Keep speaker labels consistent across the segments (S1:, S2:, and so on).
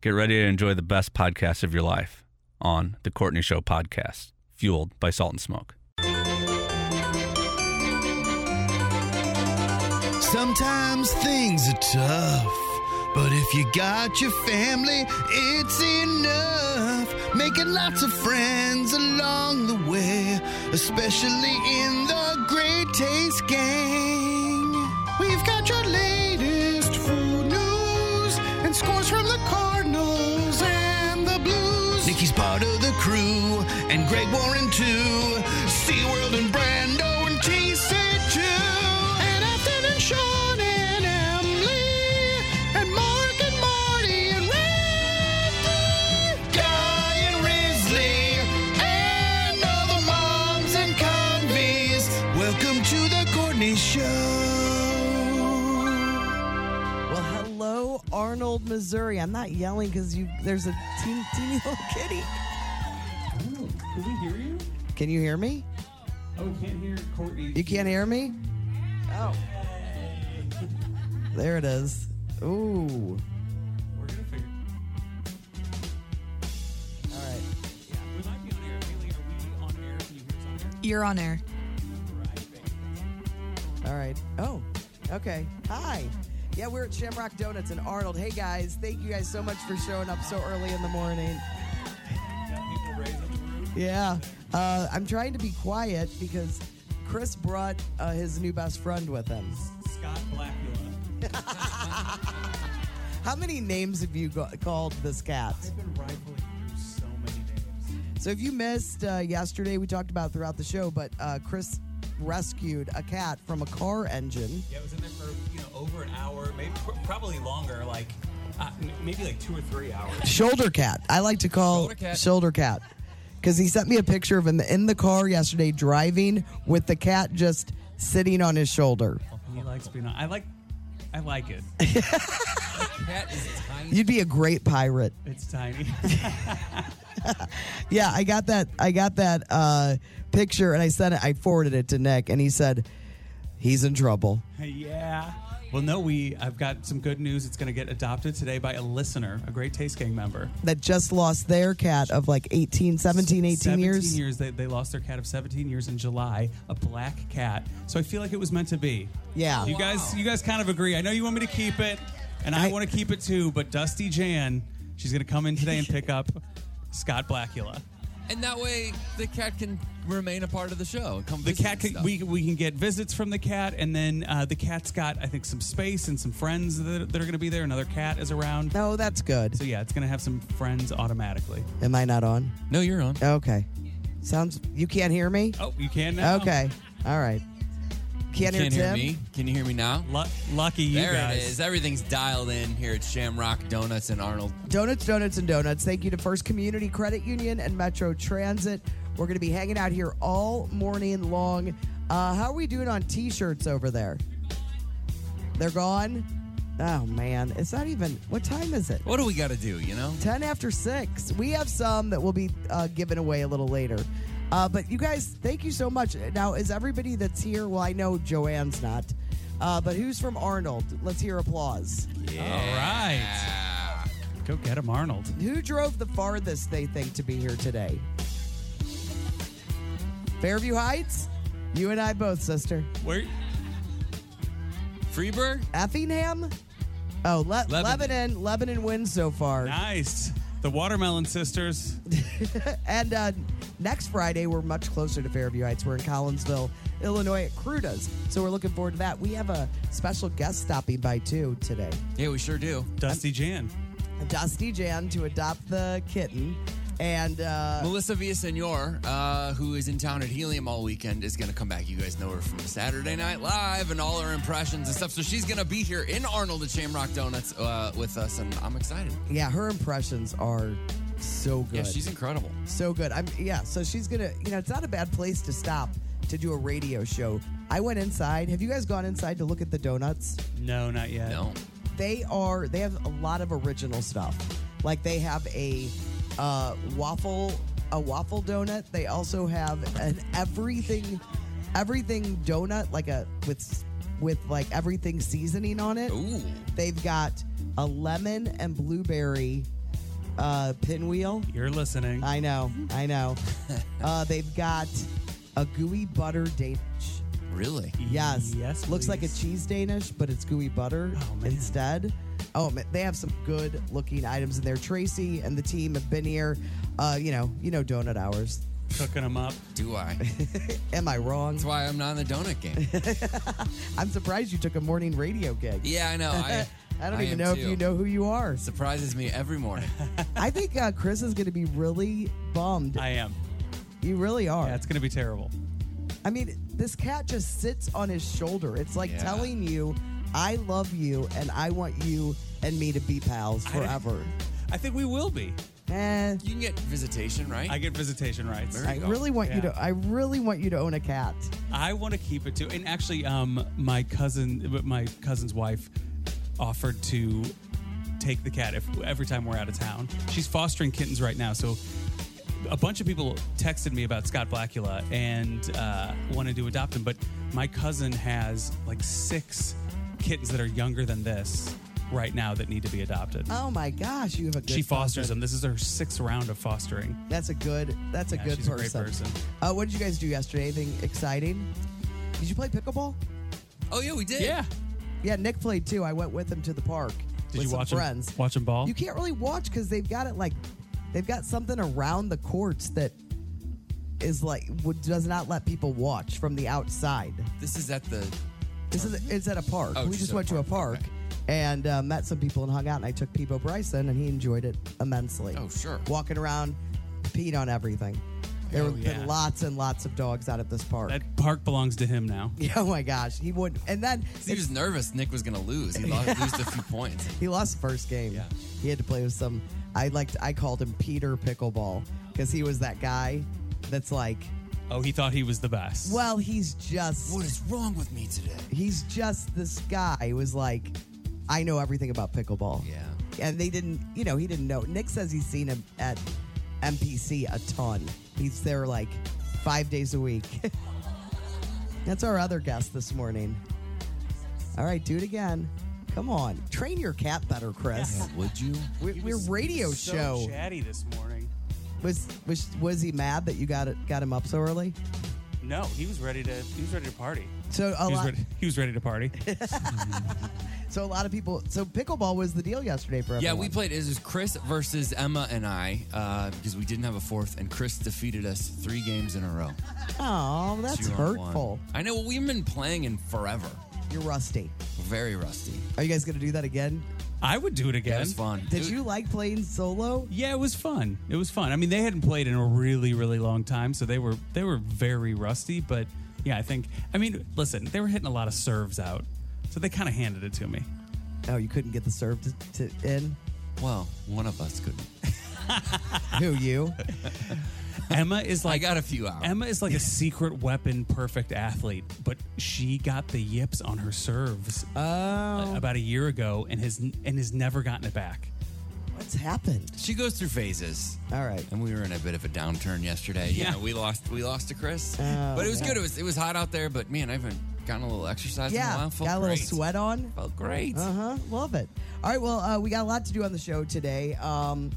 S1: Get ready to enjoy the best podcast of your life on The Courtney Show Podcast, fueled by Salt and Smoke.
S2: Sometimes things are tough, but if you got your family, it's enough. Making lots of friends along the way, especially in the Great Taste Gang. We've got your latest food news and scores from the Cardinals and the Blues. Nikki's part of the crew, and Greg Warren too. SeaWorld and Brando and TC2. And Ethan and Sean and Emily. And Mark and Marty and Randy. Guy and Risley. And all the moms and convies. Welcome to the Courtney Show.
S3: Well, hello, Arnold, Missouri. I'm not yelling because you there's a teeny, teeny little kitty.
S4: Oh, Can we hear you?
S3: Can you hear me?
S4: Oh, we can't hear Courtney.
S3: You can't hear me? Oh. There it is. Ooh.
S4: We're gonna figure.
S3: All right.
S4: We might be on air. Haley, are we on air? Can you hear us on air?
S5: You're on air.
S3: All right. Oh, okay. Hi. Yeah, we're at Shamrock Donuts in Arnold. Hey, guys. Thank you guys so much for showing up so early in the morning. Yeah. Uh, I'm trying to be quiet because Chris brought uh, his new best friend with him.
S4: Scott Blackula.
S3: How many names have you go- called this cat?
S4: I've been rifling through so many names.
S3: So if you missed uh, yesterday, we talked about throughout the show, but uh, Chris rescued a cat from a car engine.
S4: Yeah, it was in there for you know over an hour, maybe pr- probably longer, like uh, m- maybe like two or three hours.
S3: Shoulder cat. I like to call
S4: Shoulder cat.
S3: shoulder cat because he sent me a picture of him in the car yesterday driving with the cat just sitting on his shoulder.
S4: He likes being on. I like. I like it.
S3: You'd be a great pirate.
S4: It's tiny.
S3: Yeah, I got that. I got that uh, picture, and I sent it. I forwarded it to Nick, and he said he's in trouble.
S4: yeah. Well, no, we. I've got some good news. It's going to get adopted today by a listener, a great Taste Gang member.
S3: That just lost their cat of like 18, 17, 18 years.
S4: They, they lost their cat of 17 years in July, a black cat. So I feel like it was meant to be.
S3: Yeah.
S4: You guys, you guys kind of agree. I know you want me to keep it, and I,
S3: I-
S4: want to keep it too. But Dusty Jan, she's gonna come in today and pick up Scott Blackula.
S6: And that way, the cat can remain a part of the show. and Come
S4: The
S6: visit
S4: cat,
S6: and
S4: could,
S6: stuff.
S4: we we can get visits from the cat, and then uh, the cat's got I think some space and some friends that, that are gonna be there. Another cat is around.
S3: No, that's good.
S4: So yeah, it's gonna have some friends automatically.
S3: Am I not on?
S6: No, you're on.
S3: Okay. Sounds. You can't hear me.
S4: Oh, you can now.
S3: Okay. All right. Can't,
S6: Can't
S3: hear
S6: hear
S3: Tim.
S6: me. Can you hear me now?
S4: Lu- lucky you
S6: there
S4: guys.
S6: it is. Everything's dialed in here at Shamrock Donuts and Arnold.
S3: Donuts, donuts, and donuts. Thank you to First Community Credit Union and Metro Transit. We're going to be hanging out here all morning long. Uh, how are we doing on T-shirts over there? They're gone. Oh man, it's not even. What time is it?
S6: What do we got to do? You know,
S3: 10 after 6. We have some that will be uh, given away a little later. Uh, but you guys, thank you so much. Now, is everybody that's here? Well, I know Joanne's not. Uh, but who's from Arnold? Let's hear applause.
S4: All right. Go get him, Arnold.
S3: Who drove the farthest they think to be here today? Fairview Heights? You and I both, sister.
S4: Where?
S6: Freeburg.
S3: Effingham? Oh, Le-
S6: Lebanon.
S3: Lebanon. Lebanon wins so far.
S4: Nice. The Watermelon Sisters.
S3: And uh, next Friday, we're much closer to Fairview Heights. We're in Collinsville, Illinois at Crudas. So we're looking forward to that. We have a special guest stopping by too today.
S6: Yeah, we sure do.
S4: Dusty Jan.
S3: Dusty Jan to adopt the kitten. And uh,
S6: Melissa Villasenor, uh, who is in town at Helium all weekend, is going to come back. You guys know her from Saturday Night Live and all her impressions and stuff. So she's going to be here in Arnold at Shamrock Donuts uh, with us, and I'm excited.
S3: yeah, her impressions are so good.
S6: Yeah, she's incredible.
S3: so good. I'm yeah. So she's gonna. You know, it's not a bad place to stop to do a radio show. I went inside. Have you guys gone inside to look at the donuts?
S4: No, not yet.
S6: No,
S3: They are. They have a lot of original stuff. Like they have a uh, waffle, a waffle donut. They also have an everything, everything donut, like a with with like everything seasoning on it.
S6: ooh,
S3: They've got a lemon and blueberry uh, pinwheel.
S4: You're listening.
S3: I know, I know. uh, they've got a gooey butter Danish.
S6: really?
S3: Yes,
S4: Yes,
S3: Looks like a
S4: please.
S3: cheese Danish, but it's gooey butter
S4: Oh, man.
S3: instead. Oh man, they have some good looking items in there. Tracy and the team have been here. Uh, you know, you know, donut hours.
S4: Cooking them up.
S6: Do I?
S3: Am I wrong?
S6: That's why I'm not in the donut game.
S3: I'm surprised you took a morning radio gig.
S6: Yeah, I know. I,
S3: I don't
S6: I
S3: even
S6: am
S3: know if
S6: too.
S3: you know who you are.
S6: Surprises me every morning.
S3: I think uh, Chris is going to be really bummed.
S4: I am.
S3: you really are.
S4: Yeah, it's gonna be terrible.
S3: I mean, this cat just sits on his shoulder. It's like
S6: Yeah.
S3: telling you, I love you and I want you and me to be pals forever.
S4: I think we will be.
S3: Eh,
S6: You can get visitation, right?
S4: I get visitation rights.
S6: Very
S3: I
S6: go.
S3: really want you
S4: Yeah.
S3: to I really want you to own a cat.
S4: I want to keep it too. And actually, um, my cousin, my cousin's wife, offered to take the cat if, every time we're out of town. She's fostering kittens right now, so a bunch of people texted me about Scott Blackula and uh, wanted to adopt him. But my cousin has like six kittens that are younger than this right now that need to be adopted.
S3: Oh my gosh, you have a good
S4: she fosters
S3: cousin.
S4: them. This is her sixth round of fostering.
S3: That's a good that's a
S4: Yeah,
S3: good
S4: she's a great
S3: person.
S4: person.
S3: Uh, what did you guys do yesterday? Anything exciting? Did you play pickleball?
S6: oh yeah, we did.
S4: Yeah.
S3: Yeah, Nick played too. I went with him to the park.
S4: Did
S3: with
S4: you
S3: some
S4: watch
S3: friends?
S4: him? Watch him
S6: Oh.
S4: ball?
S3: You can't really watch because they've got it like they've got something around the courts that is like would, does not let people watch from the outside.
S6: This is at the.
S3: This is it's at a park.
S6: Oh,
S3: we
S6: just
S3: just
S6: at a
S3: went to a
S6: park.
S3: park
S6: Okay.
S3: and uh, met some people and hung out. And I took Peebo Bryson and he enjoyed it immensely.
S6: Oh, sure.
S3: walking around, peed on everything. There
S4: Oh,
S3: have
S4: yeah.
S3: been lots and lots of dogs out at this park.
S4: That park belongs to him now.
S3: oh my gosh, he would. And then
S6: He was nervous. Nick was gonna lose. He lost, lost a few points.
S3: He lost the first game.
S4: Yeah.
S3: He had to play with some. I liked. I called him Peter Pickleball because he was that guy that's like,
S4: Oh, he thought he was the best.
S3: well, he's just.
S6: What is wrong with me today?
S3: He's just this guy who was like, I know everything about pickleball.
S6: Yeah.
S3: And they didn't. You know, he didn't know. Nick says he's seen him at MPC a ton. He's there like five days a week. that's our other guest this morning. All right, do it again. Come on, train your cat better, Chris.
S6: Would you?
S3: We're, we're radio show.
S4: chatty this morning.
S3: Was was was he mad that you got it got him up so early?
S4: No, he was ready to. He was ready to party.
S3: So a
S4: He was
S3: lot.
S4: ready, he was ready to party.
S3: So a lot of people. So pickleball was the deal yesterday for
S6: Yeah,
S3: everyone.
S6: we played. It was Chris versus Emma and I uh, because we didn't have a fourth, and Chris defeated us three games in a row.
S3: Oh, that's
S6: Two on one.
S3: hurtful.
S6: I know. Well, we've been playing in forever.
S3: You're rusty.
S6: We're very rusty.
S3: Are you guys gonna do that again?
S4: I would do it
S6: That
S4: again.
S6: was fun.
S3: Did
S6: It-
S3: you like playing solo?
S4: Yeah, it was fun. It was fun. I mean, they hadn't played in a really, really long time, so they were they were very rusty. But yeah, I think. I mean, listen, they were hitting a lot of serves out, so they kind of handed it to me.
S3: Oh, you couldn't get the serve to, to in.
S6: Well, one of us couldn't.
S3: Who you?
S4: Emma is
S6: I
S4: like
S6: got a few hours.
S4: Emma is like a secret weapon, perfect athlete, but she got the yips on her serves uh,
S3: Oh,
S4: about a year ago and has and has never gotten it back.
S3: what's happened?
S6: She goes through phases.
S3: All right.
S6: And we were in a bit of a downturn yesterday. Yeah,
S4: Yeah.
S6: we lost. We lost to Chris,
S3: Oh,
S6: but it was
S3: yeah.
S6: good. It was it was hot out there. But man, I haven't gotten a little exercise in a
S3: Yeah,
S6: while.
S3: got
S6: Felt
S3: a little
S6: great.
S3: sweat on.
S6: Felt great.
S3: Uh huh. Love it. All right. Well, uh, we got a lot to do on the show today. Um,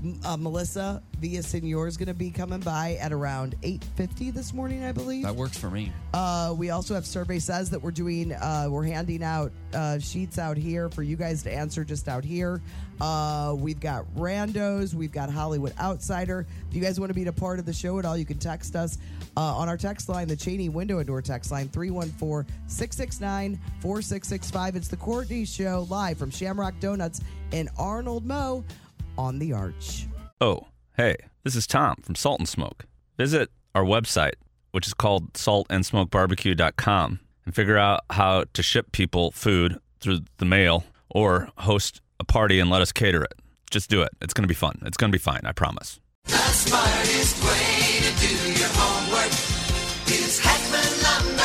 S3: M- uh, Melissa Villasenor is going to be coming by at around eight fifty this morning, I believe.
S6: That works for me.
S3: Uh, we also have survey says that we're doing. Uh, we're handing out uh, sheets out here for you guys to answer just out here. Uh, we've got randos. We've got Hollywood outsider. If you guys want to be a part of the show at all, you can text us uh, on our text line, the Cheney window and door text line 314-669-4665. It's the Courtney Show live from Shamrock Donuts in Arnold Mo on the Arch.
S1: Oh, hey, This is Tom from Salt and Smoke. Visit our website, which is called saltandsmokebarbecue.com, and figure out how to ship people food through the mail or host a party and let us cater it. Just do it. It's going to be fun. It's going to be fine. I promise.
S5: The smartest way to do your homework is Heckman Lumber.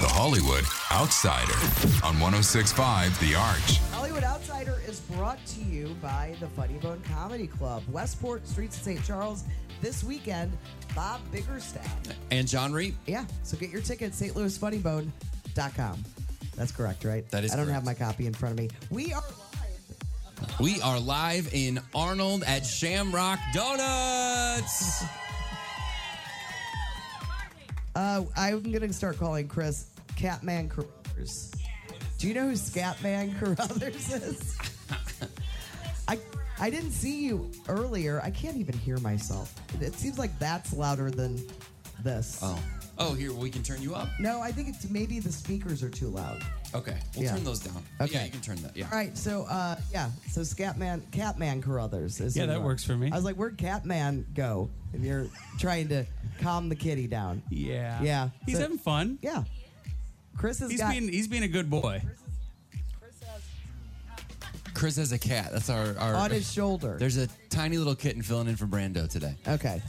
S7: The Hollywood Outsider on 1065 The Arch.
S3: Hollywood Outsider is brought to you by the Funny Bone Comedy Club, Westport, Streets of St. Charles. This weekend, Bob Biggerstaff.
S6: And John Reap.
S3: Yeah, so get your ticket, stfunnybone.com. That's correct, right?
S6: That is
S3: I don't
S6: correct.
S3: have my copy in front of me. We are live.
S6: We are live in Arnold at Shamrock Donuts.
S3: Uh, I'm going to start calling Chris Catman Carruthers. Do you know who Scatman Carruthers is? I I didn't see you earlier. I can't even hear myself. It seems like that's louder than this.
S6: Oh. Oh, here, we can turn you up.
S3: No, I think it's maybe the speakers are too loud.
S6: Okay. We'll
S3: Yeah.
S6: turn those down. Yeah,
S3: Okay.
S6: you can turn that. Yeah.
S3: All right, so uh, yeah, so Scatman, Catman Carruthers. Is
S4: Yeah,
S3: who
S4: that
S3: you are.
S4: works for me.
S3: I was like, where'd Catman go? And you're trying to calm the kitty down.
S4: Yeah.
S3: Yeah.
S4: He's
S3: So-
S4: having fun.
S3: Yeah, Chris has
S4: He's
S3: got.
S4: being he's being a good boy.
S6: Chris has a cat. That's our. our
S3: on his shoulder.
S6: There's a tiny little kitten filling in for Brando today.
S3: okay.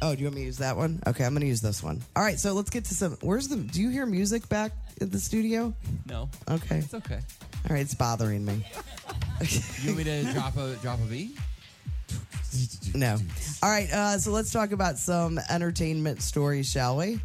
S3: Oh, do you want me to use that one? Okay, I'm gonna use this one. All right, so let's get to some. Where's the? Do you hear music back at the studio?
S6: No.
S3: Okay.
S6: It's okay.
S3: All right, it's bothering me.
S6: You want me to drop a drop a beat?
S3: No. All right, uh, so let's talk about some entertainment stories, shall we?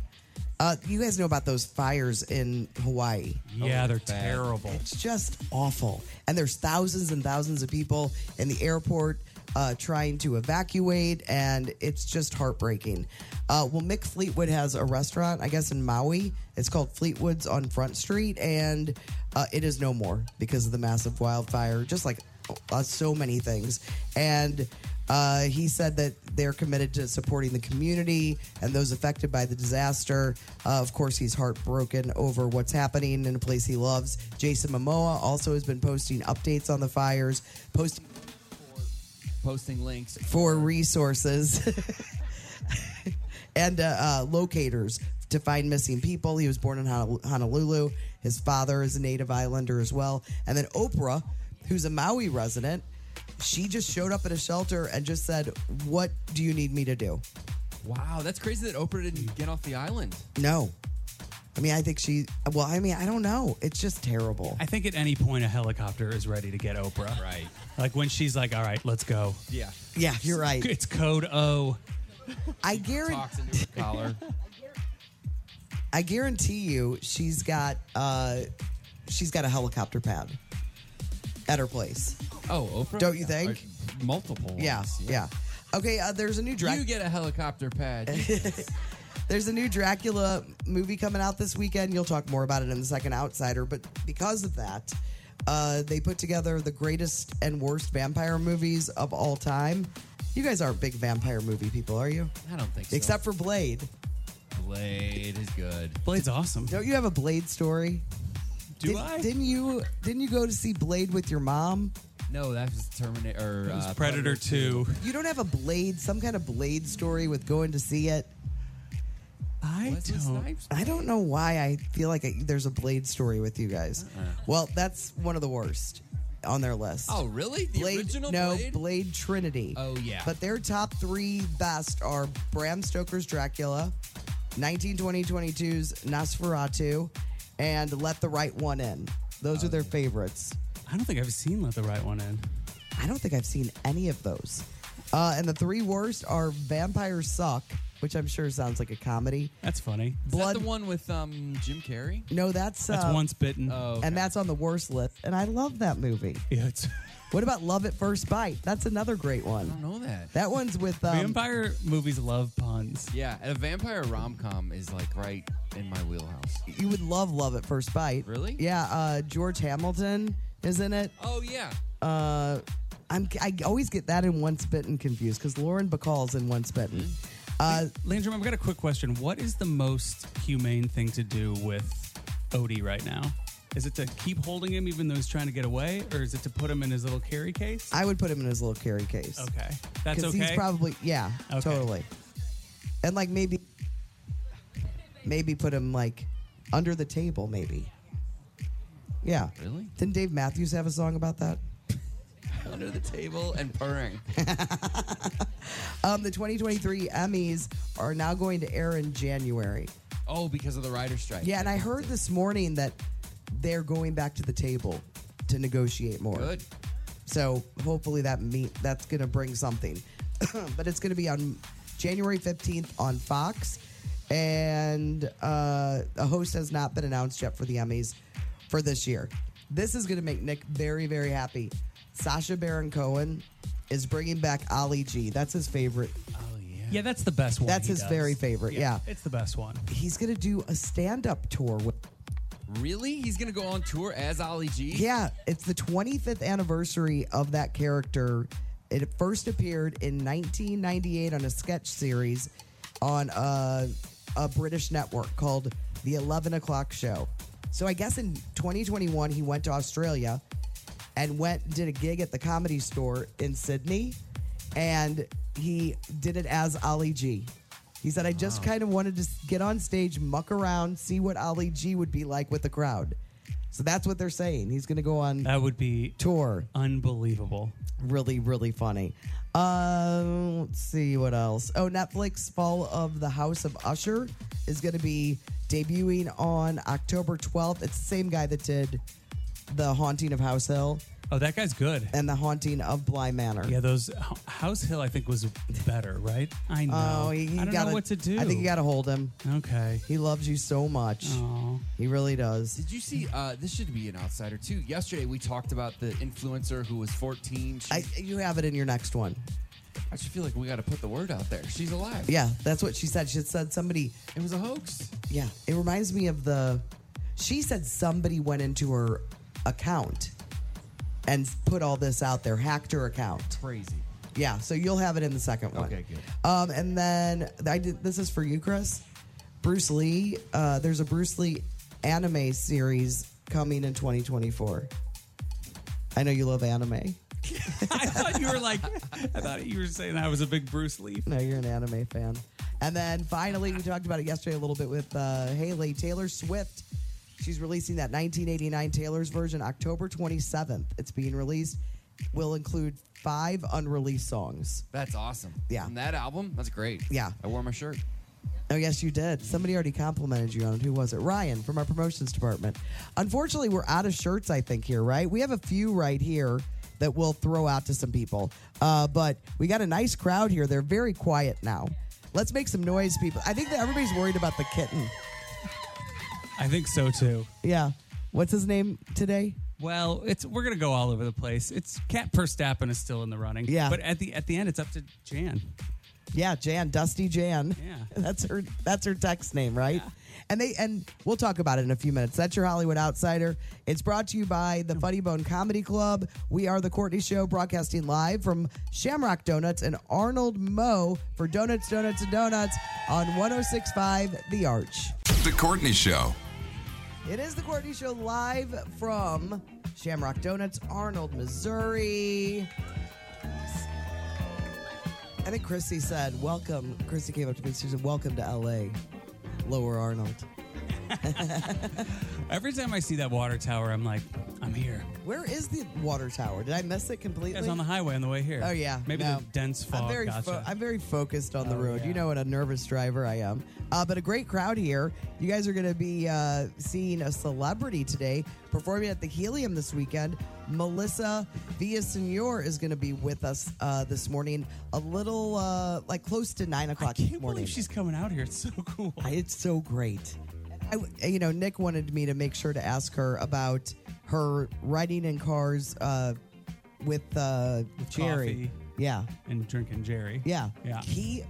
S3: Uh, you guys know about those fires in Hawaii.
S4: Yeah, they're terrible.
S3: It's just awful. And there's thousands and thousands of people in the airport uh, trying to evacuate, and it's just heartbreaking. Uh, well, Mick Fleetwood has a restaurant, I guess, in Maui. It's called Fleetwood's on Front Street, and uh, it is no more because of the massive wildfire, just like uh, so many things. And uh, he said that they're committed to supporting the community and those affected by the disaster. Uh, of course, he's heartbroken over what's happening in a place he loves. Jason Momoa also has been posting updates on the fires, posting
S6: Posting links.
S3: for resources and uh, uh, locators to find missing people. He was born in Honol- Honolulu. His father is a native islander as well. And then Oprah, who's a Maui resident, she just showed up at a shelter and just said, What do you need me to do?
S6: Wow, that's crazy that Oprah didn't get off the island.
S3: No. I mean, I think she, well, I mean, I don't know. It's just terrible.
S4: I think at any point a helicopter is ready to get Oprah.
S6: Right.
S4: Like when she's like, "All right, let's go."
S6: Yeah.
S3: yeah, you're right.
S4: It's code O.
S3: I guarantee.
S6: Talks into her collar.
S3: I guarantee you, she's got uh, she's got a helicopter pad at her place.
S6: Oh, Oprah.
S3: Don't you think?
S6: Or multiple. ones,
S3: Yeah, yeah. Okay, uh, there's a new
S6: You
S3: Drac-
S6: get a helicopter pad. You-
S3: there's a new Dracula movie coming out this weekend. You'll talk more about it in the second Outsider, but because of that, uh, they put together the greatest and worst vampire movies of all time. You guys aren't big vampire movie people, are you?
S6: I don't think so.
S3: Except for Blade.
S6: Blade is good.
S4: Blade's awesome.
S3: Don't you have a Blade story?
S4: Do
S3: Did,
S4: I?
S3: Didn't you? Didn't you go to see Blade with your mom?
S6: No, that was Terminator. Or,
S4: It was
S6: uh,
S4: Predator Two.
S3: You don't have a blade, some kind of blade story with going to see it.
S4: I
S6: Wesley
S4: don't.
S6: Snipes?
S3: I don't know why I feel like I, there's a blade story with you guys.
S6: Uh-uh.
S3: Well, that's one of the worst on their list.
S6: Oh, really? The original
S3: no,
S6: Blade?
S3: Blade Trinity.
S6: Oh, yeah.
S3: But their top three best are Bram Stoker's Dracula, 1920-22's Nosferatu, and Let the Right One In. Those
S6: Oh.
S3: are their favorites.
S4: I don't think I've seen Let the Right One In.
S3: I don't think I've seen any of those. Uh, and the three worst are Vampires Suck, which I'm sure sounds like a comedy.
S4: That's funny.
S3: Blood.
S6: that the one with um, Jim Carrey?
S3: No, that's,
S4: That's
S3: uh,
S4: once bitten.
S6: Oh,
S3: and that's on the worst list. And I love that movie.
S4: yeah, it's
S3: What about Love at First Bite? That's another great
S6: I
S3: one.
S6: don't know that.
S3: That one's with um,
S4: vampire movies love puns.
S6: Yeah, and a vampire rom com is like right in my wheelhouse.
S3: you would love Love at First Bite.
S6: Really?
S3: Yeah. Uh, George Hamilton is in it.
S6: Oh yeah,
S3: Uh, I'm I always get that in Once Bitten confused because Lauren Bacall's in Once Bitten.
S6: Mm-hmm.
S3: Uh,
S4: Landrum, I've got a quick question. What is the most humane thing to do with Odie right now? Is it to keep holding him even though he's trying to get away, or is it to put him in his little carry case?
S3: I would put him in his little carry case.
S4: okay, that's
S3: Because
S4: okay.
S3: he's probably yeah,
S4: Okay.
S3: totally. And like maybe maybe put him like under the table, maybe. Yeah.
S6: Really?
S3: Didn't Dave Matthews have a song about that?
S6: under the table and purring.
S3: Um, the 2023 Emmys are now going to air in January.
S6: Oh, because of the writer strike.
S3: Yeah, and I heard this morning that they're going back to the table to negotiate more.
S6: Good.
S3: So hopefully that meet that's gonna bring something. but it's gonna be on January fifteenth on Fox, and uh, a host has not been announced yet for the Emmys for this year. This is gonna make Nick very very happy. Sasha Baron Cohen is bringing back Ali G. That's his favorite.
S4: yeah, that's the best one.
S3: That's
S4: he
S3: his
S4: does.
S3: very favorite, yeah.
S4: it's the best one.
S3: He's gonna do a stand up tour with.
S6: Really? He's gonna go on tour as Ollie G?
S3: Yeah, it's the 25th anniversary of that character. It first appeared in 1998 on a sketch series on a, a British network called The 11 O'Clock Show. So I guess in 2021, he went to Australia and went did a gig at the comedy store in Sydney and he did it as Ali G. He said I just kind of wanted to s- get on stage, muck around, see what Ali G would be like with the crowd. So that's what they're saying. He's going to go on
S4: That would be
S3: tour.
S4: unbelievable.
S3: Really really funny. Um let's see what else. Oh, Netflix Fall of the House of Usher is going to be debuting on October 12th. It's the same guy that did The Haunting of House Hill
S4: Oh, that guy's good.
S3: and the haunting of Bly Manor.
S4: Yeah, those H- House Hill, I think was better, right? I know.
S3: Oh, he, he
S4: I don't
S3: gotta-
S4: know what to do.
S3: I think you got to hold him.
S4: Okay.
S3: He loves you so much.
S4: Oh,
S3: He really does.
S6: Did you see? Uh, this should be an outsider too. Yesterday we talked about the influencer who was 14. She,
S3: I,
S6: I,
S3: you have it in your next one.
S6: just feel like we got to put the word out there. She's alive.
S3: Yeah, that's what she said. She said somebody.
S6: It was a hoax.
S3: Yeah, it reminds me of the. She said somebody went into her account and put all this out there, hacked her account.
S6: Crazy.
S3: Yeah, so you'll have it in the second one.
S6: Okay, good.
S3: Um, and then I did. This is for you, Chris. Bruce Lee. Uh, there's a Bruce Lee anime series coming in 2024. I know you love anime.
S4: I thought you were like, I thought you were saying I was a big Bruce Lee.
S3: No, you're an anime fan. And then finally, we talked about it yesterday a little bit with uh, Haley Taylor Swift. She's releasing that 1989 Taylor's version October 27th. It's being released. Will include five unreleased songs.
S6: That's awesome.
S3: Yeah.
S6: And that album, that's great.
S3: Yeah.
S6: I wore my shirt.
S3: Oh, yes, you did. Somebody already complimented you on it. Who was it? Ryan from our promotions department. Unfortunately, we're out of shirts, I think, here, right? We have a few right here that we'll throw out to some people. Uh, but we got a nice crowd here. They're very quiet now. Let's make some noise, people. I think that everybody's worried about the kitten.
S4: I think so too.
S3: Yeah. What's his name today?
S4: Well, it's we're gonna go all over the place. It's Cat Verstappen is still in the running.
S3: Yeah.
S4: But at the at the end, it's up to Jan.
S3: Yeah, Jan, Dusty Jan.
S4: Yeah.
S3: That's her that's her text name, right? And they and we'll talk about it in a few minutes. That's your Hollywood Outsider. It's brought to you by the Funny Bone Comedy Club. We are the Courtney Show broadcasting live from Shamrock Donuts and Arnold Moe for Donuts, Donuts, and Donuts on 1065 The Arch.
S7: The Courtney Show.
S3: It is the Courtney Show live from Shamrock Donuts, Arnold, Missouri. I think Christy said, Welcome. Christy came up to me and she said, Welcome to LA, Lower Arnold.
S4: Every time I see that water tower, I'm like, I I'm here.
S3: Where is the water tower? Did I miss it completely?
S4: It's on the highway on the way here.
S3: Oh yeah,
S4: Maybe
S3: no.
S4: the dense fog.
S3: I'm very,
S4: gotcha.
S3: fo- I'm very focused on the
S4: Oh,
S3: road.
S4: yeah.
S3: You know what a nervous driver I am. Uh, but a great crowd here. You guys are going to be uh, seeing a celebrity today performing at the Helium this weekend. Melissa Villasenor is going to be with us uh, this morning, a little uh, like close to nine
S4: I
S3: o'clock
S4: can't
S3: this morning.
S4: believe she's coming out here. It's so cool.
S3: I- It's so great. I, you know, Nick wanted me to make sure to ask her about her riding in cars uh, with, uh, Jerry.
S4: coffee.
S3: Yeah,
S4: and drinking Jerry.
S3: yeah,
S4: Yeah.
S3: He,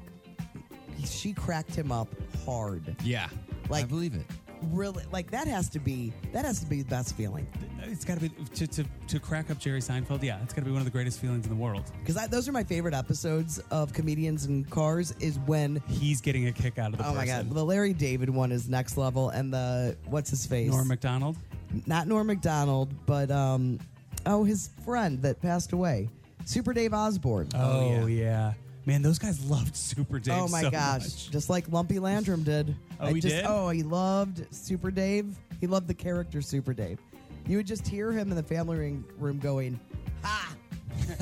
S3: she cracked him up hard.
S6: Yeah.
S3: Like-
S6: I believe it.
S3: Really, like that has to be that has to be the best feeling
S4: It's got to be to, to to crack up Jerry Seinfeld. Yeah, it's got to be one of the greatest feelings in the world.
S3: because those are my favorite episodes of comedians in cars. Is when
S4: He's getting a kick out of the
S3: oh my
S4: person.
S3: god, the Larry David one is next level, and the what's his face
S4: Norm Macdonald.
S3: not Norm McDonald, but um, oh, his friend that passed away, Super Dave Osborne.
S4: Oh, yeah. man, those guys loved Super Dave.
S3: Oh my
S4: so
S3: gosh,
S4: much.
S3: just like Lumpy Landrum did.
S4: Oh,
S3: I
S4: he
S3: just,
S4: did?
S3: Oh, he loved Super Dave. He loved the character Super Dave. You would just hear him in the family ring- room going, "Ha!"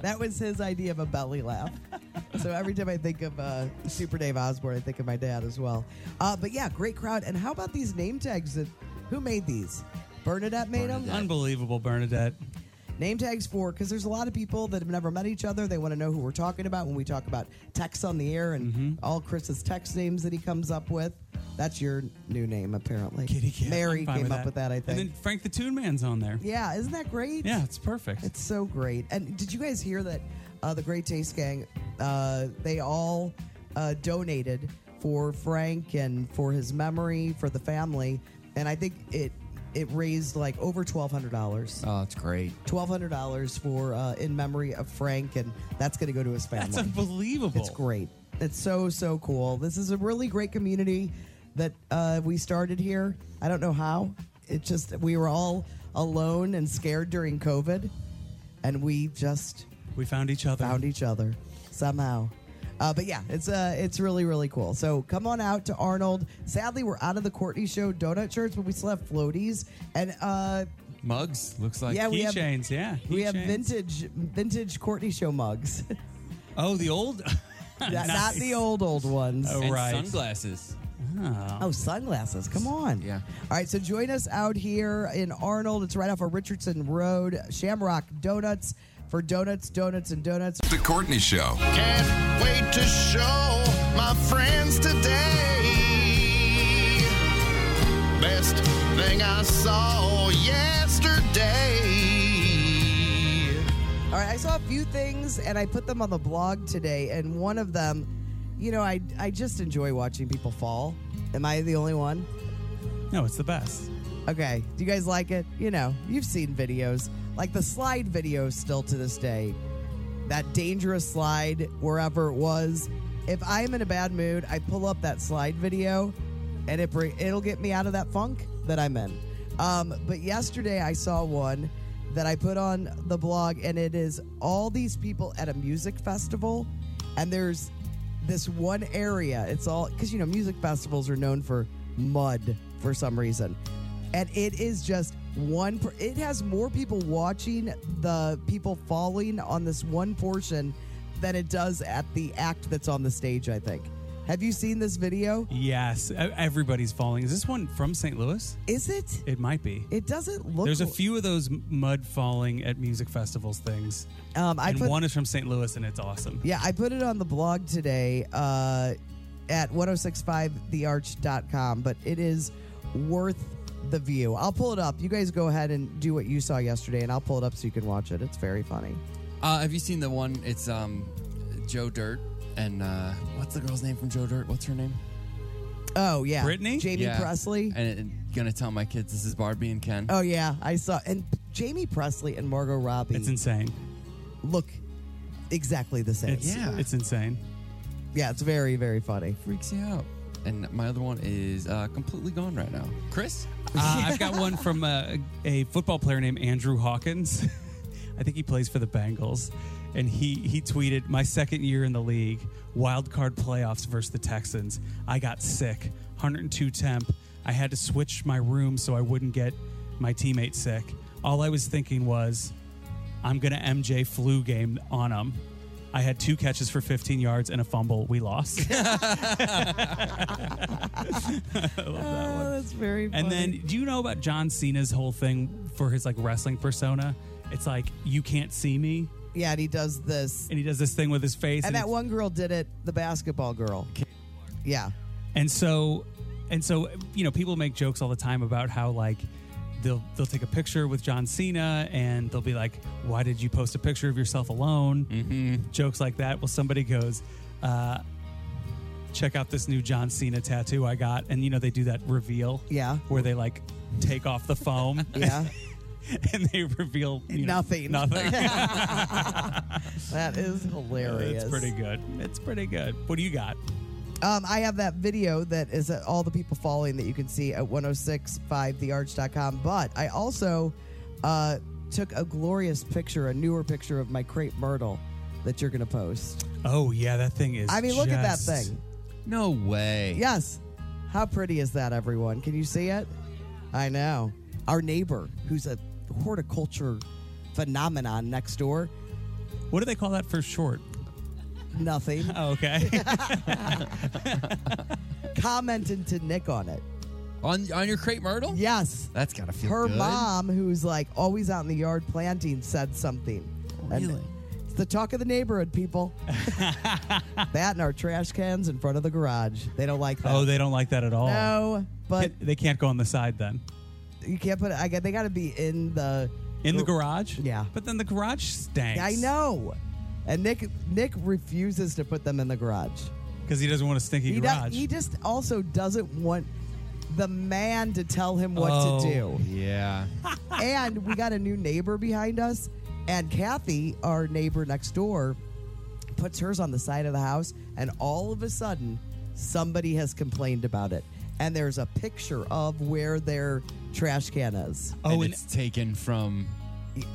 S3: that was his idea of a belly laugh. So every time I think of uh, Super Dave Osborne, I think of my dad as well. Uh, but yeah, great crowd. And how about these name tags? That, who made these? Bernadette made them.
S4: Unbelievable, Bernadette.
S3: name tags for because there's a lot of people that have never met each other. They want to know who we're talking about when we talk about texts on the air and
S4: Mm-hmm.
S3: all Chris's text names that he comes up with. That's your new name, apparently.
S4: Kitty cat.
S3: Mary
S4: I'm fine
S3: came up with that, I think.
S4: And then Frank the Toon Man's on there. Yeah,
S3: yeah, isn't that great?
S4: it's perfect.
S3: It's so great. And did you guys hear that uh, the Great Taste Gang, uh, they all uh, donated for Frank and for his memory, for the family. And I think it it raised like over $1,200.
S6: Oh, that's great.
S3: twelve hundred dollars for uh, in memory of Frank, and that's going to go to his family.
S4: That's unbelievable.
S3: It's great. It's so so cool. This is a really great community that uh, we started here. I don't know how. It just we were all alone and scared during COVID, and we just
S4: We found each other.
S3: found each other somehow. Uh, but yeah, it's uh, it's really really cool. So come on out to Arnold. Sadly, we're out of the Courtney Show donut shirts, but we still have floaties and uh,
S6: Mugs looks like.
S3: yeah, we have
S4: Keychains, yeah.
S3: we have
S4: keychains.
S3: vintage vintage Courtney Show mugs,
S4: Oh, the old.
S3: not, not
S4: Nice.
S3: the old old ones.
S4: Oh,
S6: And
S4: right.
S6: sunglasses.
S3: Oh, sunglasses! Come on.
S6: Yeah.
S3: All right, so join us out here in Arnold. It's right off of Richardson Road, Shamrock Donuts for donuts, donuts, and donuts.
S7: The Courtney Show.
S2: Can't wait to show my friends today. Best thing I saw yesterday.
S3: All right, I saw a few things and I put them on the blog today, and one of them, you know, I I just enjoy watching people fall. Am I the only one?
S4: No, it's the best.
S3: Okay. Do you guys like it? You know, you've seen videos like the slide video still to this day. That dangerous slide, wherever it was. If I'm in a bad mood, I pull up that slide video, and it bring, it'll get me out of that funk that I'm in. Um, but yesterday I saw one that I put on the blog, and it is all these people at a music festival, and there's this one area. It's all because you know music festivals are known for mud for some reason, and it is just one. Per- it has more people watching the people falling on this one portion than it does at the act that's on the stage. I think. Have you seen this video?
S4: Yes, e- everybody's falling. Is this one from St. Louis?
S3: Is it?
S4: It might be.
S3: It doesn't look.
S4: There's a few of those m- mud falling at music festivals things.
S3: Um, I
S4: and
S3: put,
S4: one is from St. Louis, and it's awesome.
S3: Yeah, I put it on the blog today uh, at 1065thearch.com, but it is worth the view. I'll pull it up. You guys go ahead and do what you saw yesterday, and I'll pull it up so you can watch it. It's very funny.
S6: Uh, have you seen the one? It's um, Joe Dirt and uh, what's the girl's name from Joe Dirt? What's her name?
S3: Oh, yeah.
S4: Brittany?
S3: Jamie
S6: Yeah.
S3: Presley.
S6: And, and gonna tell my kids this is Barbie and Ken.
S3: oh, yeah. I saw. And Jamie Presley and Margot Robbie
S4: It's insane.
S3: look exactly the same.
S4: It's,
S6: Yeah.
S4: It's insane.
S3: yeah, it's very, very funny.
S6: Freaks you out. And my other one is uh, completely gone right now. Chris,
S4: Uh, I've got one from a, a football player named Andrew Hawkins. I think he plays for the Bengals. And he, he tweeted, My second year in the league, wild card playoffs versus the Texans. I got sick, 102 temp. I had to switch my room so I wouldn't get my teammate sick. All I was thinking was, I'm gonna MJ flu game on him. I had two catches for 15 yards and a fumble. We lost.
S3: Oh, that's very funny.
S4: And then, do you know about John Cena's whole thing for his like wrestling persona? It's like you can't see me,
S3: yeah, and he does this.
S4: and he does this thing with his face.
S3: And
S4: it's-
S3: that one girl did it, the basketball girl. Yeah.
S4: And so, and so, you know, people make jokes all the time about how like they'll they'll take a picture with John Cena and they'll be like, "Why did you post a picture of yourself alone?" Mm-hmm. Jokes like that. Well, somebody goes. Uh, Check out this new John Cena tattoo I got, and you know they do that reveal,
S3: Yeah.
S4: where they like take off the foam,
S3: Yeah.
S4: and they reveal you know,
S3: Nothing.
S4: nothing.
S3: that is hilarious.
S4: it's pretty good. It's pretty good. What do you got?
S3: Um, I have that video that is at all the people falling that you can see at 1065thearch.com. But I also uh, took a glorious picture, a newer picture of my crepe myrtle that you're going to post.
S4: Oh yeah, that thing is.
S3: I mean, look at that
S4: just-
S3: thing.
S6: No way.
S3: Yes. How pretty is that, everyone? Can you see it? I know. Our neighbor, who's a horticulture phenomenon next door,
S4: What do they call that for short?
S3: nothing,
S4: Oh, okay.
S3: commented to Nick on it.
S6: On on your crepe myrtle?
S3: Yes.
S6: That's gotta feel
S3: her
S6: good.
S3: mom, who's like always out in the yard planting, said something. And
S6: Really?
S3: It's the talk of the neighborhood, people. that and our trash cans in front of the garage. They don't like that.
S4: oh, they don't like that at all.
S3: no, but
S4: they can't go on the side then.
S3: you can't put. it. I got. They got to be in the.
S4: In the garage?
S3: Yeah.
S4: But then the garage stinks.
S3: I know. And Nick Nick refuses to put them in the garage.
S4: Because he doesn't want a stinky
S3: He
S4: garage.
S3: does, he just also doesn't want the man to tell him what
S4: Oh.
S3: to do.
S6: Yeah.
S3: and we got a new neighbor behind us. And Kathy, our neighbor next door, puts hers on the side of the house. And all of a sudden, somebody has complained about it. And there's a picture of where their trash can is.
S4: Oh,
S6: Oh, and
S4: and-
S6: it's taken from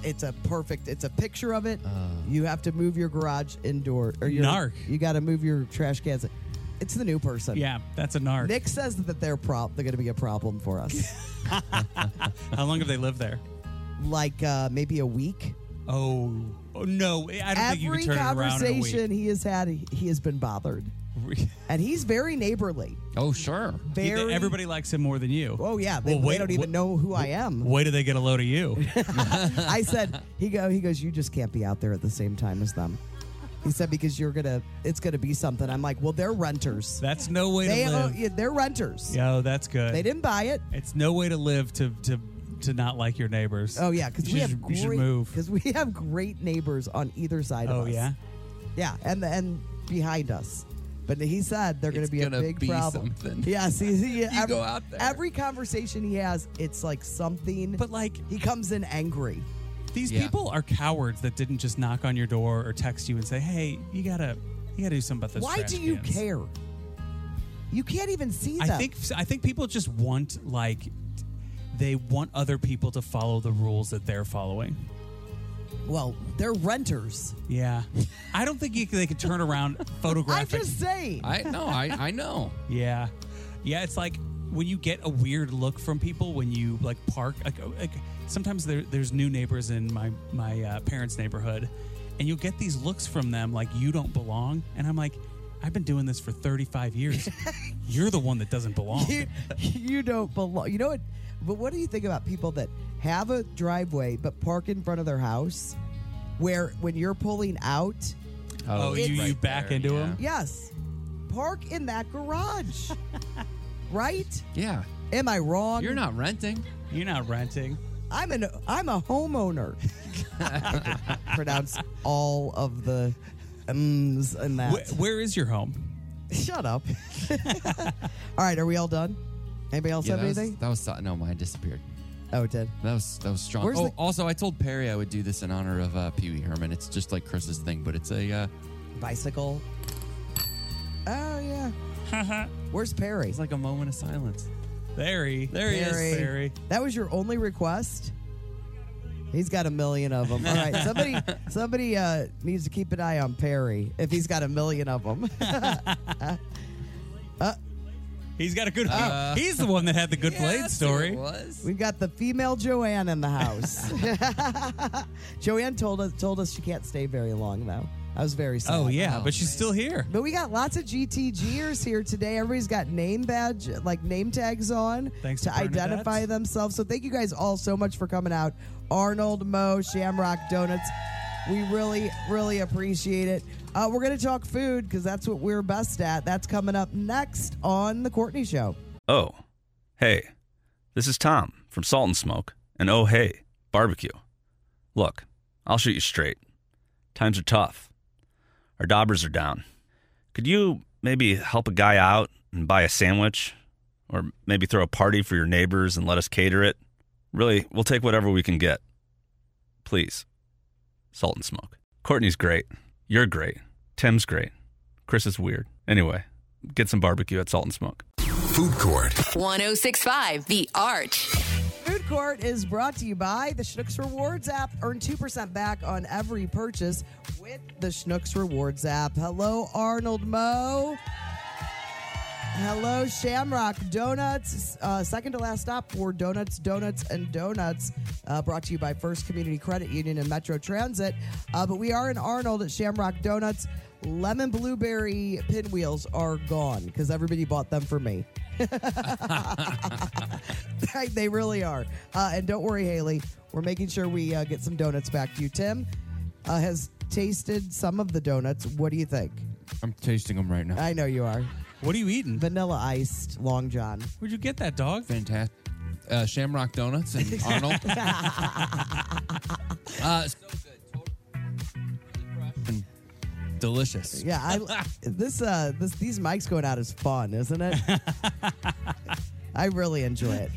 S3: It's a perfect, it's a picture of it. you have to move your garage indoor. Or your,
S4: Uh. Narc.
S3: You got to move your trash cans. It's the new person.
S4: yeah, that's a narc.
S3: Nick says that they're, prob- they're going to be a problem for us.
S4: How long have they lived there?
S3: like uh, maybe a week.
S4: Oh, oh, no. I don't think you
S3: every
S4: can turn it around in a
S3: conversation
S4: week.
S3: he has had, he has been bothered, and he's very neighborly.
S6: Oh sure.
S3: Very.
S4: Everybody likes him more than you.
S3: Oh yeah, they,
S4: Well,
S3: they
S4: wait-
S3: don't even
S4: wh-
S3: know who I am.
S4: Way do they get a load of you?
S3: I said he go. He goes. You just can't be out there at the same time as them. He said because you're gonna. It's gonna be something. I'm like, well, they're renters.
S4: That's no way
S3: They
S4: to
S3: own-
S4: live.
S3: yeah, they're renters.
S4: Yo, that's good.
S3: They didn't buy it.
S4: It's no way to live to to to not like your neighbors.
S3: Oh yeah, because
S4: You
S3: we
S4: should-
S3: have
S4: you should
S3: great
S4: move.
S3: because we have great neighbors on either side
S4: Oh
S3: of us.
S4: yeah.
S3: Yeah, and and behind us. But he said they're going
S6: It's
S3: to be a
S6: gonna
S3: big
S6: be
S3: problem.
S6: something.
S3: Yes, he, he- every,
S6: go out there.
S3: Every conversation he has, it's like something.
S4: But like
S3: he comes in angry.
S4: These
S6: Yeah.
S4: people are cowards that didn't just knock on your door or text you and say, "Hey, you gotta, you gotta do something about this."
S3: Why do you care? You can't even see
S4: I
S3: them.
S4: think I think people just want like they want other people to follow the rules that they're following.
S3: Well, they're renters.
S4: Yeah, I don't think you, they could turn around
S3: I'm
S4: photographic.
S3: just saying.
S6: I no, I, I know.
S4: Yeah, yeah. It's like when you get a weird look from people when you like park. Like, uh, like sometimes there, there's new neighbors in my my uh, parents' neighborhood, and you'll get these looks from them like you don't belong. And I'm like, I've been doing this for 35 years. You're the one that doesn't belong.
S3: you, you don't belong. You know what? But what do you think about people that have a driveway but park in front of their house, where when you're pulling out,
S4: Oh, you, you
S6: right
S4: back
S6: there,
S4: into
S6: yeah.
S4: him.
S3: Yes. Park in that garage. right?
S6: Yeah.
S3: Am I wrong?
S6: You're not renting.
S4: You're not renting.
S3: I'm an I'm a homeowner. I could pronounce all of the ums and that.
S4: Wh- where is your home?
S3: Shut up. all right, are we all done? Anybody else
S6: Yeah,
S3: have
S6: that was,
S3: anything?
S6: that was no, mine disappeared.
S3: Oh, it did.
S6: That was that was strong.
S3: Where's
S6: oh,
S3: the-
S6: also, I told Perry I would do this in honor of uh, Pee Wee Herman. It's just like Chris's thing, but it's a uh,
S3: Bicycle. Oh yeah. Where's Perry?
S6: it's like a moment of silence.
S4: Barry. There he is, Barry.
S3: That was your only request. He's got a million of them. All right, somebody, somebody uh, needs to keep an eye on Perry if he's got a million of them. uh,
S4: He's got a good. He's the one that had the good blade story.
S3: We've got the female Joanne in the house. Joanne told us told us she can't stay very long though. I was very sad.
S4: Oh yeah, but she's still here.
S3: But we got lots of GTGers here today. Everybody's got name badge, like name tags on
S4: Thanks
S3: to
S4: to Bernadette.
S3: identify themselves. So thank you guys all so much for coming out. Arnold, Mo, Shamrock Donuts. We really, really appreciate it. Uh, we're going to talk food because that's what we're best at. That's coming up next on The Courtney Show.
S1: Oh, hey, this is Tom from Salt and Smoke, and oh, hey, barbecue. Look, I'll shoot you straight. Times are tough. Our daubers are down. Could you maybe help a guy out and buy a sandwich? Or maybe throw a party for your neighbors and let us cater it? Really, we'll take whatever we can get. Please. Salt and Smoke. Courtney's great. You're great. Tim's great. Chris is weird. Anyway, get some barbecue at Salt and Smoke.
S7: Food Court.
S8: 1065 The Arch.
S3: Food Court is brought to you by the Schnucks Rewards app. Earn 2% back on every purchase with the Schnucks Rewards app. Hello, Arnold Moe. Hello, Shamrock Donuts. Uh, second to last stop for Donuts, Donuts, and Donuts, uh, brought to you by First Community Credit Union and Metro Transit. Uh, but we are in Arnold at Shamrock Donuts. Lemon blueberry pinwheels are gone because everybody bought them for me. they really are. Uh, and don't worry, Haley. We're making sure we uh, get some donuts back to you. Tim uh, has tasted some of the donuts. What do you think?
S6: I'm tasting them right now.
S3: I know you are.
S4: What are you eating?
S3: Vanilla iced long john.
S4: Where'd you get that dog?
S6: Fantastic. Uh, Shamrock Donuts and Arnold. uh, so good. And delicious.
S3: Yeah, I this uh this these mics going out is fun, isn't it? I really enjoy it.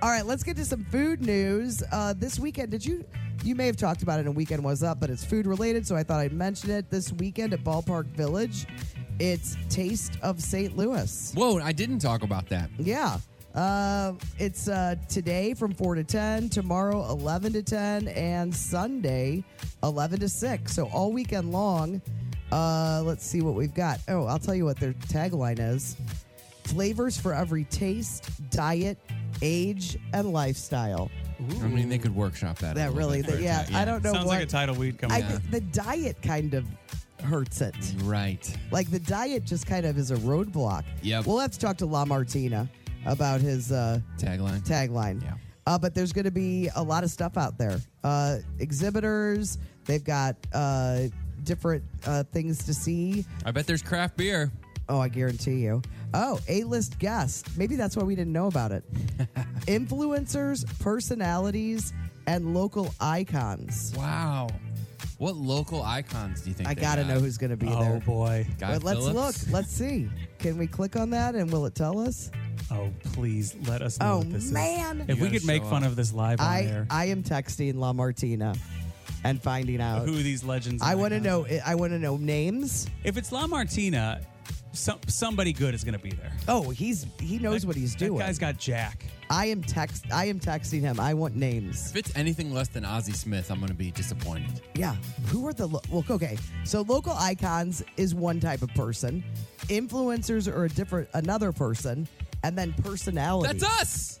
S3: All right, let's get to some food news. Uh, this weekend, did you? You may have talked about it in Weekend Was Up, but it's food related, so I thought I'd mention it. This weekend at Ballpark Village, it's Taste of St. Louis.
S6: Whoa, I didn't talk about that.
S3: Yeah. Uh, it's uh, today from 4 to 10, tomorrow 11 to 10, and Sunday 11 to 6. So all weekend long. Uh, let's see what we've got. Oh, I'll tell you what their tagline is flavors for every taste, diet, age, and lifestyle.
S6: I mean, they could workshop that. a
S3: That
S6: little
S3: really,
S6: bit
S3: that-
S6: for a
S3: yeah,
S6: time.
S3: I don't know
S4: Sounds
S3: what.
S4: like a title we'd come
S3: I
S4: up.
S3: think the diet kind of hurts it.
S6: Mm-hmm. Right.
S3: Like the diet just kind of is a roadblock.
S6: Yep.
S3: We'll have to talk to La Martina about his. Uh,
S6: Tagline.
S3: tagline.
S6: Yeah.
S3: Uh, but there's going to be a lot of stuff out there. Uh, exhibitors, they've got uh, different uh, things to see.
S6: I bet there's craft beer.
S3: Oh, I guarantee you. Oh, A list guests. Maybe that's why we didn't know about it. Influencers, personalities, and local icons.
S6: Wow. What local icons do you think?
S3: I
S6: they
S3: got to
S6: got?
S3: know who's going to be
S4: Oh
S3: there.
S4: boy.
S6: Guy
S3: But let's
S6: Phillips?
S3: look. Let's see. Can we click on that and will it tell us?
S4: Oh please let us know
S3: Oh,
S4: what this
S3: man.
S4: is. If we
S6: gotta
S4: could make
S6: show
S4: fun
S6: up.
S4: of this live on
S3: I
S4: air,
S3: I am texting La Martina and finding out.
S4: who these legends?
S3: I
S4: are.
S3: want to know. eh, I want to know names.
S4: if it's La Martina. Some, somebody good is going to be there.
S3: Oh, he's he knows
S4: That-
S3: what he's
S4: that
S3: doing.
S4: guy's got Jack.
S3: I am text I am texting him. I want names.
S6: If it's anything less than Ozzy Smith, I'm going to be disappointed.
S3: Yeah. Who are the lo- well, okay. So local icons is one type of person. Influencers are a different another person and then personality.
S6: That's us.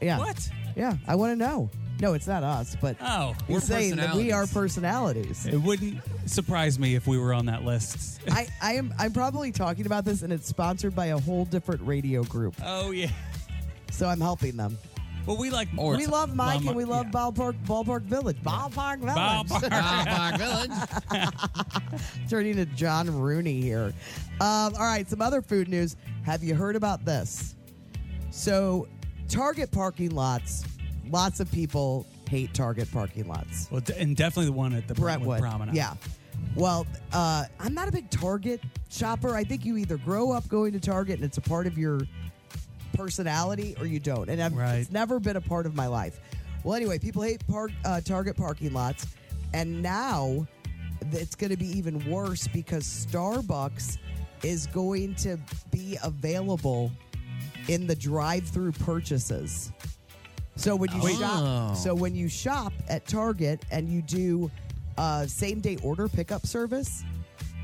S3: Yeah.
S4: What?
S3: Yeah, I want to know. No, it's not us, but
S4: Oh,
S3: we're
S6: we're
S3: saying that we are personalities.
S4: It wouldn't surprise me if we were on that list.
S3: I, I am I'm probably talking about this and it's sponsored by a whole different radio group.
S4: Oh yeah.
S3: So I'm helping them.
S4: Well, we like
S6: Or
S3: We love Mike
S4: Llama-
S3: and we love
S4: yeah.
S3: Ballpark Ballpark Village. Ballpark Village.
S4: Bob.
S6: Ballpark Village.
S3: turning to John Rooney here. Um, all right, some other food news. Have you heard about this? So, Target parking lots, lots of people hate Target parking lots.
S4: Well, d- and definitely the one at the Brentwood,
S3: Brentwood.
S4: Promenade.
S3: Yeah. Well, uh, I'm not a big Target shopper. I think you either grow up going to Target and it's a part of your personality or you don't. And I've,
S4: Right.
S3: it's never been a part of my life. Well, anyway, people hate park, uh, Target parking lots. And now th- it's going to be even worse because Starbucks is going to be available in the drive through purchases. So when you shop, so when you shop at Target and you do uh, same day order pickup service,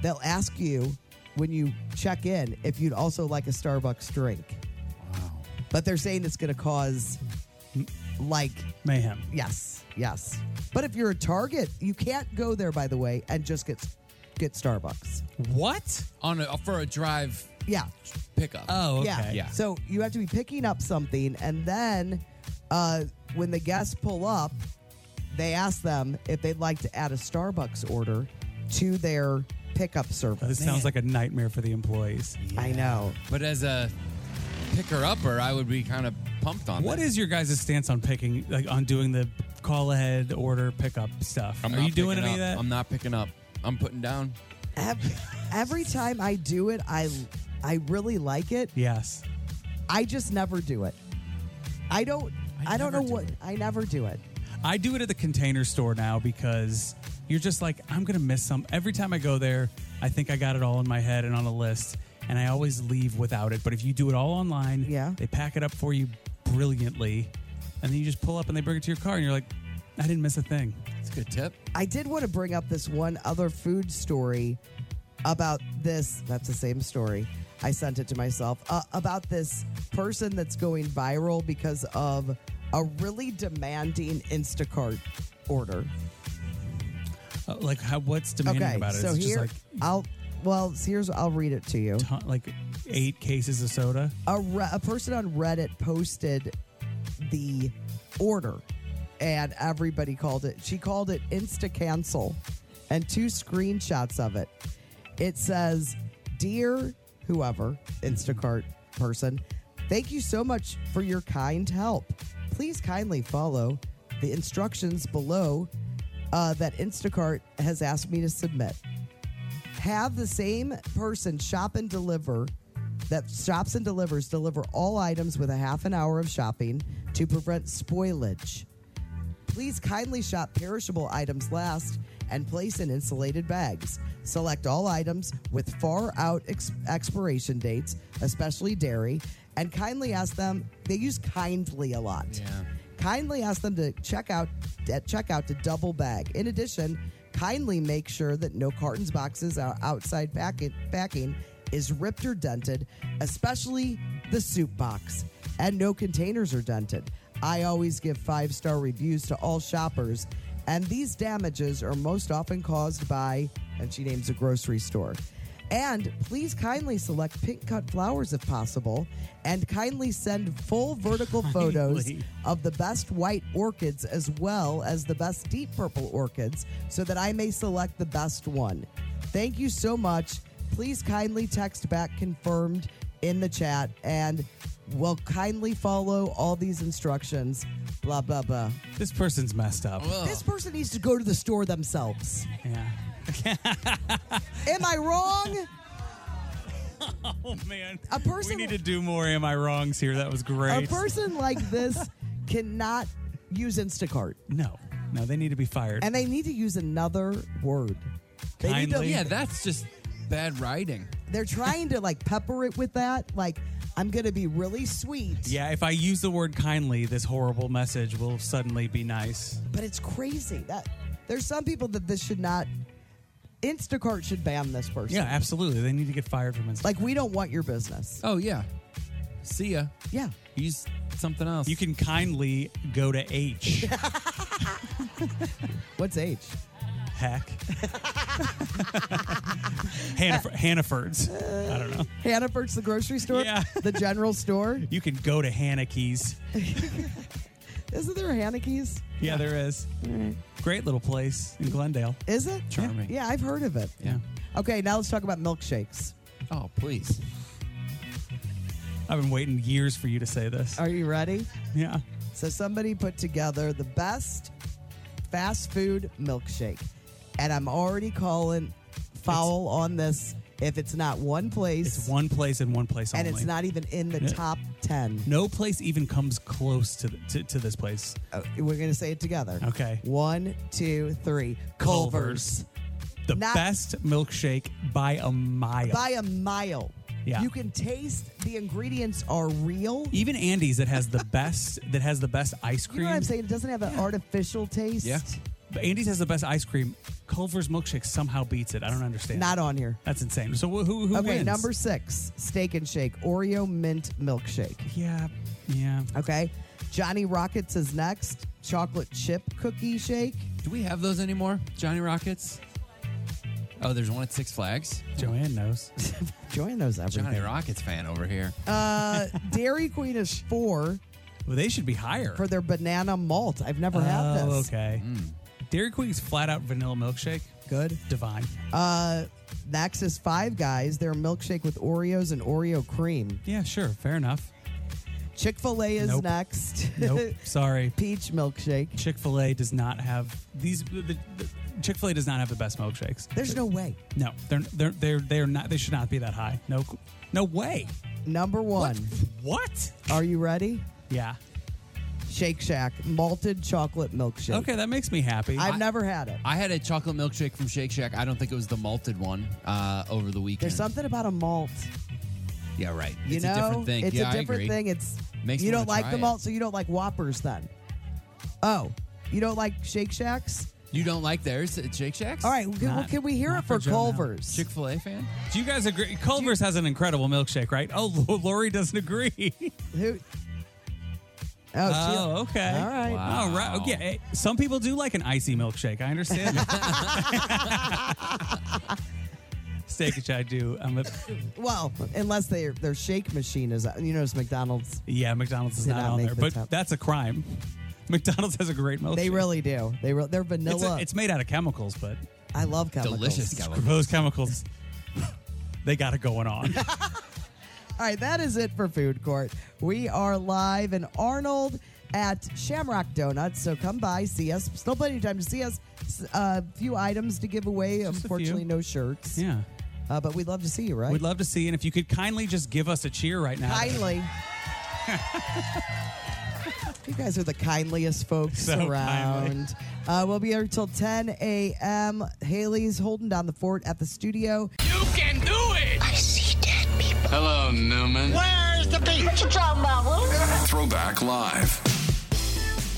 S3: they'll ask you when you check in if you'd also like a Starbucks drink. But they're saying it's going to cause like
S4: mayhem.
S3: Yes, yes. But if you're a Target, you can't go there by the way and just get get Starbucks.
S4: What?
S6: On a, for a drive
S3: Yeah.
S6: pickup.
S4: Oh, okay.
S3: Yeah.
S6: Yeah.
S3: So you have to be picking up something, and then uh, when the guests pull up, they ask them if they'd like to add a Starbucks order to their pickup service.
S4: This sounds like a nightmare for the employees.
S3: I know.
S6: But as a picker upper, I would be kind of pumped on
S4: What
S6: that.
S4: is your guys' stance on picking, like on doing the call ahead, order, pickup stuff?
S6: I'm
S4: Are
S6: not
S4: you doing
S6: picking
S4: any
S6: up.
S4: of that?
S6: I'm not picking up. I'm putting down.
S3: Every, every time I do it, I I really like it.
S4: yes.
S3: I just never do it. I don't. I, don't know
S6: never do
S3: what. I never do it.
S4: I do it at the container store now because you're just like, I'm going to miss some. Every time I go there, I think I got it all in my head and on a list, and I always leave without it. But if you do it all online,
S3: Yeah.
S4: they pack it up for you brilliantly, and then you just pull up and they bring it to your car, and you're like, I didn't miss a thing.
S6: It's a good tip.
S3: I did want to bring up this one other food story about this. That's the same story. I sent it to myself uh, about this person that's going viral because of a really demanding Instacart order.
S4: Uh, like, how, what's demanding
S3: Okay,
S4: about it?
S3: so
S4: it's
S3: here
S4: just
S3: I'll well here's I'll read it to you.
S4: like, ton, like eight cases of soda.
S3: a, re- a person on Reddit posted the order and everybody called it she called it insta cancel and two screenshots of it it says dear whoever instacart person thank you so much for your kind help please kindly follow the instructions below uh, that instacart has asked me to submit have the same person shop and deliver that shops and delivers deliver all items with a half an hour of shopping to prevent spoilage. Please kindly shop perishable items last and place in insulated bags. Select all items with far out ex- expiration dates, especially dairy, and kindly ask them. They use kindly a lot.
S6: Yeah.
S3: Kindly ask them to check out at checkout to double bag. In addition, kindly make sure that no cartons, boxes, or outside packet, packing is ripped or dented, especially the soup box, and no containers are dented. I always give five star reviews to all shoppers, and these damages are most often caused by, and she names a grocery store. And please kindly select pink cut flowers if possible, and kindly send full vertical photos
S4: Kindly.
S3: of the best white orchids as well as the best deep purple orchids so that I may select the best one. Thank you so much. Please kindly text back confirmed in the chat and will kindly follow all these instructions. Blah, blah, blah.
S4: This person's messed up.
S6: Oh.
S3: This person needs to go to the store themselves.
S4: Yeah.
S3: Am I wrong?
S4: Oh man.
S3: A person-
S4: We need to do more. Am I wrongs here? That was great.
S3: A person like this cannot use Instacart
S4: no, no, they need to be fired.
S3: and they need to use another word. They need to
S4: Kindly?
S6: Yeah, that's just bad writing.
S3: they're trying to like pepper it with that. Like, I'm gonna be really sweet.
S4: Yeah, if I use the word kindly, this horrible message will suddenly be nice.
S3: But it's crazy that there's some people that this should not. Instacart should ban this person.
S4: Yeah, absolutely. They need to get fired from Instagram.
S3: Like we don't want your business.
S6: Oh yeah. See ya.
S3: Yeah.
S6: Use something else.
S4: you can kindly go to H.
S3: What's age?
S4: Heck. Hannaf- Hannaford's. I don't know.
S3: Hannafords, the grocery store.
S4: Yeah.
S3: The general store.
S4: You can go to Hanakey's.
S3: Isn't there a Hanniki's?
S4: Yeah, there is.
S3: Mm.
S4: Great little place in Glendale.
S3: Is it?
S6: Charming.
S3: Yeah, I've heard of it.
S4: Yeah.
S3: Okay, now let's talk about milkshakes.
S6: oh please.
S4: I've been waiting years for you to say this.
S3: Are you ready?
S4: Yeah.
S3: So somebody put together the best fast food milkshake, and I'm already calling foul on this. If it's not one place,
S4: It's one place and one place
S3: and
S4: only.
S3: it's not even in the top ten.
S4: No place even comes close to, th- to, to this place.
S3: Uh, We're gonna say it together.
S4: Okay.
S3: One, two, three. Culver's.
S4: Culver's. The
S3: Not-
S4: best milkshake by a mile.
S3: By a mile.
S4: Yeah.
S3: You can taste the ingredients are real.
S4: Even Andy's that has the best that has the best ice
S3: You
S4: cream.
S3: know what I'm saying? It doesn't have an artificial taste.
S6: Yeah.
S4: But Andy's has the best ice cream Culver's milkshake somehow beats it. I don't understand.
S3: Not on here.
S4: That's insane. So wh- who who
S3: okay,
S4: wins?
S3: number six, Steak and Shake, Oreo Mint Milkshake.
S4: Yeah, yeah.
S3: Okay, Johnny Rockets is next. Chocolate Chip Cookie Shake.
S6: Do we have those anymore? Johnny Rockets? Oh, there's one at Six Flags.
S4: Joanne knows.
S3: Joanne knows everything.
S6: Johnny Rockets fan over here.
S3: Uh, Dairy Queen is four
S4: Well, they should be higher.
S3: for their banana malt. I've never had
S4: oh,
S3: this.
S4: okay. Dairy Queen's flat out vanilla milkshake.
S3: Good.
S4: Divine.
S3: Uh, next is Five Guys, their milkshake with Oreos and Oreo cream.
S4: Yeah, sure. Fair enough.
S3: Chick fil A is
S4: Nope.
S3: next.
S4: Nope. Sorry.
S3: Peach milkshake.
S4: Chick fil A does not have these. The, Chick fil A does not have the best milkshakes.
S3: There's no way.
S4: No, they're they're they're they're not. They should not be that high. No, no way.
S3: Number one.
S4: What?
S3: Are you ready?
S4: Yeah.
S3: Shake Shack malted chocolate milkshake.
S4: Okay, that makes me happy.
S3: I've never had it.
S6: I had a chocolate milkshake from Shake Shack. I don't think it was the malted one uh, over the weekend.
S3: There's something about a malt.
S6: Yeah, right.
S3: You
S6: it's
S3: know,
S6: a different thing.
S3: it's
S6: yeah,
S3: a different
S6: I agree.
S3: thing. It's
S6: Makes
S3: you
S6: me
S3: don't
S6: wanna
S3: like
S6: try
S3: the
S6: it.
S3: malt, so you don't like Whoppers then. Oh, you don't like Shake Shacks?
S6: You don't like theirs at Shake Shack's?
S3: All right, well, can,
S4: Not-
S3: well, can we hear
S4: not
S3: it for,
S4: for Joe, no.
S3: Culver's?
S6: Chick fil A fan?
S4: Do you guys agree? Culver's has an incredible milkshake, right? Oh, Lori doesn't agree.
S3: Who?
S4: Oh,
S3: Oh, she-
S4: okay.
S3: All right.
S6: Wow.
S4: All right. Okay. Eh, Some people do like an icy milkshake. I understand. that. Steak and I do. I'm a,
S3: Well, unless their their shake machine is, you notice McDonald's.
S4: yeah, McDonald's is
S3: Did
S4: not,
S3: not
S4: on
S3: make
S4: there,
S3: the
S4: but
S3: top.
S4: that's a crime. McDonald's has a great milkshake.
S3: They really do. They re- they're
S4: It's, a-
S3: vanilla.
S4: it's made out of chemicals, but
S3: I love chemicals.
S6: Delicious chemical.
S4: those chemicals, they got it going on.
S3: All right, that is it for Food Court. We are live in Arnold at Shamrock Donuts, so come by, see us. Still plenty of time to see us. S- A few items to give away.
S4: Just a
S3: Unfortunately,
S4: few.
S3: no shirts.
S4: yeah.
S3: Uh, but we'd love to see you, right?
S4: We'd love to see. And if you could kindly just give us a cheer right now.
S3: Kindly. you guys are the kindliest folks
S4: So
S3: around. Uh, we'll be here till 10 a.m. Haley's holding down the fort at the studio.
S5: You can do it! I see dead people.
S7: Hello, Newman.
S5: Where's the beach? What you talking about,
S7: Throwback Live.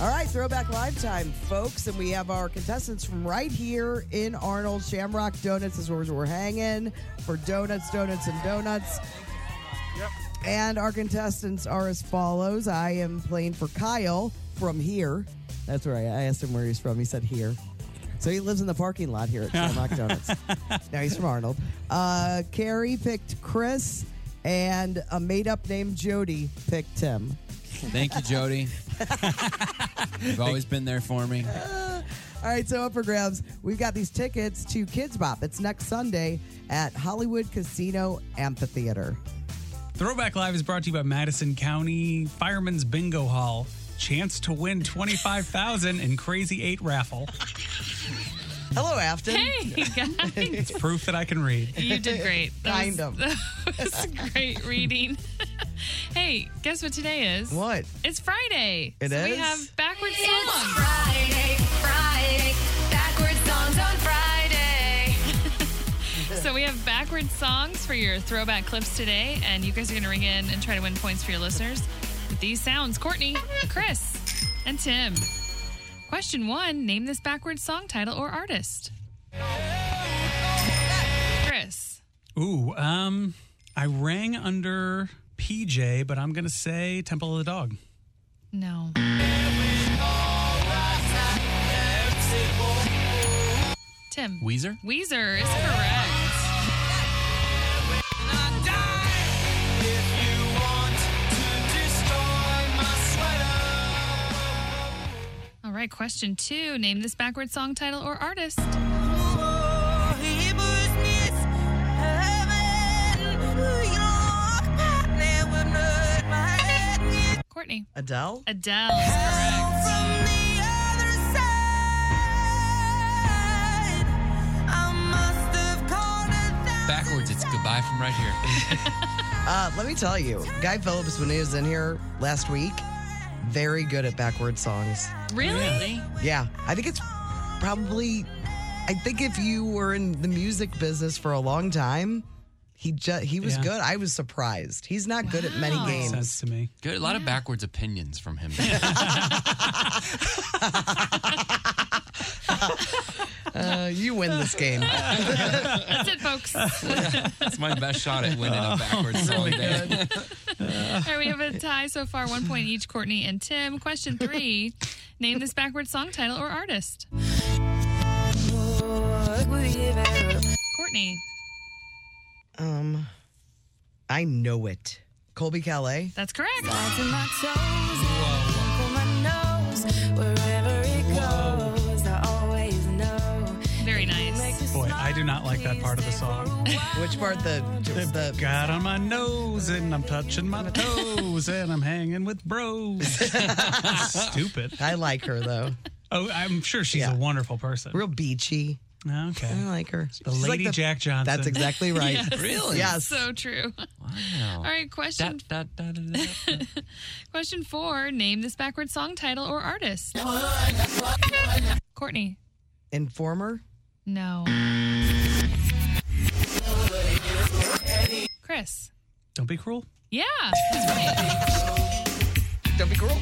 S3: All right, throwback live time, folks. And we have our contestants from right here in Arnold. Shamrock Donuts is where we're hanging for donuts, donuts, and donuts. And our contestants are as follows. I am playing for Kyle from here. That's right. I asked him where he's from. He said here. So he lives in the parking lot here at Shamrock Donuts. No, he's from Arnold. Uh, Carrie picked Chris, and a made up name Jody picked Tim.
S6: Thank you, Jody. You've always been there for me.
S3: All right, so up for grabs, we've got these tickets to Kids Bop. It's next Sunday at Hollywood Casino Amphitheater.
S4: Throwback Live is brought to you by Madison County Firemen's Bingo Hall. Chance to win 25000 in Crazy 8 raffle.
S3: Hello, Afton.
S9: Hey guys,
S4: Proof that I can read.
S9: you did great. That
S3: Kind
S9: was-
S3: of.
S9: That was great reading. hey, guess what today is?
S3: What?
S9: It's Friday.
S3: It
S9: It is. so We
S3: is?
S9: have backwards songs.
S8: Friday, Friday, backwards songs on Friday.
S9: so we have backwards songs for your throwback clips today, and you guys are gonna ring in and try to win points for your listeners with these sounds: Courtney, Chris, and Tim. Question one: Name this backwards song title or artist. Chris.
S4: Ooh, um, I rang under PJ, but I'm going to say Temple of the Dog.
S9: No. Tim.
S6: Weezer?
S9: Weezer is correct. All right, question two. Name this backward song title or artist. Courtney.
S3: Adele?
S9: Adele is correct.
S6: Backwards, it's goodbye from right here.
S3: Uh, let me tell you, Guy Phillips, when he was in here last week, very good at backward songs.
S9: Really?
S3: Yeah, I think it's probably, I think if you were in the music business for a long time, he just he was
S4: Yeah.
S3: good. I was surprised. He's not good at many
S9: Wow.
S4: Makes
S3: games.
S4: sense to me.
S6: Good, a lot of backwards opinions from him.
S3: Uh, you win this game.
S9: That's it, folks.
S6: That's my best shot at winning a backwards song day.
S9: All right, we have a tie so far, one point each, Courtney and Tim. Question three Name this backwards song title or artist. Courtney,
S3: Um, I know it. Colby Calais.
S9: that's correct. Very nice.
S4: Boy, I do not like that part of the song.
S3: Which part? The the
S4: Got on my nose and I'm touching my toes and I'm hanging with bros. Stupid.
S3: I like her though.
S4: Oh, I'm sure she's
S3: Yeah.
S4: a wonderful person.
S3: Real beachy.
S4: Okay.
S3: I like her.
S4: The
S3: She's like
S4: Lady
S3: the-
S4: Jack Johnson.
S3: That's exactly right.
S6: Really?
S3: Yes.
S9: So true. All right, question
S6: Da, da, da, da, da.
S9: question four. Name this backwards song title or artist. Courtney.
S3: Informer.
S9: No. Chris.
S4: Don't be cruel.
S9: Yeah, that's right.
S3: Don't be cruel.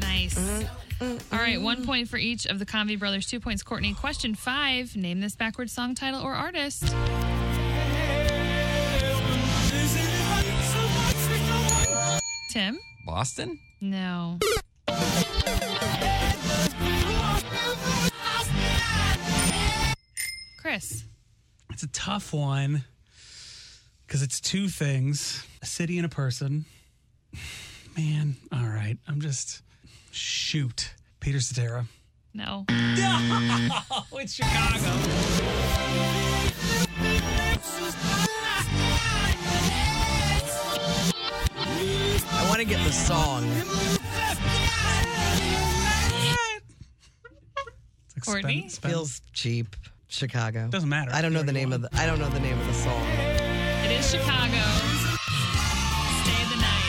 S9: Nice. All right, one point for each of the Convy brothers, two points. Courtney, question five. Name this backwards song title or artist. Tim?
S6: Boston?
S9: No. Chris.
S4: It's a tough one because it's two things a city and a person. Man, all right. I'm just. Shoot. Peter Cetera.
S9: No.
S4: Oh, it's Chicago.
S3: I want to get the song.
S4: It's like
S9: Courtney?
S4: spend- spend-
S3: Feels cheap. Chicago.
S4: Doesn't matter.
S3: I don't know the name of the. I don't know the name of the song.
S9: It is Chicago. Stay the night.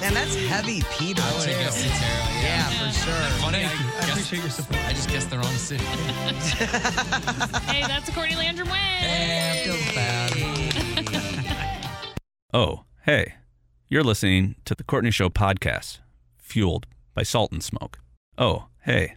S3: Man, that's heavy, Peter.
S6: I would
S3: too.
S6: have guessed Cetera. Yeah.
S3: Yeah, for sure.
S6: Funny,
S4: Oh, Thank you.
S6: I,
S4: I
S6: guessed,
S4: appreciate your support.
S6: I just guessed the wrong city.
S9: Hey, that's a Courtney Landrum win.
S3: I feel bad.
S1: Oh, hey, you're listening to the Courtney Show podcast, fueled by Salt and Smoke. Oh, hey,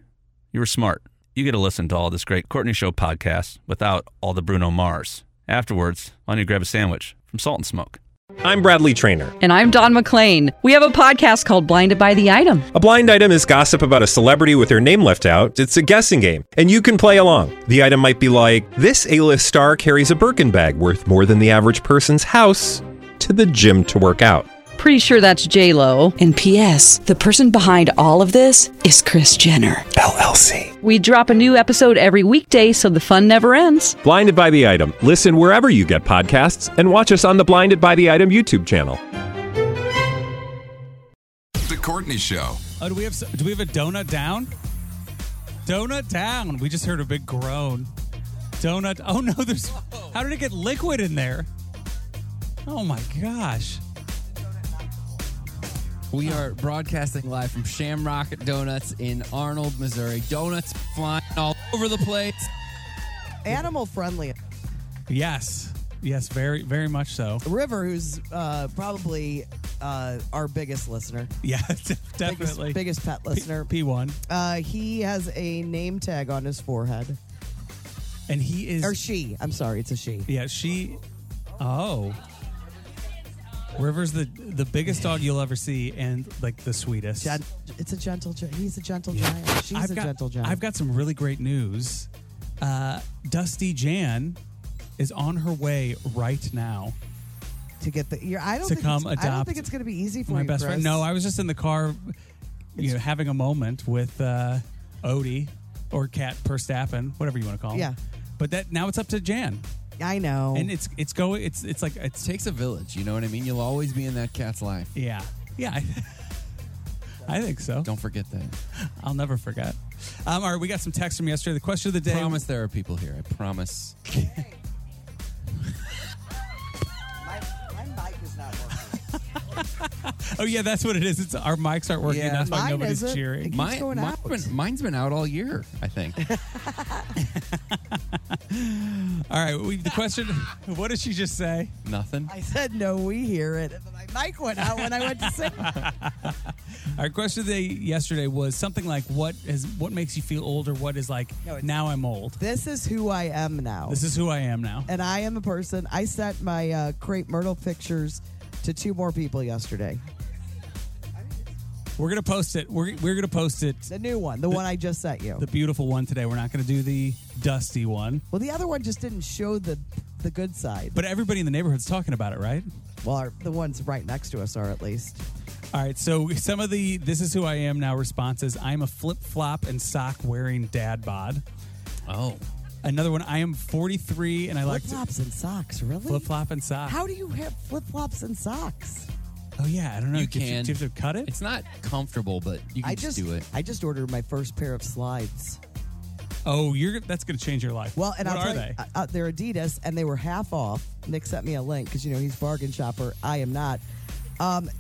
S1: you were smart. You get to listen to all this great Courtney Show podcast without all the Bruno Mars. Afterwards, why don't you grab a sandwich from Salt and Smoke?
S10: I'm Bradley Trainer.
S11: And I'm Don McClain. We have a podcast called Blinded by the Item.
S10: A blind item is gossip about a celebrity with their name left out. It's a guessing game, and you can play along. The item might be like this: A-list star carries a Birkin bag worth more than the average person's house to the gym to work out.
S11: Pretty sure that's J Lo. And P.S. The person behind all of this is Chris Jenner
S10: LLC.
S11: We drop a new episode every weekday, so the fun never ends.
S10: Blinded by the item. Listen wherever you get podcasts, and watch us on the Blinded by the Item YouTube channel.
S7: The Courtney Show.
S4: Oh, do we have do we have a donut down? Donut down. We just heard a big groan. Donut. Oh no, there's. How did it get liquid in there? Oh my gosh.
S6: We are broadcasting live from Shamrock Donuts in Arnold, Missouri. Donuts flying all over the place.
S3: Animal friendly.
S4: Yes. Yes. Very. Very much so.
S3: River, who's uh, probably uh, our biggest listener,
S4: Yeah. Definitely.
S3: biggest, biggest pet listener.
S4: P one.
S3: Uh, he has a name tag on his forehead,
S4: And he is.
S3: or she. I'm sorry, it's a she.
S4: yeah. She. Oh. River's the the biggest dog you'll ever see, and like the sweetest.
S3: Gen- it's a gentle. Gi- he's a gentle giant. She's a
S4: got,
S3: gentle giant.
S4: I've got some really great news. Uh, Dusty Jan is on her way right now.
S3: to get the. You're, I don't
S4: to
S3: think
S4: come
S3: it's, I don't
S4: adopt
S3: think it's going to be easy for
S4: My
S3: you,
S4: best
S3: Chris.
S4: friend. No, I was just in the car, you know, having a moment with uh, Odie or Kat Perstappen, whatever you want to call him.
S3: Yeah.
S4: But that now it's up to Jan,
S3: I
S6: Oh.
S3: know.
S4: and it's it's going. It's it's like it's
S6: Takes a village, you know what I mean? You'll always be in that cat's life.
S4: yeah yeah. I, I think so.
S6: Don't forget that.
S4: I'll never forget. Um, all right, we got some texts from yesterday. The question of the day.
S6: promise there are people here. I promise.
S3: my, my mic is not working.
S4: Oh yeah, that's what it is. It's our mics aren't working.
S6: Yeah.
S4: that's why
S6: Mine
S4: nobody's
S6: isn't.
S4: cheering.
S6: It keeps Mine- going mine- out. mine's been out all year. I think.
S4: all right. We, the question: What did she just say?
S6: Nothing.
S3: I said, no, we hear it. And then my mic went out when I went to sing.
S4: Our question of the day yesterday was something like, "What is what makes you feel older? What is like now I'm old?
S3: This is who I am now.
S4: This is who I am now."
S3: And I am a person. I sent my uh, Crepe Myrtle pictures to two more people yesterday.
S4: We're gonna post it. We're we're gonna post it.
S3: The new one, the, one I just sent you.
S4: The beautiful one today. We're not gonna do the dusty one.
S3: Well, the other one just didn't show the the good side.
S4: But everybody in the neighborhood's talking about it, right?
S3: Well, our, the ones right next to us are at least.
S4: All right, so some of the this is who I am now responses. I'm a flip flop and sock wearing dad bod.
S6: Oh.
S4: Another one, I am 43 and I like
S3: flip flops and socks. Really?
S4: flip flop and sock.
S3: How do you have flip flops and socks?
S4: Oh yeah, I don't know.
S6: You
S4: Do you-
S6: can.
S4: do you have to cut it?
S6: It's not comfortable, but you can
S3: I
S6: just,
S3: just
S6: do it.
S3: I just ordered my first pair of slides.
S4: Oh, you're that's going to change your life.
S3: Well, and
S4: what
S3: I'll
S4: are
S3: tell
S4: they?
S3: You, uh, uh, they're Adidas, and they were half off. Nick sent me a link because you know he's bargain shopper. I am not. Um,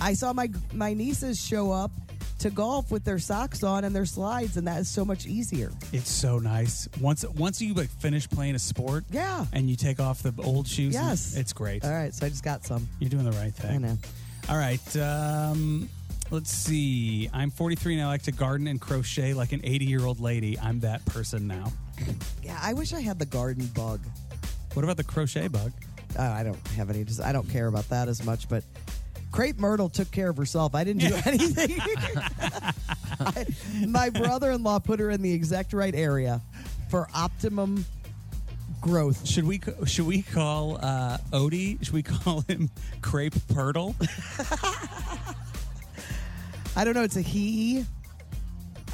S3: I saw my my nieces show up to golf with their socks on and their slides, and that is so much easier.
S4: It's so nice. Once once you like finish playing a sport,
S3: yeah,
S4: and you take off the old shoes. and
S3: Yes.
S4: it's great.
S3: All right, so I just got some.
S4: You're doing the right thing.
S3: I know.
S4: All right. Um, let's see. I'm 43 and I like to garden and crochet like an 80 year old lady. I'm that person now.
S3: Yeah, I wish I had the garden bug.
S4: What about the crochet bug?
S3: Uh, I don't have any. Just, I don't care about that as much. But Crepe Myrtle took care of herself. I didn't do anything. I- my brother-in-law put her in the exact right area for optimum growth.
S4: Should we should we call uh, Odie? Should we call him Crepe Purtle?
S3: I don't know. It's a he.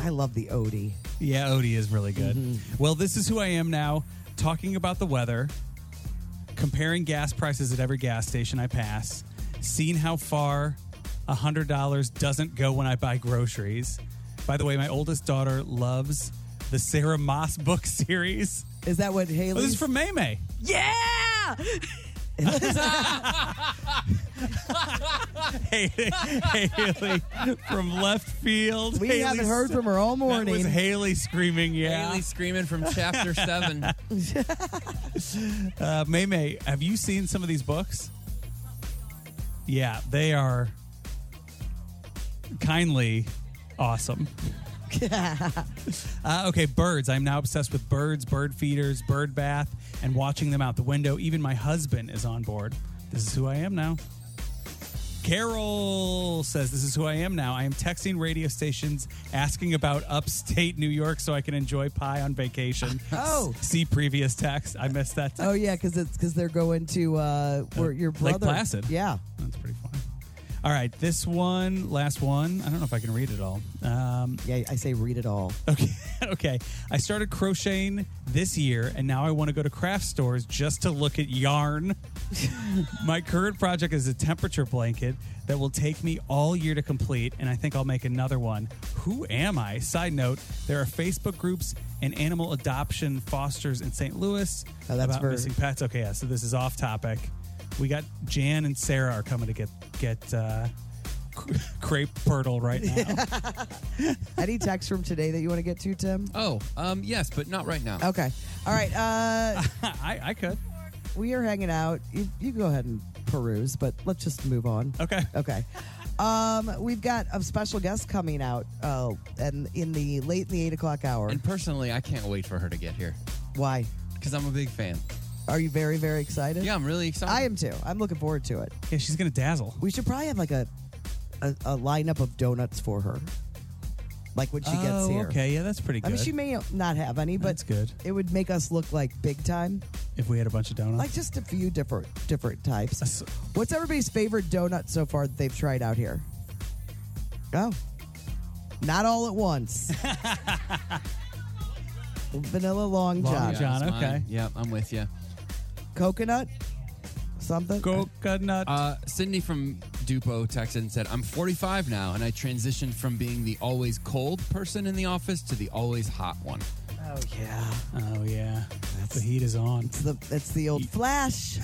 S3: I love the Odie.
S4: Yeah, Odie is really good. Well, this is who I am now, talking about the weather, comparing gas prices at every gas station I pass, seeing how far $100 doesn't go when I buy groceries. By the way, my oldest daughter loves the Sarah Moss book series.
S3: Is that what Haley?
S4: Oh, this is from May May.
S8: Yeah!
S4: Hey, Haley from left field.
S3: We
S4: Haley
S3: haven't heard
S4: s-
S3: from her all
S4: That was
S3: morning.
S4: Haley screaming, yeah.
S6: Haley screaming from chapter seven.
S4: Uh, May May, have you seen some of these books? Yeah, they are kindly awesome. Uh, okay, birds. I'm now obsessed with birds, bird feeders, bird bath, and watching them out the window. Even my husband is on board. This is who I am now. Carol says, This is who I am now. I am texting radio stations asking about upstate New York so I can enjoy pie on vacation.
S3: Oh.
S4: See previous text. I missed that.
S3: oh yeah, because it's because they're going to uh, where your brother.
S4: Lake Placid.
S3: Yeah.
S4: That's pretty fun. All right, this one, last one. I don't know if I can read it all. Um,
S3: yeah, I say read it all.
S4: Okay, okay. I started crocheting this year, and now I want to go to craft stores just to look at yarn. My current project is a temperature blanket that will take me all year to complete, and I think I'll make another one. Who am I? Side note: There are Facebook groups and animal adoption fosters in St. Louis
S3: Oh, that's
S4: about
S3: for-
S4: missing pets. Okay, yeah. So this is off topic. We got Jan and Sarah are coming to get get uh, cr- crepe purtle right now.
S3: Any text from today that you want to get to, Tim?
S6: Oh, um, yes, but not right now.
S3: Okay. All right. Uh,
S4: I, I could.
S3: We are hanging out. You, you go ahead and peruse, but let's just move on.
S4: Okay.
S3: Okay. Um, we've got a special guest coming out, uh, and in the late in the eight o'clock hour.
S6: And personally, I can't wait for her to get here
S3: Why?
S6: because I'm a big fan.
S3: Are you very very excited?
S6: Yeah, I'm really excited.
S3: I am too. I'm looking forward to it.
S4: Yeah, she's gonna dazzle.
S3: We should probably have like a a, a lineup of donuts for her, like when she gets
S4: Oh,
S3: here.
S4: Okay, yeah, that's pretty good.
S3: I mean, she may not have any, but
S4: That's good.
S3: it would make us look like big time.
S4: if we had a bunch of donuts.
S3: Like just a few different different types. What's everybody's favorite donut so far that they've tried out here? Oh, not all at once. Vanilla long
S4: Long
S3: john,
S4: John,
S6: that's mine.
S4: okay.
S6: Yeah, I'm with you.
S3: coconut, something.
S4: Coconut.
S6: Uh, Sydney from Dupo texted and said, I'm 45 now, and I transitioned from being the always cold person in the office to the always hot one.
S3: oh yeah,
S4: oh yeah, the heat is on.
S3: it's the it's the old flash.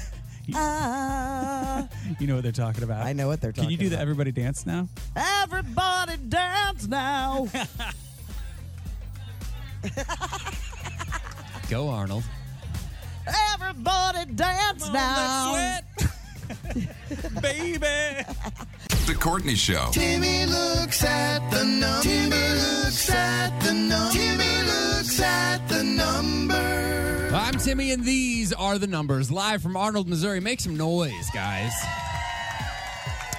S3: Ah,
S4: You know what they're talking about. I know
S3: what they're
S4: Can you
S3: talking
S4: do the everybody dance now?
S3: everybody dance now.
S6: Go, Arnold.
S3: everybody dance now.
S4: Baby.
S7: The Courtney Show.
S2: Timmy looks at the number. Timmy looks at the number. Timmy looks at the number.
S6: I'm Timmy, and these are the numbers live from Arnold, Missouri. Make some noise, guys.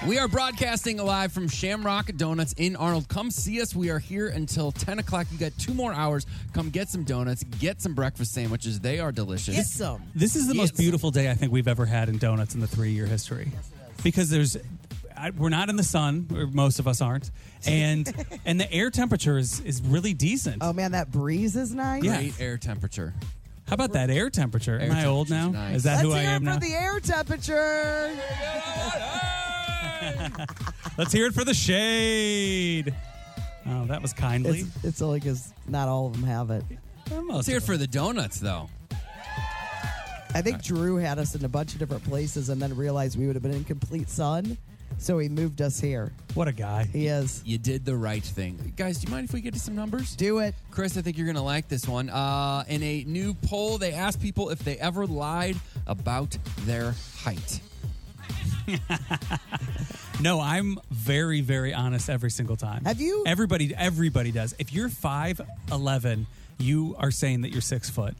S6: We are broadcasting live from Shamrock Donuts in Arnold. Come see us. We are here until 10 o'clock. You got two more hours. Come get some donuts, get some breakfast sandwiches. They are delicious.
S3: Get some.
S4: This is the most beautiful day I think we've ever had in donuts in the three-year history, because there's, I, we're not in the sun, or most of us aren't, and and the air temperature is is really decent.
S3: Oh man, that breeze is nice.
S4: Yeah.
S6: Great air temperatures.
S4: How about that air temperature?
S6: Air
S4: am I old now?
S6: temperature's nice.
S4: Is that
S3: Let's
S4: who I
S3: hear
S4: am
S3: it for
S4: now?
S3: the air temperature.
S4: Let's hear it for the shade. Oh, that was kindly.
S3: It's, it's only because not all of them have it.
S6: Let's hear it for the donuts, though.
S3: I think Drew had us in a bunch of different places and then realized we would have been in complete sun, so he moved us here.
S4: What a guy.
S3: He is.
S6: You did the right thing. Guys, do you mind if we get to some numbers?
S3: Do it.
S6: Chris, I think you're going to like this one. Uh, in a new poll, they asked people if they ever lied about their height.
S4: No, I'm very, very honest every single time. Have
S3: you?
S4: Everybody, everybody does. If you're five eleven, you are saying that you're six foot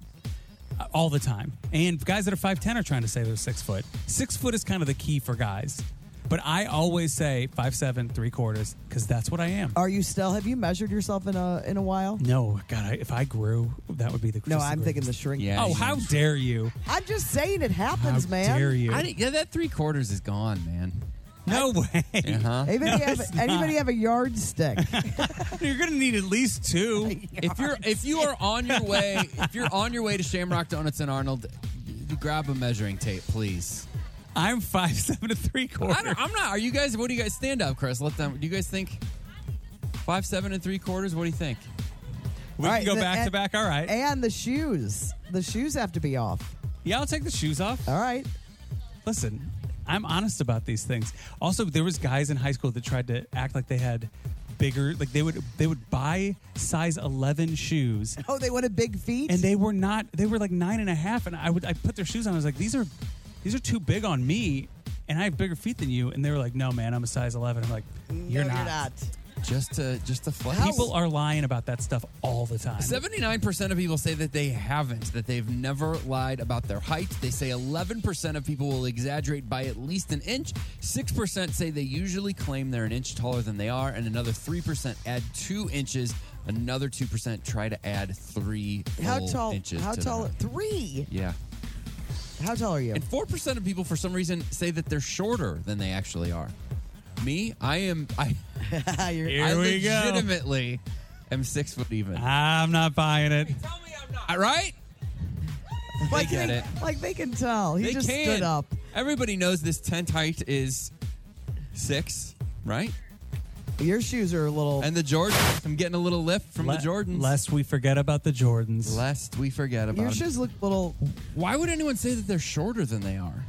S4: uh, all the time. And guys that are five ten are trying to say they're six foot. Six foot is kind of the key for guys. But I always say five seven, three quarters, because that's what I am.
S3: Are you still? Have you measured yourself in a in a while?
S4: No, God, I, if I grew, that would be the.
S3: No,
S4: just
S3: I'm thinking the
S4: greatest.
S3: shrink.
S6: Yeah,
S4: oh,
S6: you
S4: how dare you?
S3: I'm just saying it happens,
S4: How
S3: man.
S4: dare you?
S6: I didn't- yeah, that three quarters is gone, man.
S4: No way.
S6: Uh-huh.
S3: Anybody,
S4: No,
S3: have,
S4: it's not.
S3: anybody have a yardstick?
S4: You're gonna need at least two.
S6: If you're if you are on your way if you're on your way to Shamrock Donuts and Arnold, grab a measuring tape, please.
S4: I'm five seven and three quarters.
S6: I don't, I'm not. Are you guys? What do you guys stand up, Chris? Let them. Do you guys think five seven and three quarters? What do you think?
S4: We
S3: All right,
S4: can go
S3: the-
S4: back to
S3: and-
S4: back. All right.
S3: and the shoes. The shoes have to be off.
S4: Yeah, I'll take the shoes off.
S3: All right.
S4: Listen, I'm honest about these things. Also, there was guys in high school that tried to act like they had bigger like they would they would buy size 11 shoes
S3: Oh, they wanted big feet.
S4: and they were not they were like nine and a half and i would i put their shoes on i was like these are these are too big on me and i have bigger feet than you and they were like no man i'm a size 11 i'm like you're,
S3: no,
S4: not.
S3: you're not.
S6: Just to just to flex.
S4: people are lying about that stuff all the time
S6: Seventy nine percent of people say that they haven't, that they've never lied about their height. They say eleven percent of people will exaggerate by at least an inch. Six percent say they usually claim they're an inch taller than they are, and another three percent add two inches. Another two percent try to add three
S3: How
S6: full
S3: tall?
S6: inches.
S3: How
S6: to their
S3: tall?
S6: height.
S3: Three.
S6: Yeah.
S3: How tall are you?
S6: And four percent of people, for some reason, say that they're shorter than they actually are. Me, I am. I,
S3: You're-
S4: Here
S6: I
S4: we go.
S6: legitimately am six foot even.
S4: i'm not buying it
S6: All right,
S3: like
S6: get
S3: they,
S6: it.
S3: Like they can tell. He
S6: they
S3: just
S6: can.
S3: stood up.
S6: Everybody knows this tent height is six, right?
S3: Your shoes are a little.
S6: And the Jordans. I'm getting a little lift from
S4: Le-
S6: the Jordans.
S4: lest we forget about the jordans
S6: Lest we forget about.
S3: your
S6: it.
S3: shoes look a little.
S6: Why would anyone say that they're shorter than they are?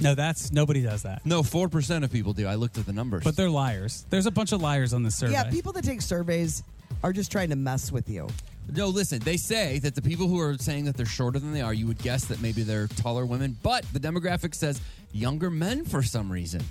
S4: no that's nobody does that
S6: No, four percent of people do. I looked at the numbers.
S4: But they're liars. There's a bunch of liars on this survey.
S3: Yeah, people that take surveys are just trying to mess with you.
S6: No, listen, they say that the people who are saying that they're shorter than they are, you would guess that maybe they're taller women, but the demographic says younger men for some reason.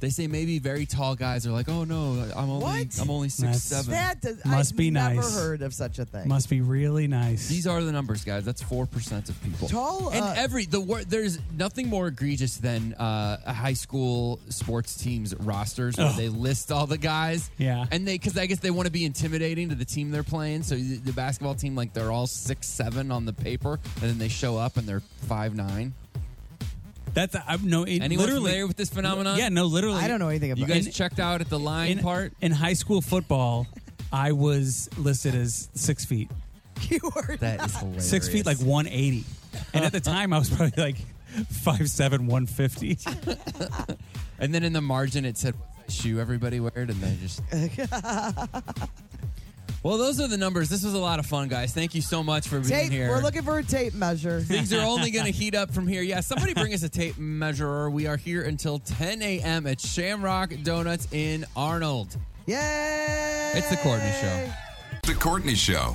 S6: They say maybe very tall guys are like, oh no, I'm only
S3: What?
S6: I'm only six
S4: That's-
S6: seven.
S3: That does,
S4: Must
S3: I've
S4: be
S3: never
S4: nice.
S3: heard of such a thing.
S4: Must be really nice.
S6: These are the numbers, guys. That's four percent of people.
S3: Tall,
S6: and
S3: uh,
S6: every the wor- there's nothing more egregious than uh, a high school sports team's rosters where
S4: Ugh.
S6: they list all the guys.
S4: Yeah.
S6: and they because I guess they want to be intimidating to the team they're playing. So the, the basketball team, like they're all six seven on the paper, and then they show up and they're five nine.
S4: That's I'm no. It,
S6: Anyone
S4: literally,
S6: familiar with this phenomenon?
S4: Yeah, no, literally.
S3: I don't know anything about
S6: You guys
S3: it.
S6: checked out at the
S4: In,
S6: line part.
S4: in high school football, I was listed as six feet,
S3: You are
S6: That is hilarious.
S4: six feet like 180, and at the time I was probably like five seven, 150.
S6: And then in the margin, it said what shoe everybody wore, and they just. Well, those are the numbers. This was a lot of fun, guys. Thank you so much for being
S3: Tape.
S6: here.
S3: We're looking for a tape measure.
S6: Things are only going to heat up from here. Yeah, somebody bring us a tape measurer. We are here until 10 a.m. at Shamrock Donuts in Arnold.
S3: Yay!
S6: It's the Courtney Show.
S7: The Courtney Show.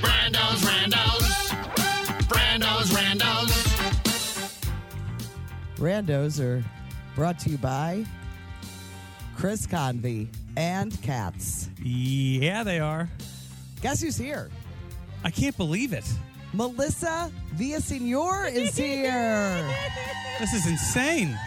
S5: Brando's, Randos. Brando's, Randos.
S3: Randos are brought to you by Chris Convey and Cats.
S4: Yeah, they are.
S3: Guess who's here?
S4: I can't believe it.
S3: Melissa Villasenor is here.
S4: This is insane.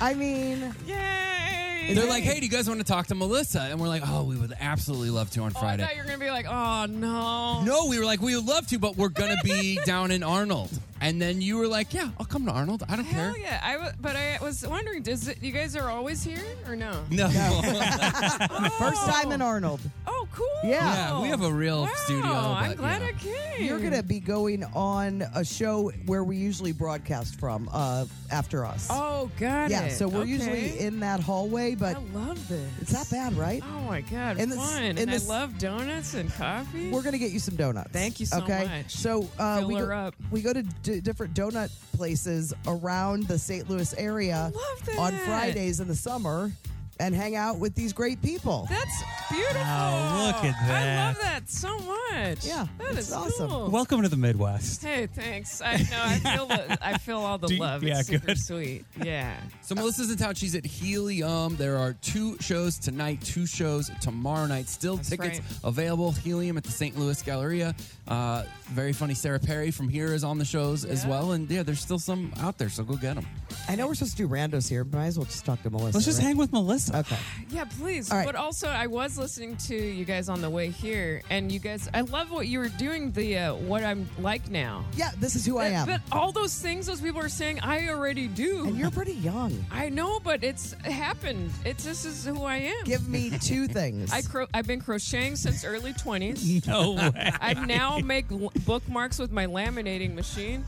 S3: I mean,
S6: They're like, hey, do you guys want to talk to Melissa? And we're like, oh, we would absolutely love to on
S12: I
S6: Friday.
S12: thought you were gonna be like, oh no.
S6: No, we were like, we would love to, but we're gonna be down in Arnold. And then you were like, yeah, I'll come to Arnold. I don't
S12: Hell
S6: care.
S12: yeah! I w- but I was wondering, does it, you guys are always here or no?
S6: No.
S3: First time in Arnold.
S12: Oh, cool.
S3: Yeah.
S6: we have a real studio.
S12: Oh, I'm
S6: but
S12: glad
S6: yeah.
S12: I came.
S3: You're going to be going on a show where we usually broadcast from uh, after us.
S12: Oh, got
S3: yeah,
S12: it.
S3: so we're
S12: Okay.
S3: usually in that hallway, but
S12: I love this.
S3: it's not bad, right?
S12: Oh my god,
S3: And this-
S12: fun! And,
S3: and this-
S12: I love donuts and coffee.
S3: We're gonna get you some donuts.
S12: Thank you so
S3: okay?
S12: much.
S3: So uh,
S12: Fill
S3: we
S12: her
S3: go,
S12: up.
S3: we go to d- different donut places around the St. Louis area
S12: love that.
S3: on Fridays in the summer and hang out with these great people.
S12: That's beautiful.
S4: Wow, look at
S12: I
S4: that.
S12: love that so much.
S3: Yeah,
S12: that
S3: it's
S12: is
S3: awesome.
S12: Cool.
S4: Welcome to the Midwest.
S12: Hey, thanks. I know. I feel. The, I feel all the
S4: Do you-
S12: love.
S4: yeah,
S12: it's super
S4: good.
S12: sweet. Yeah.
S6: So Melissa's in town. She's at Helium. There are two shows tonight, two shows tomorrow night. Still tickets
S12: right.
S6: available. Helium at the St. Louis Galleria. Uh, very funny. Sarah Perry from here is on the shows as
S3: Yeah.
S6: well. And yeah, there's still some out there, so go get them.
S3: I know we're supposed to do randos here, but might as well just talk to Melissa.
S4: Let's just
S3: right?
S4: hang with Melissa.
S3: Okay.
S12: Yeah, please.
S3: All right.
S12: But also, I was listening to you guys on the way here, and you guys, I love what you were doing. The uh, what I'm like now.
S3: Yeah, this is who I am.
S12: But all those things those people are saying, I already do.
S3: and you're pretty young.
S12: I know, but it's happened. It's this is who I am.
S3: Give me two things.
S12: I cro- I've been crocheting since early 20s.
S4: No way.
S12: I now make l- bookmarks with my laminating machine.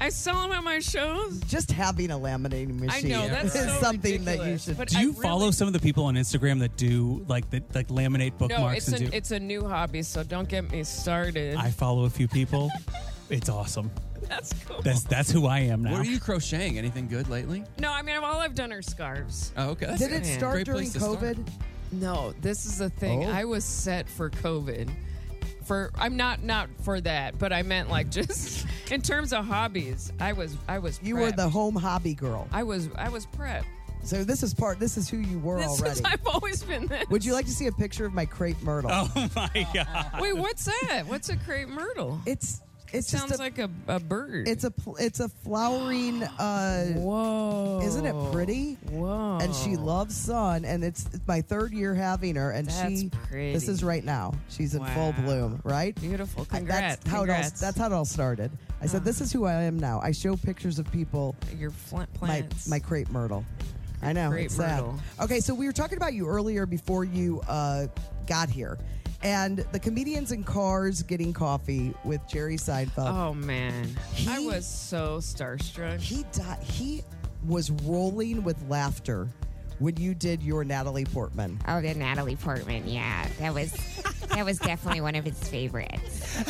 S12: I sell them at my shows.
S3: just having a laminating machine
S12: I know, that's
S3: is
S12: so
S3: something that you
S12: ridiculous,
S3: should
S12: but
S4: Do
S12: I
S4: you
S12: really-
S4: follow some of the people on Instagram that do like that like laminate
S12: No,
S4: bookmarks
S12: it's
S4: and
S12: a,
S4: do?
S12: it's a new hobby, so don't get me started.
S4: I follow a few people. it's awesome.
S12: That's cool.
S4: That's that's who I am now.
S6: What are you crocheting? Anything good lately?
S12: no, I mean, all I've done are scarves.
S3: Uh.
S6: Oh, okay. That's
S3: Did
S6: good.
S3: it start
S6: Great
S3: during
S6: place to start.
S3: COVID?
S12: No, this is the thing.
S3: Oh.
S12: I was set for COVID. For I'm not not for that, but I meant like just in terms of hobbies. I was I was
S3: You were
S12: prepped.
S3: the home hobby girl.
S12: I was I was prepped.
S3: So this is part. This is who you were
S12: This
S3: already.
S12: is, I've always been that.
S3: Would you like to see a picture of my crepe myrtle?
S4: Oh my god.
S12: Wait, what's that? What's a crepe myrtle?
S3: It's it's just
S12: sounds
S3: a,
S12: like a, a bird.
S3: it's a pl- it's a flowering. uh
S12: whoa.
S3: Isn't it pretty?
S12: Whoa.
S3: And she loves sun, and it's it's my third year having her, and
S12: Oh. That's
S3: she.
S12: pretty.
S3: This is right now. She's in full
S12: Wow.
S3: bloom, right?
S12: beautiful.
S3: I-
S12: Congrats.
S3: That's how it all.
S12: Congrats.
S3: That's how it all started. I said, "This is who I am now." I show pictures of people
S12: your fl-
S3: my,
S12: plants.
S3: my crepe myrtle. I know.
S12: Crepe
S3: it's sad.
S12: myrtle.
S3: Okay, so we were talking about you earlier before you uh, got here, and the comedians in cars getting coffee with Jerry Seinfeld.
S12: oh man, I
S3: He-
S12: was so starstruck.
S3: He di- he was rolling with laughter when you did your Natalie Portman.
S13: Oh, the Natalie Portman. Yeah, that was that was definitely one of his favorites.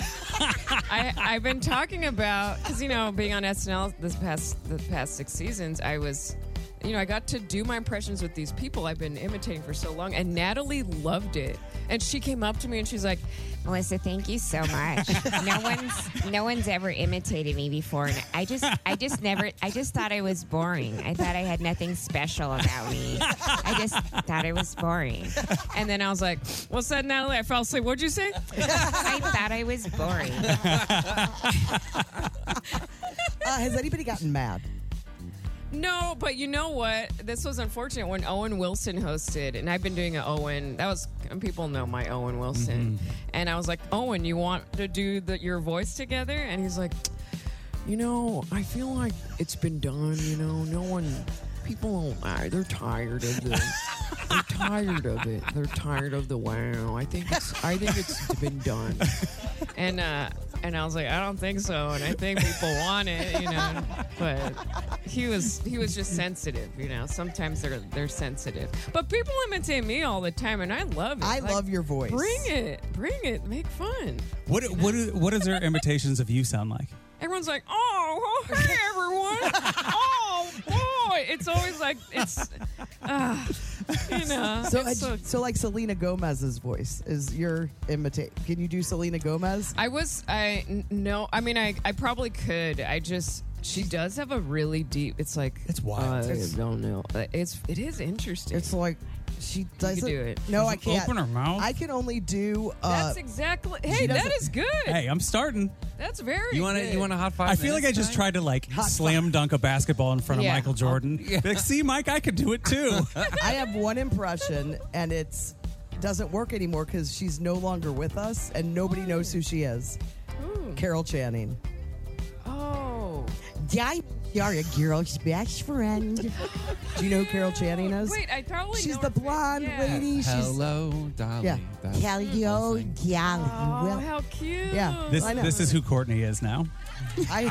S12: I, I've been talking about because you know being on SNL this past the past six seasons, I was, you know, I got to do my impressions with these people I've been imitating for so long, and Natalie loved it, and she came up to me and she's like,
S13: Melissa, thank you so much. No one's no one's ever imitated me before, and I just I just never I just thought I was boring. I thought I had nothing special about me. I just thought I was boring.
S12: and then I was like, what's that, Natalie? I fell asleep. What'd you say?
S13: I thought I was boring.
S3: Uh, has anybody gotten mad?
S12: No, but you know what? This was unfortunate when Owen Wilson hosted, and I've been doing an Owen. That was and people know my Owen Wilson, and I was like, Owen, you want to do the, your voice together? And he's like, you know, I feel like it's been done. You know, no one, people don't. I- They're tired of the. They're tired of it. They're tired of the wow. I think it's. I think it's been done. And uh, And I was like, I don't think so. And I think people want it, you know. But he was he was just sensitive, you know. Sometimes they're they're sensitive. But people imitate me all the time, and I love it.
S3: I love your voice.
S12: Bring it, bring it, make fun.
S4: What what do- what does their imitations of you sound like?
S12: Everyone's like, oh, oh, hey everyone, oh boy. It's always like it's, uh, you know.
S3: So,
S12: it's
S3: I-
S12: so-
S3: so like Selena Gomez's voice is your imitate. Can you do Selena Gomez?
S12: I was I n- no. I mean, I I probably could. I just she does have a really deep. It's like it's
S3: wild.
S12: I
S3: It's-
S12: don't know. Uh, It's it is interesting. It's
S3: like she doesn't
S12: do it.
S3: No, I can't.
S4: Open her mouth.
S3: I can only do. Uh,
S12: That's exactly. Hey,
S3: she
S12: that
S3: doesn't-
S12: is good.
S4: Hey, I'm starting.
S12: that's very. good.
S4: I feel like I just tried to like slam dunk a basketball in front of
S3: Yeah.
S4: Michael Jordan.
S3: Yeah.
S4: Be Like, see, Mike, I could do it too.
S3: I have one impression, and it's doesn't work anymore because she's no longer with us, and nobody knows who she is. Carol Channing.
S12: Oh.
S3: Yeah, you're a girl's best friend. do you know who Carol Channing is?
S12: Wait, I probably
S3: She's
S12: know
S3: the
S12: her face.
S3: blonde
S12: Yeah.
S3: lady. She's-
S6: Hello, Dolly.
S3: Yeah.
S6: That's-
S3: Hello, Dolly.
S12: Oh,
S3: Well-
S12: how cute.
S3: Yeah.
S4: This
S3: I know.
S4: this is who Courtney is now.
S3: I,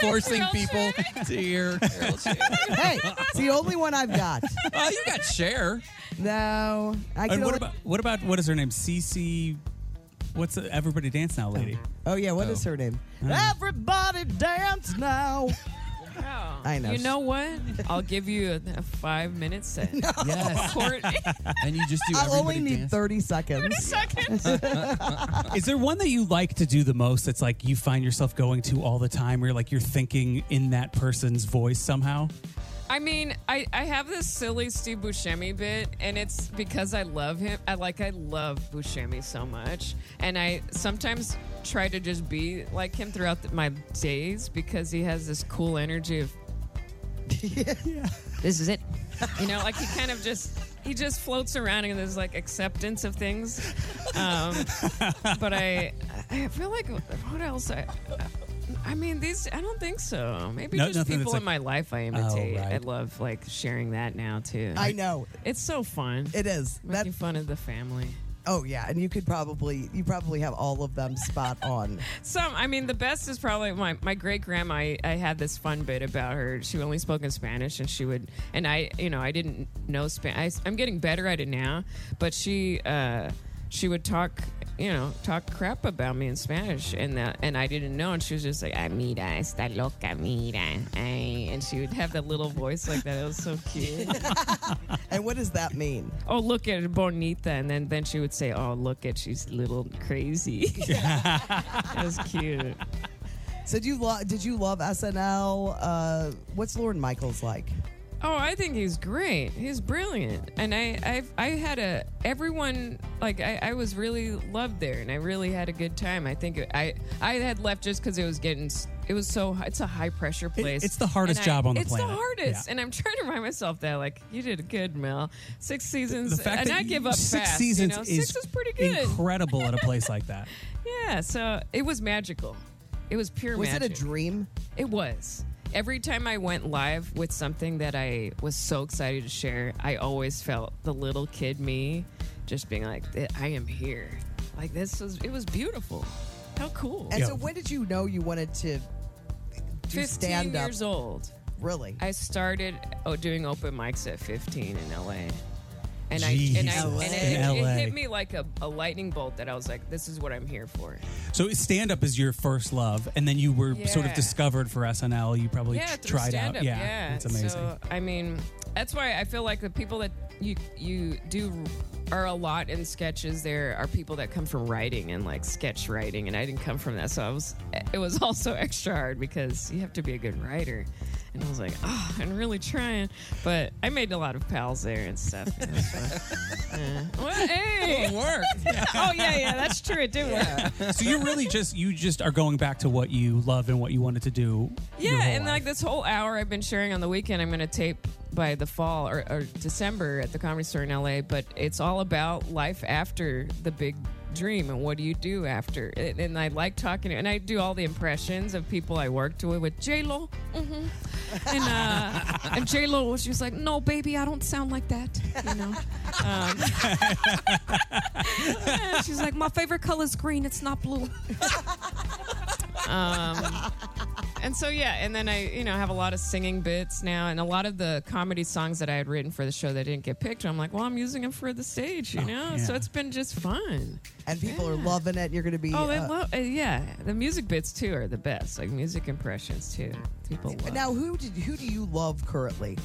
S6: Forcing people to hear Carol Channing.
S3: hey, it's the only one I've got.
S6: Oh, you got Cher.
S3: No, I can
S4: And what
S3: only-
S4: about what about what is her name? Cece. What's the Everybody Dance Now lady?
S3: Oh yeah, what is her name? Everybody dance now.
S12: Wow.
S3: I know.
S12: Oh. You know what? I'll give you a, a five minute set.
S3: Yes.
S12: Courtney.
S6: And you just do
S3: I only
S6: everybody
S3: need
S6: dance.
S3: 30 seconds. 30
S12: seconds.
S4: Is there one that you like to do the most that's like you find yourself going to all the time where like you're thinking in that person's voice somehow?
S12: I mean, I, I have this silly Steve Buscemi bit, and it's because I love him. I like I love Buscemi so much, and I sometimes try to just be like him throughout the, my days because he has this cool energy of.
S13: This is it.
S12: You know, like he kind of just he just floats around in this like acceptance of things. Um, but I I feel like what else I. I mean, these. I don't think so. Maybe
S4: No-
S12: just
S4: nothing that's
S12: people
S4: like-
S12: in my life I imitate.
S4: right.
S12: I love like sharing that now too.
S3: Oh, I know.
S12: It's so fun.
S3: It is.
S12: Making fun of the family.
S3: Oh yeah, and you could probably you probably have all of them spot on.
S12: Some, I mean, the best is probably my, my great grandma. I, I had this fun bit about her. She only spoke in Spanish, and she would, and I, you know, I didn't know Spanish. I'm getting better at it now, but she, uh, she would talk, you know, talk crap about me in Spanish, and that, and I didn't know, and she was just like, "Ah, mira, está loca, mira," ay," and she would have that little voice like that. It was so cute.
S3: and what does that mean?
S12: oh, look at Bonita, and then then she would say, "Oh, look at she's little crazy." that was cute.
S3: So do you lo- did you love SNL? Uh, what's Lauren Michaels like?
S12: Oh, I think he's great. He's brilliant, and I I've, I had a everyone like I, I was really loved there, and I really had a good time. I think I I had left just because it was getting s- it was so it's a high pressure place.
S4: it's the hardest
S12: And
S4: job on the
S12: it's
S4: planet.
S12: the hardest, and I'm trying to remind myself that like you did good, Mel. Six seasons,
S4: The fact
S12: and
S4: that
S12: I
S4: you-
S12: give up
S4: six
S12: fast.
S4: seasons
S12: you know?
S4: is,
S12: six is pretty good.
S4: incredible at a place like that.
S12: Yeah, so it was magical. It was pure
S3: Was it a
S12: magic.
S3: dream?
S12: It was. Every time I went live with something that I was so excited to share, I always felt the little kid me just being like, I am here. Like, this was, it was beautiful. How cool.
S3: And so when did you know you wanted to do
S12: 15
S3: stand up?
S12: years old.
S3: Really?
S12: I started oh, doing open mics at 15 in LA. And I and I
S4: Jesus.
S12: and
S4: In
S12: it, it
S4: LA.
S12: hit me like a, a lightning bolt that I was like, this is what I'm here for.
S4: So stand up is your first love, and then you were sort of
S12: Yeah.
S4: discovered for SNL. You probably
S12: yeah,
S4: tr-
S12: through
S4: tried out.
S12: stand-up,
S4: Yeah, it's amazing.
S12: So I mean, that's why I feel like the people that you you do are a lot in sketches. There are people that come from writing and like sketch writing, and I didn't come from that, so I was it was also extra hard because you have to be a good writer. And I was like, oh, I'm really trying, but I made a lot of pals there and stuff. It was fun. Yeah. Well, hey,
S6: It worked.
S12: oh yeah, yeah, that's true. It did work.
S4: so you're really just you just are going back to what you loved and what you wanted to do. your
S12: Yeah,
S4: whole
S12: and
S4: life.
S12: like this whole hour I've been sharing on the weekend, I'm going to tape by the fall or, or December at the Comedy Store in LA. But it's all about life after the big dream and what do you do after. And, and I like talking to, and I do all the impressions of people I worked with with J Lo, hmm
S4: Mm-hmm.
S12: and uh, and J Lo, she was like, "No, baby, I don't sound like that," you know. Um, she's like, "My favorite color is green. It's not blue." Um, and so yeah, and then I you know have a lot of singing bits now, and a lot of the comedy songs that I had written for the show that didn't get picked. I'm like, well, I'm using them for the stage, you know. So
S3: yeah.
S12: it's been just fun.
S3: And people are loving it. You're going to be.
S12: Oh, they
S3: uh,
S12: love, uh, yeah. The music bits too are the best. Like music impressions too. People love.
S3: now, who did who do you love currently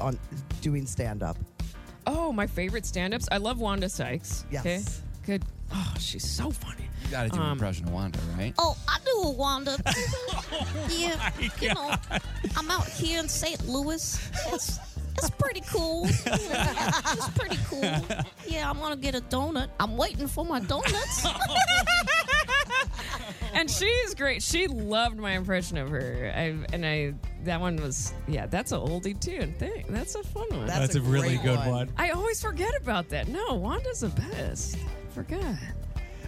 S3: on doing stand up?
S12: Oh, my favorite stand-ups. I love Wanda Sykes. Yes. Good. Oh, she's so funny.
S6: You gotta do an
S12: Um,
S6: impression of Wanda, right?
S14: Oh, I do a Wanda. yeah, you know, I'm out here in St. Louis. It's it's pretty cool. it's pretty cool. Yeah, I'm gonna get a donut. I'm waiting for my donuts.
S12: and she's great. She loved my impression of her. I and I that one was yeah. That's an oldie too. And thing that's a fun one.
S4: That's That's a a really great good one. one.
S12: I always forget about that. No, Wanda's the best. Forgot.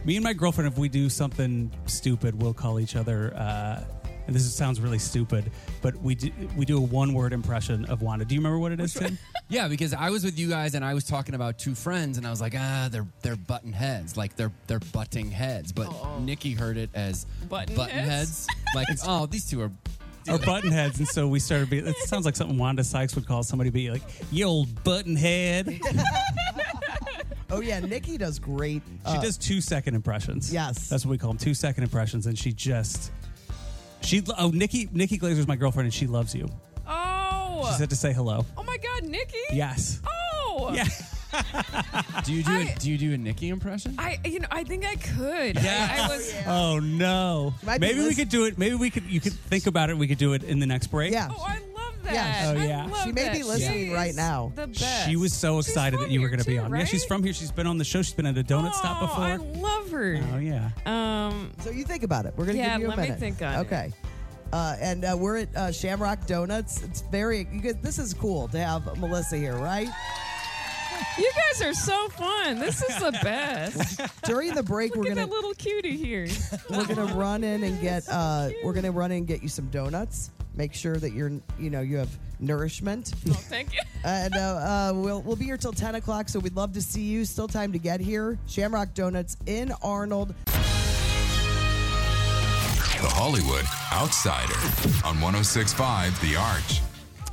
S4: Me and my girlfriend, if we do something stupid, we'll call each other. Uh, and this sounds really stupid, but we do, we do a one word impression of Wanda. Do you remember what it is, Tim?
S6: Yeah, because I was with you guys and I was talking about two friends and I was like, ah, they're they're button heads, like they're they're butting heads. But Nikki heard it as
S12: button,
S6: heads? like oh, these two are
S4: Or button heads, and so we started. Be, it sounds like something Wanda Sykes would call somebody. Be like, "You old button head."
S3: Oh yeah, Nikki does great. uh,
S4: She
S12: Uh,
S4: does two second impressions. Yes, that's what we call them, two second impressions. And she just, she oh Nikki Nikki Glazer's my girlfriend, and she loves you.
S12: Oh.
S4: She said to say hello.
S12: oh my God, Nikki.
S4: Yes.
S12: Oh.
S4: Yeah.
S3: Oh.
S6: Do you do
S12: I-
S6: a, do you do a Nikki impression?
S12: I you know I think I could. I, I was.
S4: Oh no.
S12: Might be
S4: Maybe we
S12: list-
S4: could do it. Maybe we could. You could think about it. We could do it in the next break. Yeah.
S12: Oh, I love that.
S4: Oh, yeah.
S12: I love
S3: She may
S12: that.
S3: be listening
S12: She
S3: right
S12: is
S3: now.
S12: The best.
S4: She was so excited that you were going to be on. Yeah, she's from here. She's been on the show. She's been at a donut stop
S12: Oh, I
S4: before.
S12: love her.
S4: Oh yeah.
S12: Um.
S3: So you think about it. We're gonna
S12: yeah,
S3: give you a
S12: let me
S3: minute.
S12: think on it.
S3: okay. Uh, and uh, we're at uh, Shamrock Donuts. It's very. You guys, this is cool to have Melissa here, right?
S12: You guys are so fun. This is the best.
S3: During the break, we're
S12: Look at
S3: gonna
S12: that little cutie here.
S3: we're gonna run in and get uh, we're gonna run in and get you some donuts. Make sure that you're you know you have nourishment.
S12: Oh, thank you.
S3: And uh, uh, we'll we'll be here till ten o'clock, so we'd love to see you. Still time to get here. Shamrock Donuts in Arnold.
S7: The Hollywood Outsider on 1065 The Arch.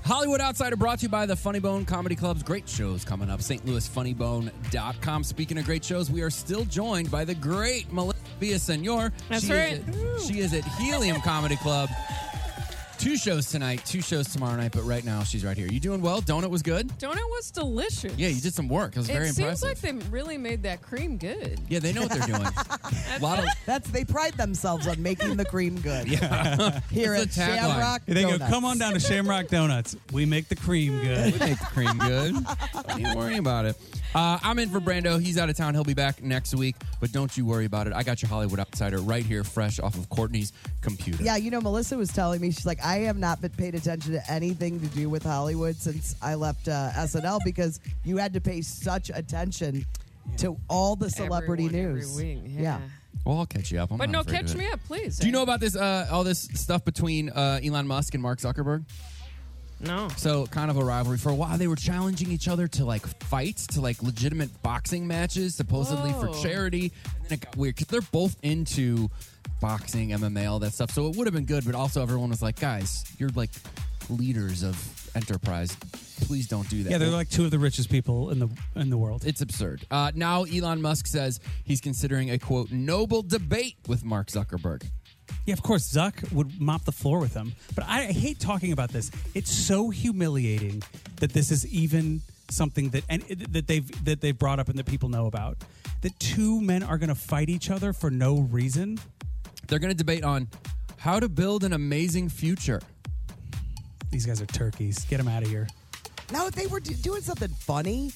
S6: Hollywood Outsider brought to you by the Funny Bone Comedy Club's great shows coming up. StLouisFunnyBone.com. Speaking of great shows, we are still joined by the great Melissa Villasenor.
S12: That's
S6: she
S12: right.
S6: Is at, she is at Helium Comedy Club. Two shows tonight, two shows tomorrow night, but right now she's right here. You doing well? Donut was good?
S12: Donut was delicious.
S6: Yeah, you did some work. It was very
S12: seems
S6: impressive.
S12: like they really made that cream good.
S6: yeah, they know what they're doing. A lot of
S3: That's they pride themselves on making the cream good.
S4: Yeah.
S3: Here at Shamrock
S4: They go,
S3: Donuts.
S4: come on down to Shamrock Donuts. We make the cream good.
S6: we make the cream good. Don't you worry about it. Uh, I'm in for Brando. He's out of town. He'll be back next week, but don't you worry about it. I got your Hollywood Outsider right here, fresh off of Courtney's computer.
S3: Yeah, you know, Melissa was telling me she's like, I have not been paid attention to anything to do with Hollywood since I left uh, SNL because you had to pay such attention to all the celebrity
S12: Everyone, every
S3: news.
S12: wing,
S3: yeah.
S6: Well, I'll catch you up. I'm
S12: but
S6: not
S12: no,
S6: afraid of
S12: catch
S6: it.
S12: me up, please.
S6: Do you know about this? Uh, all this stuff between uh, Elon Musk and Mark Zuckerberg.
S12: No.
S6: So kind of a rivalry for a while. They were challenging each other to like fights, to like legitimate boxing matches, supposedly
S12: Whoa.
S6: for charity. And then it got weird because they're both into boxing, MMA, all that stuff. So it would have been good, but also everyone was like, guys, you're like leaders of enterprise. Please don't do that.
S4: Yeah, they're like two of the richest people in the in the world.
S6: It's absurd. Uh, now Elon Musk says he's considering a quote noble debate with Mark Zuckerberg.
S4: Yeah, of course, Zuck would mop the floor with him. But I, I hate talking about this. It's so humiliating that this is even something that and that they've that they've brought up and that people know about. That two men are going to fight each other for no reason.
S6: They're going to debate on how to build an amazing future.
S4: These guys are turkeys. Get them out of here.
S3: No, they were do- doing something funny,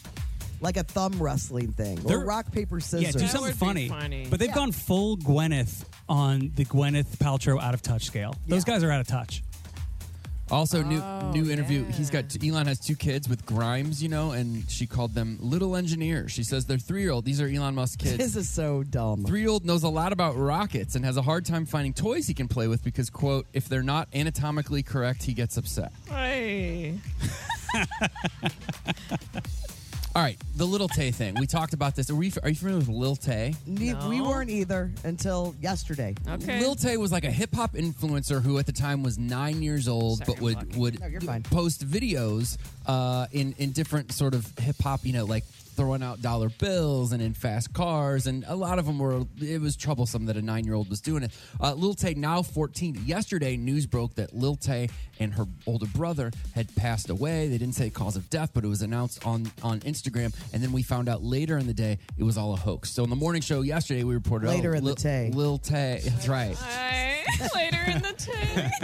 S3: like a thumb wrestling thing or
S4: They're-
S3: rock, paper,
S4: Yeah,
S3: scissors.
S4: do something funny. But they've gone full Gwyneth on the Gwyneth Paltrow out of touch scale. Those guys are out of touch.
S6: Also, new
S3: Oh,
S6: new interview. He's got Elon has two kids with Grimes, you know, and she called them little engineers. She says they're three year old. These are Elon Musk kids.
S3: This is so dumb.
S6: Three year old knows a lot about rockets and has a hard time finding toys he can play with because quote if they're not anatomically correct he gets upset.
S12: Hey.
S6: All right, the Little Tay thing. We talked about this. Are, we, are you familiar with Lil Tay?
S3: Ne- We weren't either until yesterday.
S6: Lil Tay was like a hip hop influencer who at the time was nine years old, but would would post videos uh, in in different sort of hip hop, you know, like throwing out dollar bills and in fast cars, and a lot of them were. It was troublesome that a nine year old was doing it. Uh, Lil Tay now fourteen. Yesterday, news broke that Lil Tay and her older brother had passed away. They didn't say cause of death, but it was announced on on Instagram, and then we found out later in the day it was all a hoax. So in the morning show yesterday, we reported
S3: Later
S6: oh,
S3: in the
S6: Lil-
S3: Tay.
S6: Lil Tay. That's right.
S12: Later in the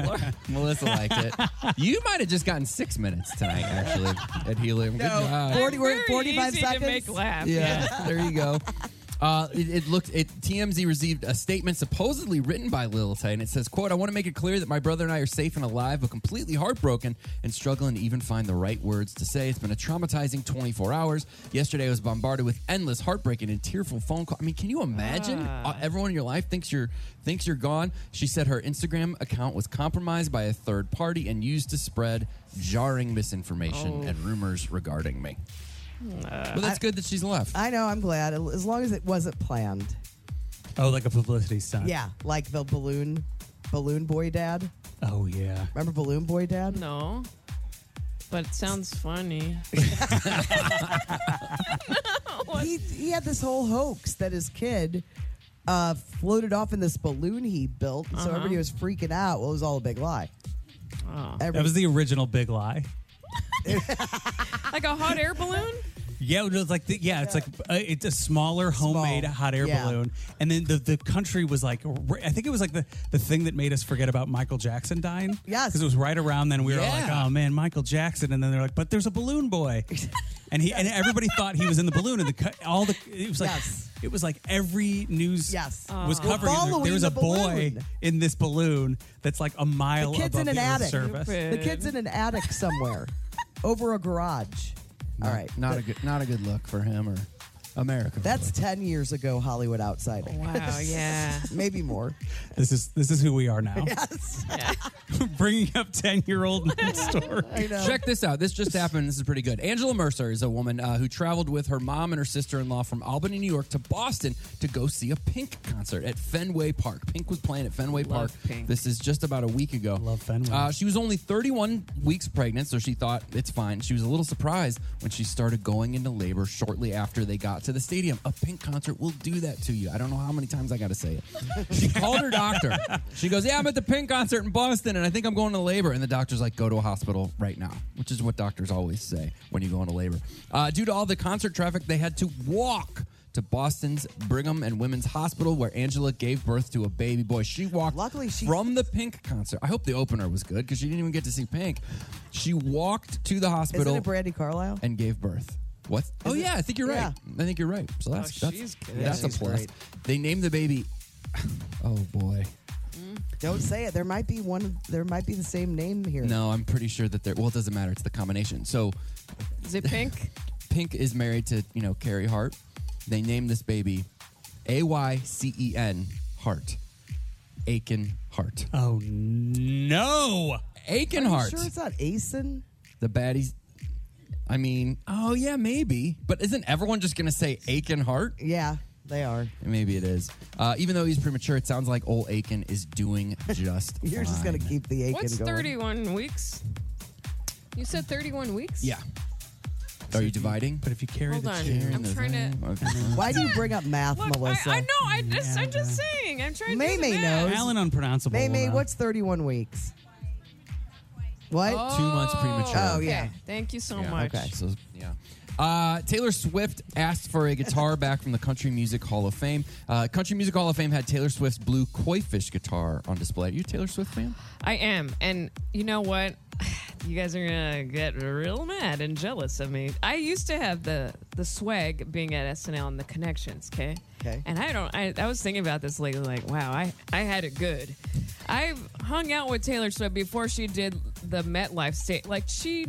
S12: tank.
S6: Melissa liked it. You might have just gotten six minutes tonight, actually, at Helium. Good job.
S3: 40, we're at 45
S12: easy to
S3: seconds.
S12: make laugh.
S6: Yeah, there you go. Uh, it, it looked. It TMZ received a statement supposedly written by Lil Tay, and it says, "quote I want to make it clear that my brother and I are safe and alive, but completely heartbroken and struggling to even find the right words to say. It's been a traumatizing 24 hours. Yesterday, I was bombarded with endless heartbreaking and tearful phone calls. I mean, can you imagine?
S12: Ah.
S6: Uh, everyone in your life thinks you're thinks you're gone." She said her Instagram account was compromised by a third party and used to spread jarring misinformation
S3: Oh. Mm, uh,
S6: and rumors regarding me. Well, that's good that she's left.
S3: I know. I'm glad. As long as it wasn't planned.
S4: Oh, like a publicity stunt.
S3: Yeah, like the balloon, balloon boy dad.
S4: Oh yeah.
S3: Remember balloon boy dad?
S12: No. But it sounds funny.
S3: he, he had this whole hoax that his kid uh, floated off in this balloon he built, so
S4: Uh-huh.
S3: everybody was freaking out. Well, it was all a big lie. Every-
S12: Oh.
S4: That was the original big lie.
S12: Like a hot air balloon?
S4: Yeah, it was like the, yeah, it's like uh, it's a smaller homemade hot air
S12: yeah.
S4: balloon, and then the the country was like, r- I think it was like the the thing that made us forget about Michael Jackson dying. Yes, because it was right around then we were all like,
S12: Yeah.
S4: oh man, Michael Jackson, and then they're like, but there's a balloon boy, and he and everybody thought he was in the balloon, and the co- all the it was like. It was like every news
S3: Yes.
S4: was
S3: We're
S4: covering. and there-
S3: following
S4: There was a
S3: the
S4: boy
S3: balloon.
S4: in this balloon that's like a mile
S3: the kid's
S4: above
S3: in an
S4: the Earth's
S3: attic.
S4: surface.
S3: The kid's in an attic somewhere, over a garage. All right,
S6: Not a good not a good look for him or America.
S3: That's ten years ago, Hollywood Outsider.
S12: Wow, yeah.
S3: maybe more.
S4: This is this is who we are now.
S3: Yes.
S4: Bringing up ten year old story.
S6: Check this out. This just happened. This is pretty good. Angela Mercer is a woman uh, who traveled with her mom and her sister in law from Albany, New York to Boston to go see a Pink concert at Fenway Park. Pink was playing at Fenway Park.
S12: Pink.
S6: This is just about a week ago. Love
S4: Fenway.
S6: Uh, she was only 31 weeks pregnant, so she thought it's fine. She was a little surprised when she started going into labor shortly after they got to the stadium. A Pink concert will do that to you. I don't know how many times I got to say it. She called her doctor. She goes, Yeah, I'm at the Pink concert in Boston and I think I'm going to labor. And the doctor's like, Go to a hospital right now, which is what doctors always say when you go into labor. Uh, due to all the concert traffic, they had to walk to Boston's Brigham and Women's Hospital where Angela gave birth to a baby boy. She walked Luckily, she- from the Pink concert. I hope the opener was good because she didn't even get to see Pink. She walked to the hospital
S3: Isn't it Brandy Carlisle?
S6: and gave birth. What? oh yeah, I think you're right. I think you're right. So that's
S3: Oh,
S6: that's,
S3: she's good.
S6: that's
S3: She's
S6: a plus.
S3: great.
S6: They named the baby. Oh boy.
S3: Don't say it. There might be one. There might be the same name here.
S6: No, I'm pretty sure that they're. Well, it doesn't matter. It's the combination. So
S12: Is it pink?
S6: Pink is married to you know Carrie Hart. They named this baby A Y C E N Hart. Aiken Hart.
S4: Oh no.
S6: Aiken
S3: Uh, Are you
S6: Hart.
S3: Sure, it's not Asen.
S6: The baddies. I mean, oh yeah, maybe. But isn't everyone just gonna say Aiken Hart?
S3: Yeah, they are.
S6: Maybe it is. Uh, even though he's premature, it sounds like old Aiken is doing just.
S3: You're just gonna
S6: fine.
S3: keep the Aiken
S12: What's 31 weeks? You said 31 weeks?
S6: Yeah. Are you dividing?
S4: But if you carry
S12: Hold on. I'm trying to.
S3: Why do you bring up math, Melissa?
S12: I, I know. I just, I'm just saying. I'm trying to. do the
S3: Maymay
S12: math.
S3: knows.
S4: Alan unpronounceable.
S3: Maymay,
S4: uh,
S3: what's 31 weeks? What?
S6: Two months premature.
S3: Oh, yeah.
S12: Okay. Thank you so
S6: Yeah,
S12: much.
S6: Okay. So, yeah. Uh, Taylor Swift asked for a guitar back from the Country Music Hall of Fame. Uh, Country Music Hall of Fame had Taylor Swift's blue koi fish guitar on display. Are you a Taylor Swift fan?
S12: I am. And you know what? You guys are gonna get real mad and jealous of me. I used to have the the swag being at SNL and the connections, okay?
S3: Okay.
S12: And I don't I, I was thinking about this lately, like, wow, I, I had it good. I've hung out with Taylor Swift before she did the MetLife state. Like she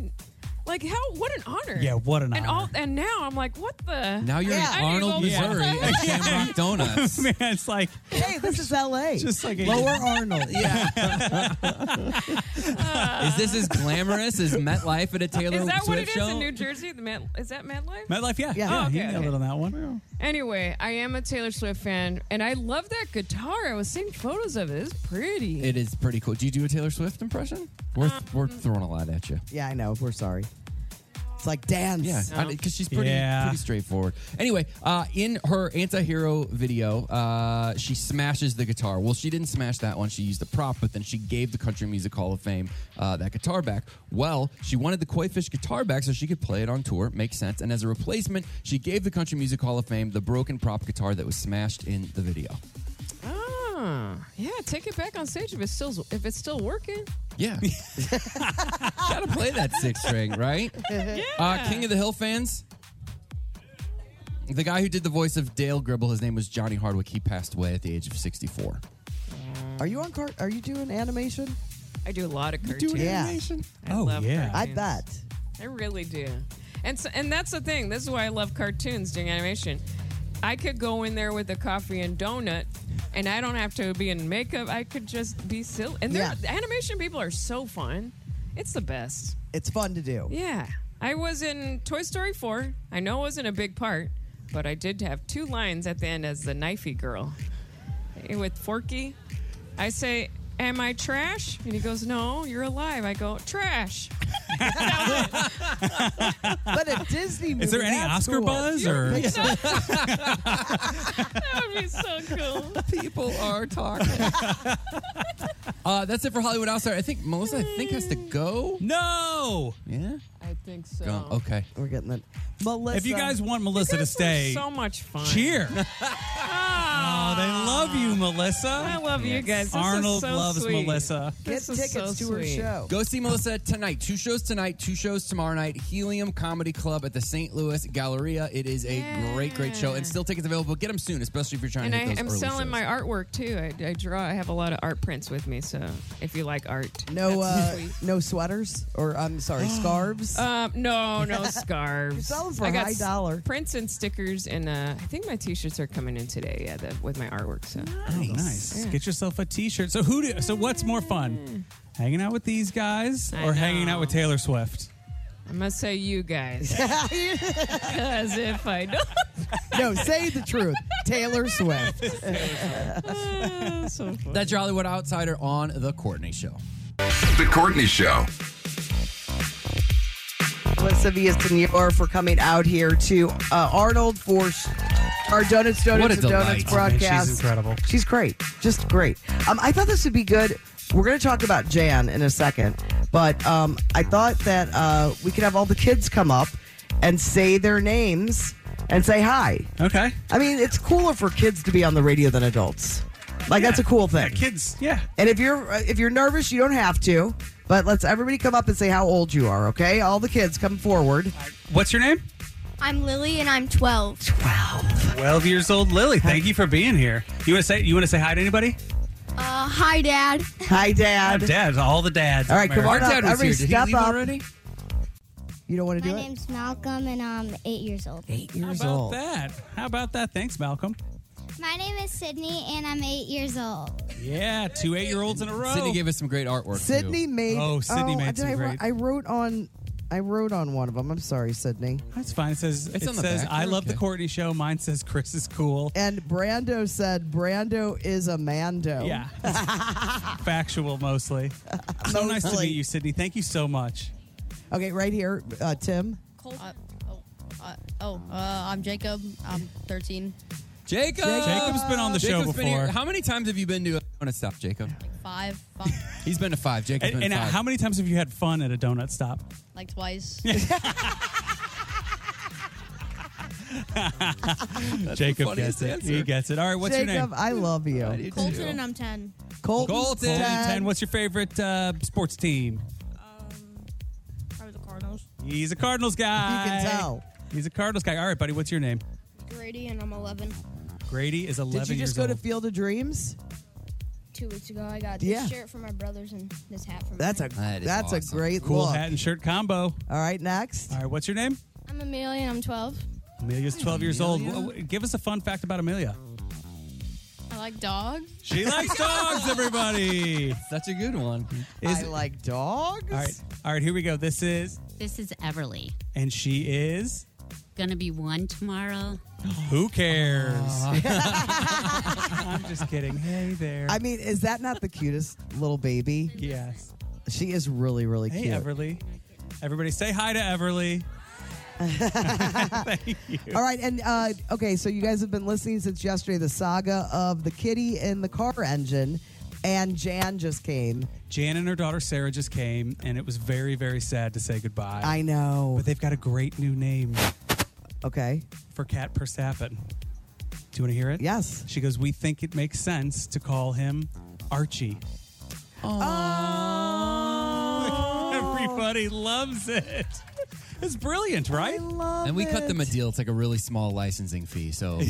S12: Like how? What an honor.
S4: Yeah, what an
S12: and
S4: honor.
S12: All, and now I'm like, what the?
S6: Now you're in
S12: I didn't
S6: Arnold,
S12: even-
S6: Missouri at Shamrock Donuts.
S4: Man, it's like
S3: Hey, this is LA.
S4: Just like a-
S3: Lower Arnold.
S6: Yeah. is this as glamorous as MetLife at a Taylor
S12: Uh, Is that
S6: Swift
S12: what it is
S6: show?
S12: in New Jersey? The Met, is that MetLife?
S4: MetLife, yeah,
S12: Yeah. Oh,
S4: he
S12: okay,
S4: nailed
S12: okay.
S4: it on that one.
S12: Anyway, I am a Taylor Swift fan, and I love that guitar. I was seeing photos of it. It's pretty.
S6: It is pretty cool. Do you do a Taylor Swift impression? We're, we're throwing a lot at you.
S3: Yeah, I know. We're sorry. It's like dance.
S6: Yeah, because she's pretty
S3: Yeah.
S6: pretty straightforward. Anyway, uh, in her anti-hero video, uh, she smashes the guitar. Well, she didn't smash that one. She used the prop, but then she gave the Country Music Hall of Fame uh, that guitar back. Well, she wanted the koi fish guitar back so she could play it on tour. Makes sense. And as a replacement, she gave the Country Music Hall of Fame the broken prop guitar that was smashed in the video.
S12: Ah, yeah. Take it back on stage if it's still if it's still working.
S6: Yeah. Gotta play that six string, right?
S12: Yeah.
S6: Uh, King of the Hill fans. The guy who did the voice of Dale Gribble, his name was Johnny Hardwick. He passed away at the age of 64.
S3: Are you on cart? Are you doing animation?
S12: I do a lot of cartoons.
S3: yeah.
S12: I
S4: Oh,
S12: love
S3: I
S12: cartoons.
S3: bet.
S12: I really do. And so, and that's the thing. This is why I love cartoons doing animation. I could go in there with a coffee and donut, and I don't have to be in makeup. I could just be silly. And they're-
S3: Yeah.
S12: animation people are so fun. It's the best.
S3: It's fun to do.
S12: Yeah. I was in Toy Story 4. I know it wasn't a big part, but I did have two lines at the end as the knifey girl with Forky. I say, Am I trash? And he goes, No, you're alive. I go, Trash.
S3: but a Disney movie.
S4: Is there any
S3: that's
S4: Oscar
S3: cool.
S4: buzz or?
S12: That would be so cool.
S6: People are talking. Uh, that's it for Hollywood Outsider. I think Melissa, I think, has to go.
S4: No.
S6: Yeah.
S12: I think so.
S6: Go. Okay.
S3: We're getting that. Melissa.
S4: If you guys want Melissa to
S12: guys were
S4: stay,
S12: so much fun.
S4: Cheer. oh, they love you, Melissa. I
S12: love you guys. This is
S4: Arnold
S12: so
S4: loves
S12: sweet.
S4: Melissa.
S3: Get
S12: This is
S3: tickets
S12: so
S3: to her
S12: sweet.
S3: show.
S6: Go see Melissa tonight. Two shows tonight, two shows tomorrow night. Helium Comedy Club at the St. Louis Galleria. It is a great, great show. And still tickets available. Get them soon, especially if you're trying
S12: And
S6: to
S12: I
S6: hit those
S12: am
S6: early
S12: selling
S6: shows.
S12: my artwork too. I, I draw. I have a lot of art prints with me. So if you like art,
S3: No,
S12: that's
S3: uh,
S12: sweet.
S3: no sweaters or I'm sorry, scarves.
S4: Uh,
S12: Um, no, no scarves.
S3: You're selling for
S12: I
S3: a
S12: got
S3: high
S12: s-
S3: dollar.
S12: Prints and stickers, and uh, I think my T-shirts are coming in today. Yeah, the, with my artwork. So
S4: Oh, nice. Get yourself a T-shirt. So who? Do, so what's more
S3: Mm.
S4: fun, hanging out with these guys
S12: I
S4: or hanging out with Taylor Swift?
S12: I'm gonna say you guys, as if I don't.
S3: no, say the truth. Taylor Swift.
S6: That's your Hollywood Outsider on The Courtney Show.
S7: The Courtney Show.
S3: Melissa Villasenor for coming out here to uh, Arnold for sh- our Donuts, Donuts,
S6: What a
S3: and Donuts
S6: delight. Oh, man, she's
S3: broadcast.
S4: incredible.
S3: She's great. Just great. Um, I thought this would be good. We're going to talk about Jan in a second, but um, I thought that uh, we could have all the kids come up and say their names and say hi.
S4: Okay.
S3: I mean, it's cooler for kids to be on the radio than adults. Like that's a cool thing.
S4: kids, yeah.
S3: And if you're uh, if you're nervous, you don't have to. But let's everybody come up and say how old you are, okay? All the kids come forward.
S4: What's your name?
S15: I'm Lily and I'm 12. 12.
S4: Twelve years old, Lily. Thank you for being here. You want to say? You want to say hi to anybody?
S15: Uh, hi, Dad.
S3: Hi, Dad.
S4: Dads, all the dads.
S3: All right, come on
S4: America.
S3: up. Every step up. You don't want to
S15: My
S3: do it?
S15: name's Malcolm and I'm eight years old.
S3: Eight
S4: How
S3: years
S4: about
S3: old.
S4: that? How about that? Thanks, Malcolm.
S15: My name is Sydney and I'm eight years old.
S4: Yeah, two eight-year-olds in a row.
S12: Oh.
S6: Sydney gave us some great artwork.
S3: Sydney made.
S4: Oh, Sydney made
S3: did
S4: some
S3: I, wri-
S4: great-
S3: I wrote on. I wrote on one of them. I'm sorry, Sydney.
S4: That's fine. It says
S3: It's
S4: it
S3: on the
S4: says
S3: back.
S4: I
S3: You're
S4: love the
S3: okay.
S4: Courtney show. Mine says Chris is cool.
S3: And Brando said, "Brando is a mando."
S4: Yeah. Factual mostly. so nice to
S3: Mostly.
S4: meet you, Sydney. Thank you so much.
S3: Okay, right here, uh, Tim.
S16: Uh, oh, uh, oh uh, I'm Jacob. I'm 13.
S6: Jacob.
S4: Jacob's been on the show
S6: Jacob's been here.
S4: before.
S6: How many times have you been to? I'm gonna stop, Jacob.
S16: Five, five
S6: He's been to five. Jacob's
S4: And, and
S6: been to five.
S4: how many times have you had fun at a donut stop?
S16: like twice.
S4: Jacob
S6: funniest
S4: gets it.
S6: answer.
S4: He gets it. All right, what's
S3: Jacob,
S4: your name?
S3: I love you.
S16: Colton and I'm 10.
S3: Colton.
S4: Colton. Ten. What's your favorite uh, sports team?
S16: Um, Probably the Cardinals.
S4: He's a Cardinals guy.
S16: You can tell.
S4: He's a Cardinals guy. All right, buddy, what's your name?
S16: Grady and I'm 11.
S4: Grady is 11
S3: Did you
S4: years
S3: just go
S4: old.
S3: to Field of Dreams?
S17: two weeks ago. I got
S3: Yeah.
S17: this shirt from my brothers and this hat from.
S3: That's a
S17: mine.
S3: that's a great
S4: cool
S3: look.
S4: hat and shirt combo. All
S3: right, next.
S4: All right, what's your name?
S17: I'm Amelia and I'm 12.
S4: Amelia's 12 years old. Wh- wh- Give us a fun fact about Amelia.
S16: I like dogs.
S4: She likes dogs, everybody.
S6: Such a good one.
S4: Is
S3: I like dogs.
S4: All right, all right, here we go. This is,
S18: This is Everly.
S4: and she is.
S18: Gonna be one tomorrow.
S4: Who cares? I'm just kidding. Hey there.
S3: I mean, is that not the cutest little baby?
S4: Yes.
S3: She is really, really
S4: hey
S3: cute.
S4: Everly. Everybody, say hi to Everly. Thank you.
S3: All right, and uh, okay, so you guys have been listening since yesterday. The saga of the kitty in the car engine, and Jan just came.
S4: Jan and her daughter Sarah just came, and it was very, very sad to say goodbye.
S3: I know, but
S4: they've got a great new name.
S3: Okay.
S4: For Cat Persappin. Do you want to hear it?
S3: Yes.
S4: She goes, We think it makes sense to call him Archie. Everybody loves it. It's brilliant, right?
S6: and we cut them a deal. It's like a really small licensing fee, so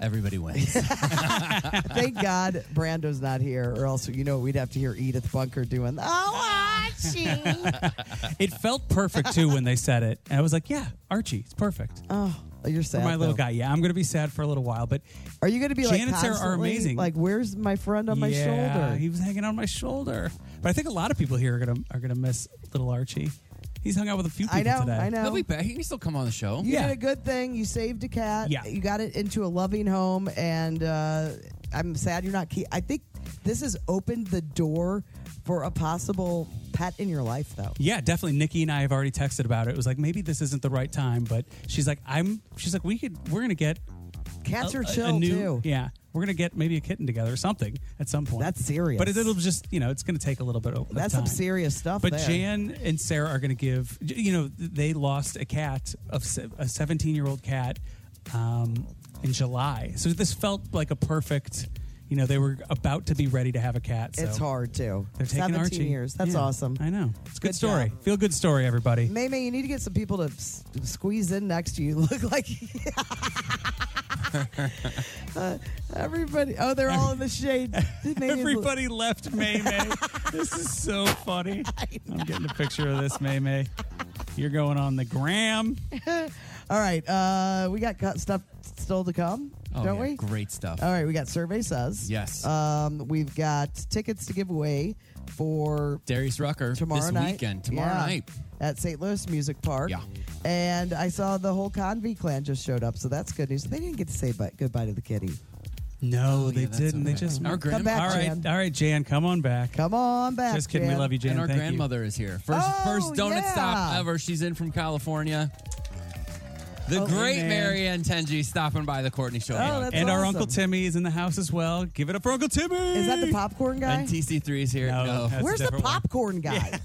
S6: everybody wins.
S3: Thank God Brando's not here, or else you know we'd have to hear Edith Bunker doing. Oh, Archie.
S4: it felt perfect too when they said it. And I was like, yeah, Archie, it's perfect.
S3: Oh, you're sad.
S4: For my little
S3: though.
S4: guy. Yeah, I'm going to be sad for a little while, but
S3: Are you going to be
S4: Jan
S3: like
S4: and Sarah are
S3: constantly,
S4: amazing.
S3: Like, where's my friend on my
S4: Yeah,
S3: shoulder?
S4: He was hanging on my shoulder. But I think a lot of people here are going to are going to miss little Archie. He's hung out with a few people
S3: I know,
S4: today.
S3: I know. He'll be
S6: back. He can still come on the show.
S3: You did a good thing. You saved a cat.
S4: Yeah.
S3: You got it into a loving home, and uh, I'm sad you're not. Key- I think this has opened the door for a possible pet in your life, though.
S4: Yeah, definitely. Nikki and I have already texted about it. It was like maybe this isn't the right time, but she's like, I'm. She's like, we could. We're gonna get
S3: Cats
S4: a-
S3: are
S4: a- a
S3: chill,
S4: new-
S3: too.
S4: Yeah, we're gonna get maybe a kitten together or something at some point. That's
S3: serious.
S4: But it, will just you know it's gonna take a little bit of of
S3: That's
S4: time.
S3: some serious stuff.
S4: But
S3: there.
S4: Jan and Sarah are gonna give. You know, they lost a cat of se- a 17 year old cat um, in July, so this felt like a perfect. You know, they were about to be ready to have a cat. So
S3: It's hard too.
S4: They're taking
S3: 17
S4: Archie.
S3: years. That's
S4: Yeah,
S3: awesome.
S4: I know. It's a good,
S3: Good
S4: story. Feel good story, everybody.
S3: May May, you need to get some people to s- squeeze in next to you. Look like uh, everybody. Oh, they're all in the shade. Maybe-
S4: Everybody left May May. this is so funny. I'm getting a picture of this May May. You're going on the gram.
S3: Oh, All right, uh, we got cut stuff still to come,
S6: Oh,
S3: don't
S6: yeah,
S3: we?
S6: Great stuff.
S3: All right, we got survey says.
S6: Yes.
S3: Um, we've got tickets to give away for
S6: Darius Rucker
S3: tomorrow
S6: this
S3: night.
S6: weekend. Tomorrow
S3: Yeah,
S6: night.
S3: at St. Louis Music Park. Yeah. And I saw the whole Convy clan just showed up, so that's good news. They didn't get to say bu- goodbye to the kitty.
S4: No, they
S3: that's
S4: didn't. They
S3: okay.
S4: just
S3: Our
S4: Come
S3: grandma-
S4: back, all right,
S3: Jan.
S4: all right, Jan, come on back.
S3: Come on back.
S4: Just kidding. We
S3: Jan.
S4: love you, Jan.
S6: And our
S4: Thank you.
S6: grandmother is here. First,
S3: Oh,
S6: first donut
S3: yeah.
S6: stop ever. She's in from California. The
S4: Oh,
S6: great
S4: man. Oh,
S6: Marianne Tenji stopping by the Courtney Show.
S4: and our Uncle Timmy is in the house as well. Give it up for Uncle Timmy.
S3: Is that the popcorn guy?
S6: And TC3 is here. No,
S4: that's a
S3: Where's the
S4: different one.
S3: popcorn guy?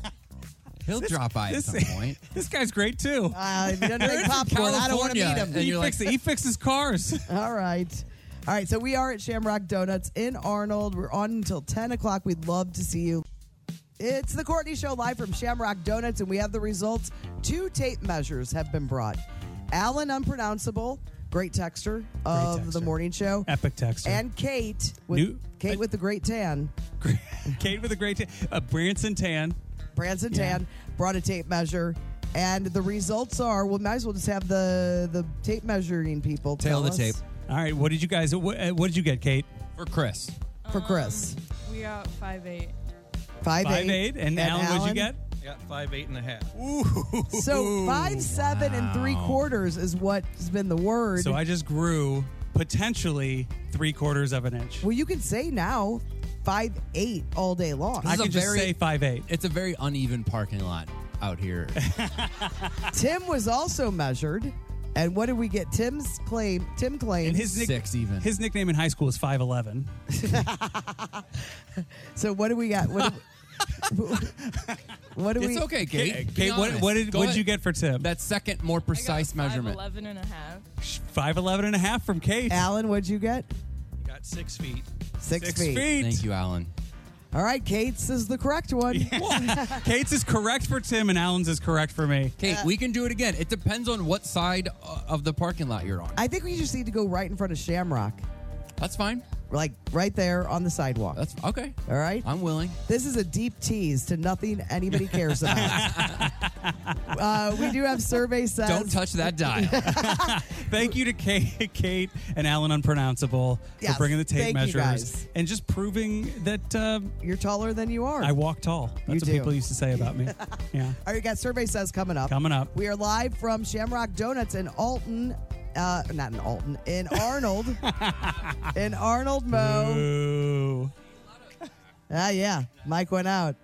S6: He'll drop by
S4: this-
S6: at some point.
S4: This guy's great too.
S3: Uh, he doesn't make
S4: He's from
S3: popcorn. I don't want to
S4: California,
S3: meet him.
S4: and He you're like- fixes- he fixes cars.
S3: All right. All right. So we are at Shamrock Donuts in Arnold. We're on until 10 o'clock. We'd love to see you. It's the Courtney Show live from Shamrock Donuts, and we have the results. Two tape measures have been brought. Alan Unpronounceable, great texter of the morning show.
S4: Epic texter.
S3: And Kate with
S4: New-
S3: Kate with the great tan.
S4: Kate with a great tan. Uh, Branson Tan.
S3: Branson
S4: Yeah.
S3: Tan brought a tape measure. And the results are, well, might as well just have the the tape measuring people tell us
S4: All right, what did you guys? What, uh, what did you get, Kate?
S6: For Chris.
S3: for Chris.
S19: We got five eight.
S3: Five,
S4: Five, eight. And Alan, what'd you get?
S19: I got five eight and a half.
S3: So five seven and three quarters is what's been the word.
S4: So I just grew potentially three quarters of an inch.
S3: well, you can say now five eight all day long.
S6: This is a very-
S4: five eight.
S6: It's a very uneven parking lot out here.
S3: Tim was also measured, and what did we get? Tim's claim. Tim claims
S4: And his nick- His nickname in high school is five eleven.
S3: so what do we got? What do we, what do
S6: it's
S3: we?
S6: okay, Kate. Be
S4: Kate, what-
S6: honest.
S4: what did-
S6: Go
S4: what did
S6: ahead.
S4: you get for Tim?
S6: That second, more precise measurement.
S19: 11 and a half.
S4: Five eleven and a half from Kate.
S3: Alan, what'd you get?
S19: You got six feet.
S3: Six, feet.
S6: Thank you, Alan.
S3: All right, Kate's is the correct one.
S4: Kate's is correct for Tim, and Alan's is correct for me.
S6: Kate, we can do it again. It depends on what side uh, of the parking lot you're on.
S3: I think we just need to go right in front of Shamrock.
S6: That's fine.
S3: like right there on the sidewalk. That's
S6: okay.
S3: All right.
S6: I'm willing.
S3: This is a deep tease to nothing anybody cares about. uh, we do have survey says
S6: Don't touch that dial.
S4: Thank you to Kate, Kate and Alan Unpronounceable
S3: Yes,
S4: for bringing the tape
S3: thank you
S4: measures
S3: guys.
S4: and just proving that uh,
S3: you're taller than you are.
S4: I walk tall.
S3: You
S4: That's
S3: do.
S4: what people used to say about me. yeah.
S3: All right, we got survey says coming up.
S4: Coming up.
S3: We are live from Shamrock Donuts in Alton. Uh, not in Alton, in Arnold. in Arnold, Mo. Ah, yeah. Mike went out.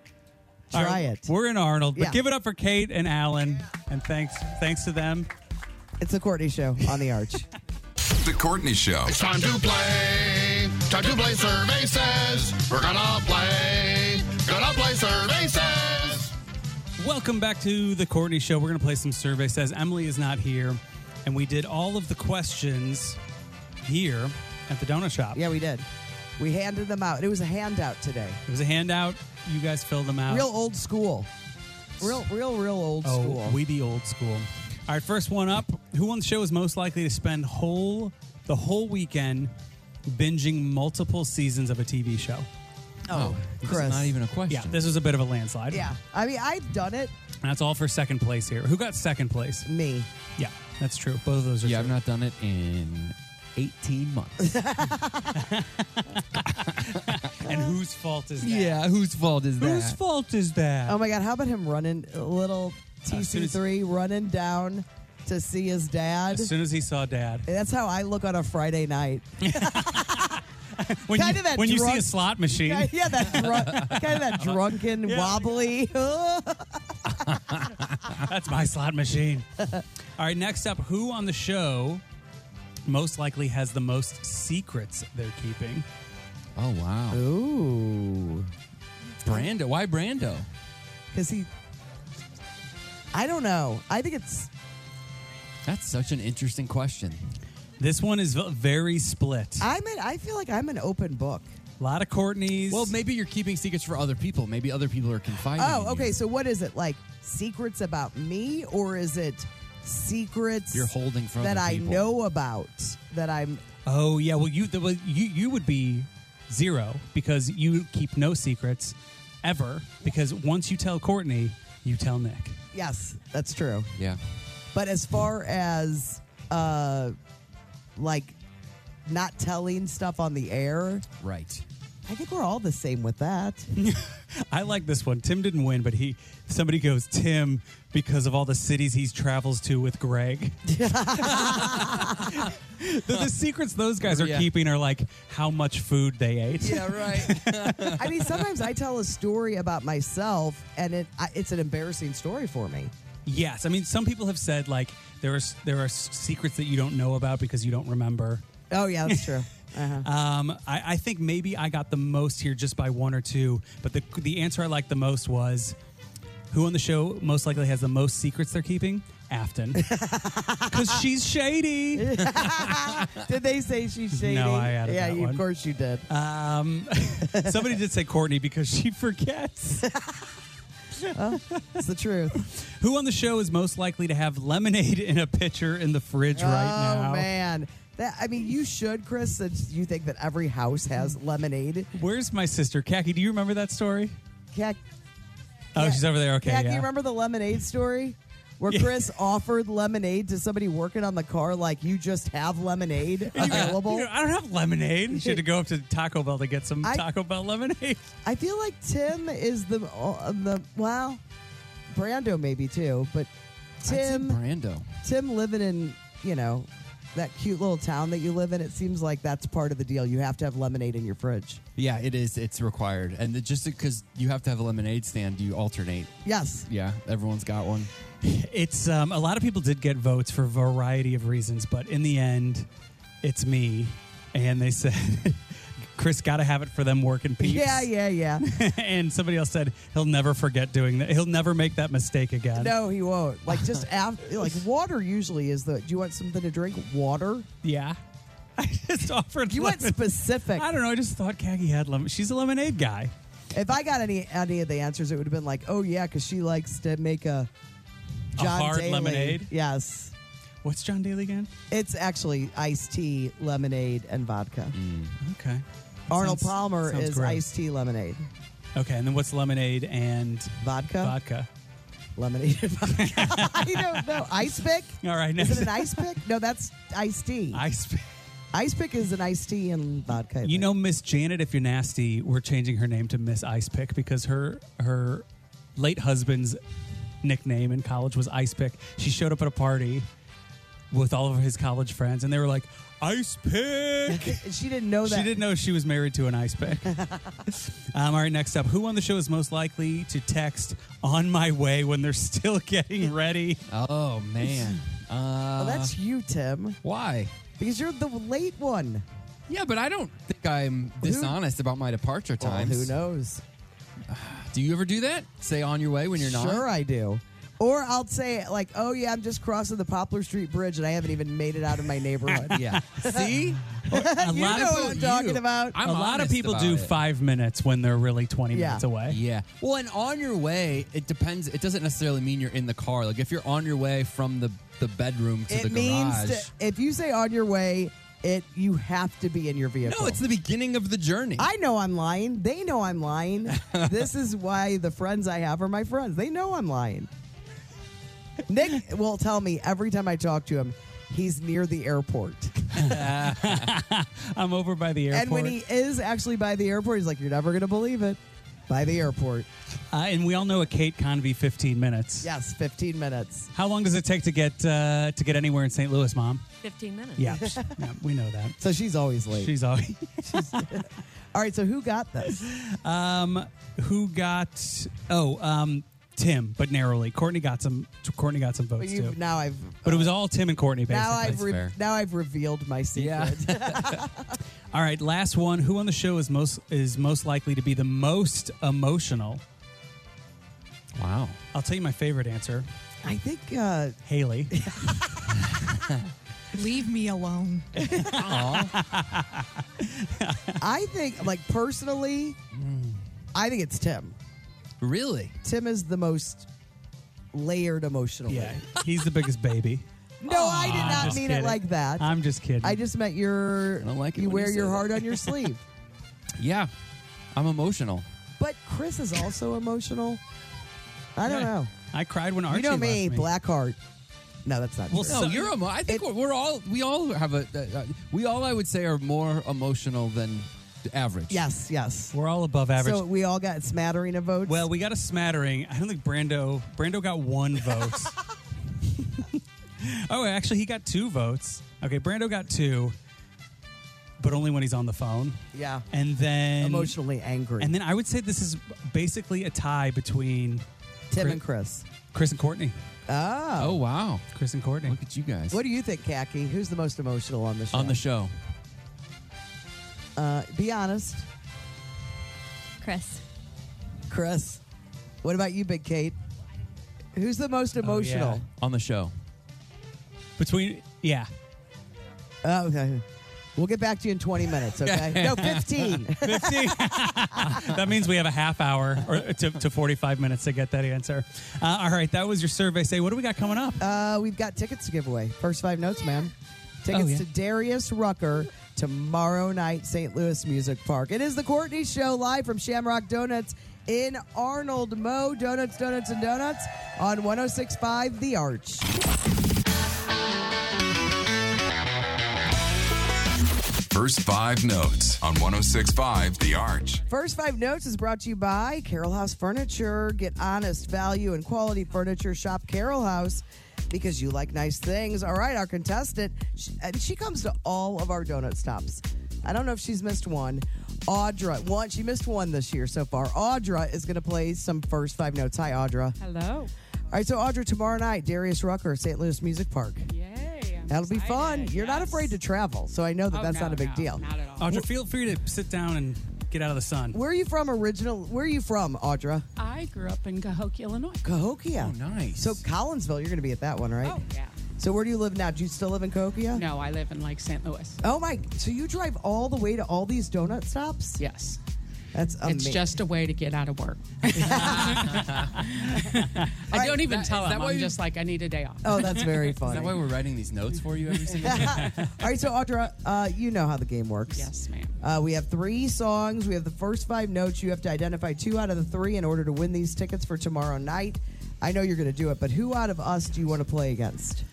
S3: Try
S4: All right,
S3: it.
S4: We're in Arnold, but
S3: Yeah.
S4: give it up for Kate and Alan, and thanks thanks to them.
S3: It's the Courtney Show on the Arch.
S7: The Courtney Show.
S5: It's time to play. Time to play Survey Says. We're gonna play. Gonna play Survey Says.
S4: Welcome back to the Courtney Show. We're gonna play some survey says Emily is not here, and we did all of the questions here at the donut shop.
S3: Yeah, we did. We handed them out. It was a handout today.
S4: It was a handout. You guys filled them out.
S3: Real old school. Real, real, real old
S4: Uh, oh,
S3: school.
S4: we be old school. All right, first one up. Who on the show is most likely to spend whole the whole weekend binging multiple seasons of a TV show?
S3: Oh,
S4: this
S3: Chris. not even
S6: a question.
S4: Yeah, this was a bit of a landslide.
S3: yeah. I mean, I've done it.
S4: And That's all for second place here. Who got second place?
S3: Me.
S4: Yeah, that's true. Both of those are
S6: Yeah, I've not done it in 18 months.
S4: And whose fault is that?
S6: yeah, whose fault is that?
S4: Whose fault is that?
S3: Oh my God! How about him running little
S4: As soon as-
S3: TC3 running down to see his dad?
S4: As soon as he saw dad.
S3: That's how I look on a Friday night.
S4: When,
S3: Kind
S4: you,
S3: of that
S4: when you see
S3: drunk-
S4: a slot machine.
S3: Yeah, yeah, that drunk, kind of that drunken wobbly.
S4: That's my slot machine. All right, next up, who on the show most likely has the most secrets they're keeping?
S6: Oh wow.
S3: Ooh.
S6: Brando. Why Brando?
S3: Because he. I don't know. I think it's.
S6: That's such an interesting question.
S4: This one is v- very split.
S3: I'm. An, I feel like I'm an open book.
S4: A lot of Courtney's.
S6: Well, maybe you're keeping secrets for other people. Maybe other people are confiding. in
S3: Oh,
S6: you.
S3: okay. So what is it like? Secrets about me, or is it secrets
S6: You're holding from
S3: that
S6: other
S3: I
S6: people.
S3: know about that I'm?
S4: Oh yeah, well you the, well, you you would be zero because you keep no secrets ever because once you tell Courtney, you tell Nick.
S3: Yes, that's true.
S6: Yeah.
S3: But as far as uh, like not telling stuff on the air,
S6: Right.
S3: I think we're all the same with that.
S4: I like this one. Tim didn't win, but he somebody goes Tim because of all the cities he travels to with Greg. the, the secrets those guys are
S6: Yeah.
S4: keeping are like how much food they ate.
S6: right.
S3: I mean, sometimes I tell a story about myself, and it I, it's an embarrassing story for me.
S4: Yes, I mean some people have said like there are s- there are s- secrets that you don't know about because you don't remember.
S3: Oh yeah, that's true. Uh-huh.
S4: Um, I, I think maybe I got the most here just by one or two, but the the answer I liked the most was who on the show most likely has the most secrets they're keeping? Afton, because she's shady.
S3: did they say she's shady?
S4: No, I added
S3: yeah,
S4: that
S3: you-
S4: one.
S3: of course you did.
S4: Um, somebody did say Courtney because she forgets.
S3: Oh, it's the truth.
S4: Who on the show is most likely to have lemonade in a pitcher in the fridge right
S3: oh
S4: now?
S3: man, that I mean, you should, Chris, since you think that every house has lemonade.
S4: Where's my sister Khaki? Do you remember that story?
S3: Cac-
S4: Oh, she's over there. Okay,
S3: Cac,
S4: yeah.
S3: you remember the lemonade story? Where Chris offered lemonade to somebody working on the car, like you just have lemonade available.
S4: You know, I don't have lemonade. She had to go up to Taco Bell to get some
S3: I-
S4: Taco Bell lemonade.
S3: I feel like Tim is the uh, the well, Brando maybe too, but Tim
S6: Brando.
S3: Tim living in you know that cute little town that you live in. It seems like that's part of the deal. You have to have lemonade in your fridge.
S6: Yeah, it is. It's required, and the, just because you have to have a lemonade stand, you alternate.
S3: Yes.
S6: Yeah, everyone's got one.
S4: It's um, a lot of people did get votes for a variety of reasons, but in the end, it's me. And they said, Chris got to have it for them working peeps.
S3: Yeah, yeah, yeah.
S4: and somebody else said he'll never forget doing that. He'll never make that mistake again.
S3: No, he won't. Like just after, like water usually is the. Do you want something to drink? Water.
S4: Yeah. I just offered.
S3: You went
S4: lemon-
S3: specific.
S4: I don't know. I just thought Kagi had lemon. She's a lemonade guy.
S3: If I got any any of the answers, it would have been like, oh yeah, because she likes to make a
S4: A
S3: John
S4: hard
S3: Daly.
S4: lemonade?
S3: Yes.
S4: What's John Daly again?
S3: It's actually iced tea, lemonade, and vodka.
S4: Okay.
S3: Arnold
S4: Mm. Sounds-
S3: Palmer
S4: sounds
S3: is
S4: gross.
S3: iced tea, lemonade.
S4: Okay, and then what's lemonade and
S3: vodka?
S4: Vodka.
S3: Lemonade and vodka. I don't know. Ice pick?
S4: All right,
S3: Is
S4: next.
S3: it an ice pick? No, that's iced tea.
S4: Ice pick.
S3: Ice pick is an iced tea and vodka. I
S4: You know, Miss Janet, if you're nasty, we're changing her name to Miss Ice Pick because her her late husband's nickname in college was Ice Pick. She showed up at a party with all of his college friends, and they were like, "Ice Pick."
S3: she didn't know
S4: She
S3: that.
S4: didn't know she was married to an ice pick. um, all right, next up, who on the show is most likely to text "on my way" when they're still getting ready?
S6: Oh man. Uh,
S3: well, that's you, Tim.
S6: Why?
S3: Because you're the late one.
S6: Yeah, but I don't think I'm dishonest about my departure
S3: Well,
S6: times.
S3: who knows?
S6: Do you ever do that? Say on your way when you're not.
S3: Sure, I do. Or I'll say like, "Oh yeah, I'm just crossing the Poplar Street Bridge, and I haven't even made it out of my neighborhood."
S6: yeah. See,
S3: you
S4: A
S3: know
S4: lot of
S3: what I'm
S4: people-
S3: talking
S4: you.
S3: about.
S4: a lot of people do five minutes when they're really 20 minutes away.
S6: Yeah. Well, and on your way, it depends. It doesn't necessarily mean you're in the car. Like if you're on your way from the the bedroom to the
S3: It
S6: garage.
S3: means to, if you say on your way, it you have to be in your vehicle.
S6: no, it's the beginning of the journey.
S3: I know I'm lying. They know I'm lying. this is why the friends I have are my friends. They know I'm lying. Nick will tell me every time I talk to him, he's near the airport.
S4: I'm over by the airport.
S3: And when he is actually by the airport, he's like, You're never going to believe it. By the airport.
S4: uh, and we all know a Kate Convey 15 minutes.
S3: Yes, 15 minutes.
S4: How long does it take to get uh, to get anywhere in St. Louis, Mom?
S3: 15 minutes.
S4: Yeah, yeah, we know that.
S3: So she's always late.
S4: She's always.
S3: All right, so who got this?
S4: Um, who got? Oh, um, Tim, but narrowly. Courtney got some. Courtney got some
S3: But
S4: votes
S3: you,
S4: too.
S3: now I've
S4: But it was all Tim and Courtney. Basically.
S3: now I've re- now I've revealed my secret.
S4: All right, last one. Who on the show is most is most likely to be the most emotional?
S6: Wow.
S4: I'll tell you my favorite answer.
S3: I think uh,
S4: Haley.
S20: Leave me alone.
S3: I think, like personally, I think it's Tim.
S6: Really?
S3: Tim is the most layered emotionally.
S4: yeah, he's the biggest baby.
S3: No, I did not mean it like that.
S4: I'm just kidding.
S3: I just meant your.
S6: like it
S3: you
S6: when you
S3: wear
S6: say
S3: your
S6: that.
S3: heart on your sleeve.
S6: yeah, I'm emotional.
S3: But Chris is also emotional. I don't know.
S4: I cried when
S3: You
S4: Archie.
S3: know me,
S4: left
S3: Blackheart. No, that's not
S6: Well,
S3: true.
S6: no, you're. Emo- I think we're, we're all. We all have a. Uh, uh, we all, I would say, are more emotional than the average.
S3: Yes, yes.
S4: We're all above average.
S3: So we all got smattering of votes.
S4: well, we got a smattering. I don't think Brando. Brando got one vote. oh, actually, he got two votes. Okay, Brando got two, but only when he's on the phone.
S3: yeah.
S4: And then
S3: Emotionally angry.
S4: And then I would say this is basically a tie between
S3: Tim and Chris.
S4: Chris and Courtney.
S3: Oh.
S6: Oh wow.
S4: Chris and Courtney. Look
S6: at you guys.
S3: What do you think, Khaki? Who's the most emotional on the show?
S6: On the show.
S3: Uh, be honest,
S17: Chris.
S3: Chris. What about you, Big Kate? Who's the most emotional?
S6: On the show.
S4: Between yeah.
S3: Oh, okay. We'll get back to you in 20 minutes, okay? no, 15.
S4: 15. that means we have a half hour or to, to 45 minutes to get that answer. Uh, all right, that was your survey. Say, what do we got coming up?
S3: Uh, we've got tickets to give away. First five notes, man. Tickets
S4: Oh, yeah.
S3: to Darius Rucker tomorrow night, St. Louis Music Park. It is the Courtney Show live from Shamrock Donuts in Arnold Mo. Donuts, donuts, and donuts on 106.5 The Arch.
S7: First five notes on 1065 The Arch.
S3: First Five Notes is brought to you by Carroll House Furniture. Get honest value and quality furniture. Shop Carroll House because you like nice things. All right, our contestant, she, and she comes to all of our donut stops. I don't know if she's missed one. Audra, one, she missed one this year so far. Audra is going to play some First Five Notes. Hi, Audra.
S21: Hello.
S3: All right, so Audra, tomorrow night, Darius Rucker, St. Louis Music Park.
S21: Yay. I'm
S3: That'll be fun. You're not afraid to travel, so I know that
S21: Oh,
S3: that's
S21: no,
S3: not a big
S21: no,
S3: deal.
S21: not at
S4: Audra, feel free to sit down and get out of the sun.
S3: Where are you from original? Where are you from, Audra?
S21: I grew up in Cahokia, Illinois.
S3: Cahokia.
S6: Oh, nice.
S3: So Collinsville, you're going to be at that one, right?
S21: Oh, yeah.
S3: So where do you live now? Do you still live in Cahokia?
S21: No, I live in like St. Louis.
S3: Oh my! So you drive all the way to all these donut stops?
S21: Yes.
S3: That's
S20: It's
S3: amazing.
S20: just a way to get out of work. I don't even tell
S6: is that
S20: them.
S6: why
S20: I'm
S6: you-
S20: just like, I need a day off.
S3: Oh, that's very
S6: Is
S3: funny.
S6: that why we're writing these notes for you every single day?
S3: All right, so Audra, uh, you know how the game works.
S20: Yes, ma'am.
S3: Uh, we have three songs. We have the first five notes. You have to identify two out of the three in order to win these tickets for tomorrow night. I know you're going to do it, but who out of us do you want to play against?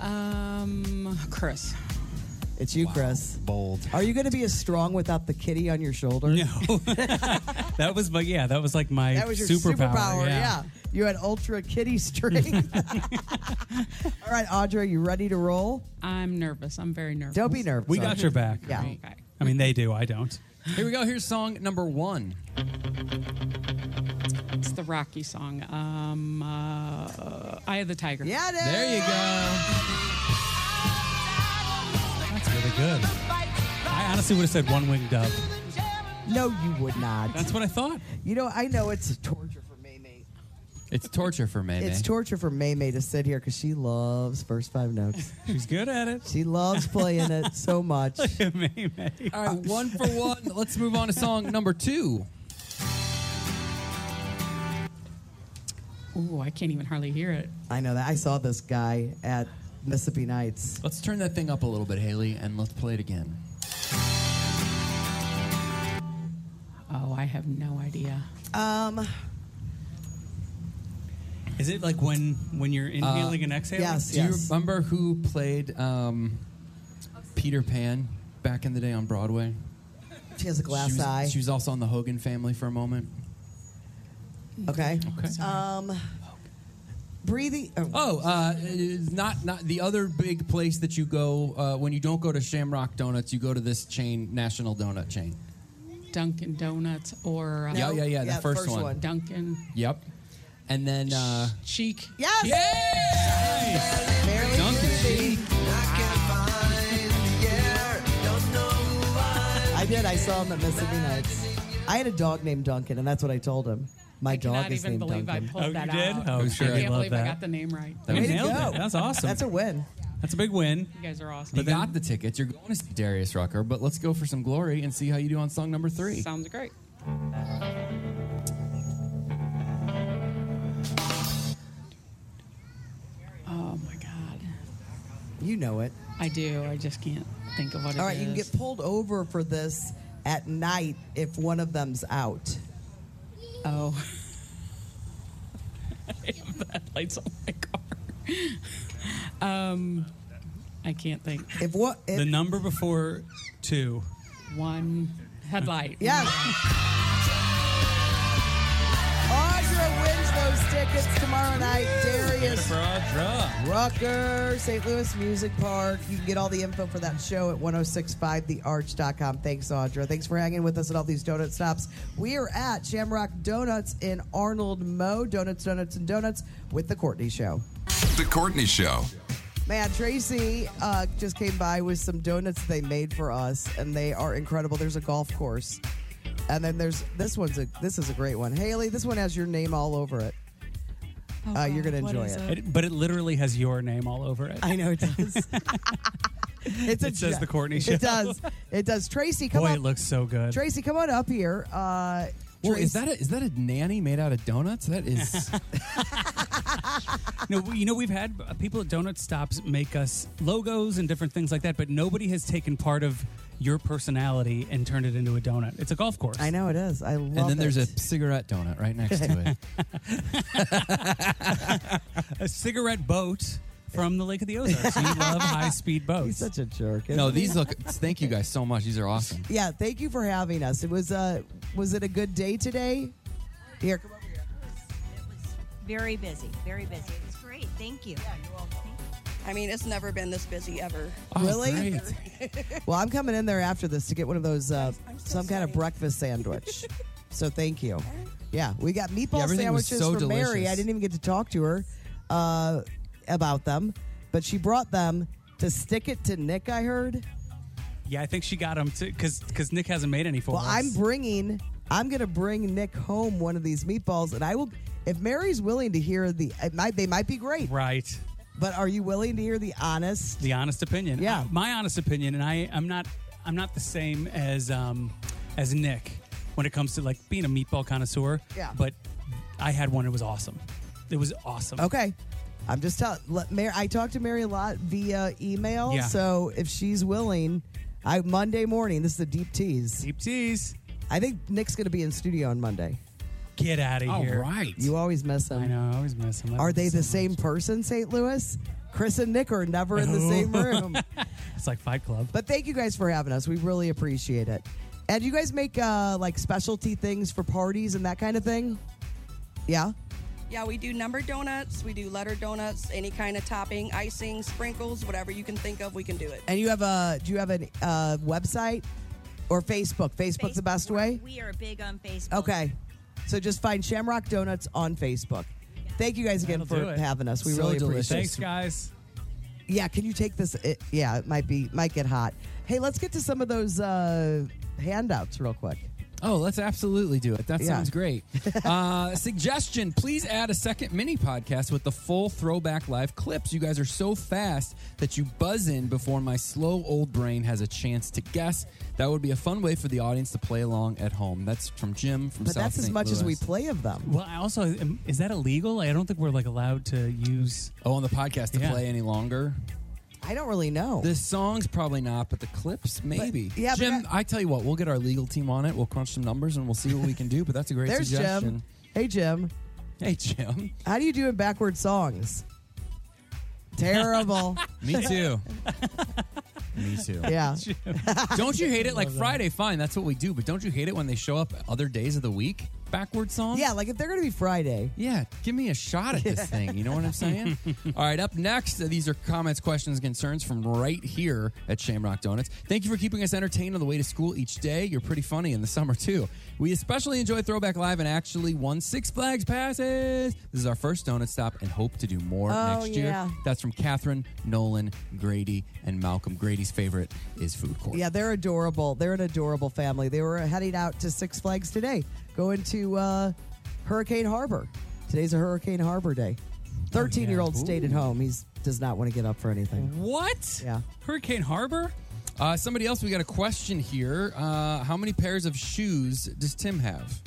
S20: Um, Chris.
S3: It's you, Chris. Bold. Are you going to be as strong without the kitty on your shoulder?
S4: No. That was, but yeah, that was like my
S3: That was your
S4: superpower.
S3: superpower. yeah. You had ultra kitty strength. All right, Audra, you ready to roll?
S20: I'm nervous. I'm very nervous.
S3: Don't be nervous.
S4: We got your back.
S3: Yeah.
S4: I mean, they do. I don't.
S6: Here we go. Here's song number one.
S20: It's the Rocky song. Um, uh, Eye of the Tiger.
S3: Yeah, it is.
S6: There you go.
S4: That's really good. I honestly would have said one winged dove.
S3: No, you would not.
S4: That's what I thought.
S3: You know, I know it's torture for
S6: It's torture for May.
S3: It's torture for May May to sit here because she loves first five notes.
S4: She's good at it.
S3: She loves playing it so much.
S6: All right, one for one. Let's move on to song number two.
S20: Ooh, I can't even hardly hear it.
S3: I know that. I saw this guy at Mississippi Nights.
S6: Let's turn that thing up a little bit, Haley, and let's play it again.
S20: Oh, I have no idea.
S3: Um,
S4: Is it like when when you're
S3: Uh,
S4: inhaling and exhaling?
S6: Do you remember who played um, Peter Pan back in the day on Broadway?
S3: She has a glass
S6: was-
S3: eye.
S6: She was also on the Hogan family for a moment.
S3: Okay.
S6: Okay.
S3: Um, breathing. Oh,
S6: Oh, uh, not not the other big place that you go uh, when you don't go to Shamrock Donuts, you go to this chain, National Donut Chain.
S20: Dunkin' Donuts or.
S6: Yeah, yeah, yeah, the Yeah, first first one. one.
S20: Dunkin'.
S6: Yep. And then uh,
S20: Cheek.
S3: Yes.
S6: Barely Dunkin'
S3: I did. I saw him at Mississippi Nights. I had a dog named Duncan, and that's what I told him. My dog
S20: Cannot
S3: is named
S20: even believe
S3: Duncan.
S20: I pulled that out.
S4: Oh, sure.
S20: I
S4: I
S20: can't
S4: love
S20: believe I
S4: that.
S20: got the name right.
S6: That
S4: You
S6: was
S4: nailed
S6: good.
S4: it. That's awesome.
S6: That's a
S3: win.
S4: That's a big win.
S20: You guys are awesome.
S6: you got the tickets. You're going to see Darius Rucker, but let's go for some glory and see how you do on song number three.
S20: Sounds great. Oh my god.
S3: You know it.
S20: I do. I just can't think of what it is.
S3: All right, you can get pulled over for this at night if one of them's out.
S20: Oh. I have bad lights on my car. Um, I can't think.
S3: If what?
S4: the number before two.
S20: One headlight.
S3: Yes. Audra wins those tickets tomorrow night. Darius Rucker, St. Louis Music Park. You can get all the info for that show at 1065thearch.com. Thanks, Audra. Thanks for hanging with us at all these donut stops. We are at Shamrock Donuts in Arnold Mo. Donuts, Donuts, and Donuts with The Courtney Show.
S7: The Courtney Show.
S3: Man, Tracy uh, just came by with some donuts they made for us, and they are incredible. There's a golf course, and then there's this one's a this is a great one. Haley, this one has your name all over it.
S9: Oh,
S3: uh, you're gonna enjoy it.
S4: But it literally has your name all over it. I
S3: know it does. It's
S4: it says
S3: gi-
S4: the Courtney Show.
S3: It does. It does. Tracy, come
S4: Boy,
S3: on.
S4: it looks so good.
S3: Tracy, come on up here. Uh,
S6: Whoa,
S3: Trace-
S6: is that a, is that a nanny made out of donuts? That is.
S4: No, we- you know we've had uh, people at donut stops make us logos and different things like that, but nobody has taken part of your personality and turned it into a donut. It's a golf course.
S3: I know it is. I love
S6: and then there's a
S3: it.
S6: cigarette donut right next to
S4: a cigarette boat from the Lake of the Ozarks. You love high speed boats. He's
S3: such a jerk.
S6: it. no, these look. Thank you guys so much. These are awesome.
S3: Yeah, thank you for having us. It was uh, was it a good day today? Here, come over here.
S22: Very busy, very busy. It was great. Thank you. Yeah, you're welcome.
S23: I mean, it's never been this busy ever.
S6: Oh,
S3: really? Well, I'm coming in there after this to get one of those, uh, some kind of breakfast sandwich. so thank you. Yeah, we got meatball
S6: Yeah, everything was
S3: sandwiches
S6: so
S3: for Mary.
S6: delicious.
S3: I didn't even get to talk to her uh, about them, but she brought them to stick it to Nick. I heard.
S4: Yeah, I think she got them because because Nick hasn't made any for
S3: Well,
S4: us.
S3: I'm bringing, I'm gonna bring Nick home one of these meatballs, and I will. If Mary's willing to hear the, it might they might be great.
S4: Right.
S3: But are you willing to hear the honest?
S4: the honest opinion.
S3: Yeah.
S4: Uh, my honest opinion, and I I'm not I'm not the same as um as Nick. when it comes to like being a meatball connoisseur.
S3: Yeah.
S4: But I had one. It was awesome. It was awesome.
S3: Okay. I'm just telling. Mary, I talked to Mary a lot via email,
S4: Yeah.
S3: so if she's willing, I Monday morning. This is a deep tease. Deep
S4: tease.
S3: I think Nick's going to be in studio on Monday.
S4: Get out of here.
S3: You always miss them. I
S4: know. I always miss them.
S3: Are they the same person, St. Louis? Chris and Nick are never in the same room.
S4: It's like Fight Club.
S3: But thank you guys for having us. We really appreciate it. And you guys make uh, like specialty things for parties and that kind of thing. Yeah.
S23: Yeah, we do number donuts, we do letter donuts, any kind of topping, icing, sprinkles, whatever you can think of, we can do it.
S3: And you have a do you have a uh, website or Facebook? Facebook's the best way.
S22: We are big on Facebook.
S3: Okay. So just find Shamrock Donuts on Facebook. Thank you guys again
S4: That'll do
S3: for
S4: it.
S3: having us. We
S4: So
S3: really
S4: delicious.
S3: appreciate it.
S4: Thanks, guys.
S3: Yeah, can you take this? It, yeah, it might be might get hot. Hey, let's get to some of those uh, handouts real quick.
S6: Oh, let's absolutely do it. That
S3: Yeah.
S6: sounds great. uh, suggestion: Please add a second mini podcast with the full throwback live clips. You guys are so fast that you buzz in before my slow old brain has a chance to guess. That would be a fun way for the audience to play along at home. That's from Jim from
S3: But
S6: South
S3: that's as
S6: St.
S3: much as we
S6: Louis.
S3: play of them.
S4: Well, I also am- is that illegal? I don't think we're like allowed to use.
S6: Oh, on the podcast to play any longer.
S3: I don't really know.
S6: The songs probably not, but the clips maybe.
S3: But- yeah, but
S6: Jim. I, tell you what, we'll get our legal team on it. We'll crunch some numbers and we'll see what we can do. But that's a great
S3: There's
S6: suggestion.
S3: Jim. Hey, Jim.
S6: Hey, Jim.
S3: How do you do in backward songs? Terrible.
S6: Me too. Me too.
S3: Yeah.
S6: don't you hate it? Like
S3: Love that.
S6: Friday, fine, that's what we do. But don't you hate it when they show up other days of the week? Backward songs?
S3: Yeah, like if they're going to be Friday.
S6: Yeah, give me a shot at this thing. You know what I'm saying? All right, up next, uh, these are comments, questions, concerns from right here at Shamrock Donuts. Thank you for keeping us entertained on the way to school each day. You're pretty funny in the summer, too. We especially enjoy Throwback Live and actually won Six Flags passes. This is our first donut stop and hope to do more
S3: Oh,
S6: next year.
S3: yeah.
S6: That's from Catherine, Nolan, Grady, and Malcolm. Grady's favorite is food court.
S3: Yeah, they're adorable. They're an adorable family. They were heading out to Six Flags today, going to uh, Hurricane Harbor. Today's a Hurricane Harbor day.
S6: Oh,
S3: 13 year old stayed at home. He's does not want to get up for anything.
S6: What?
S3: Yeah.
S6: Hurricane Harbor? Uh, somebody else, we got a question here. Uh, how many pairs of shoes does Tim have?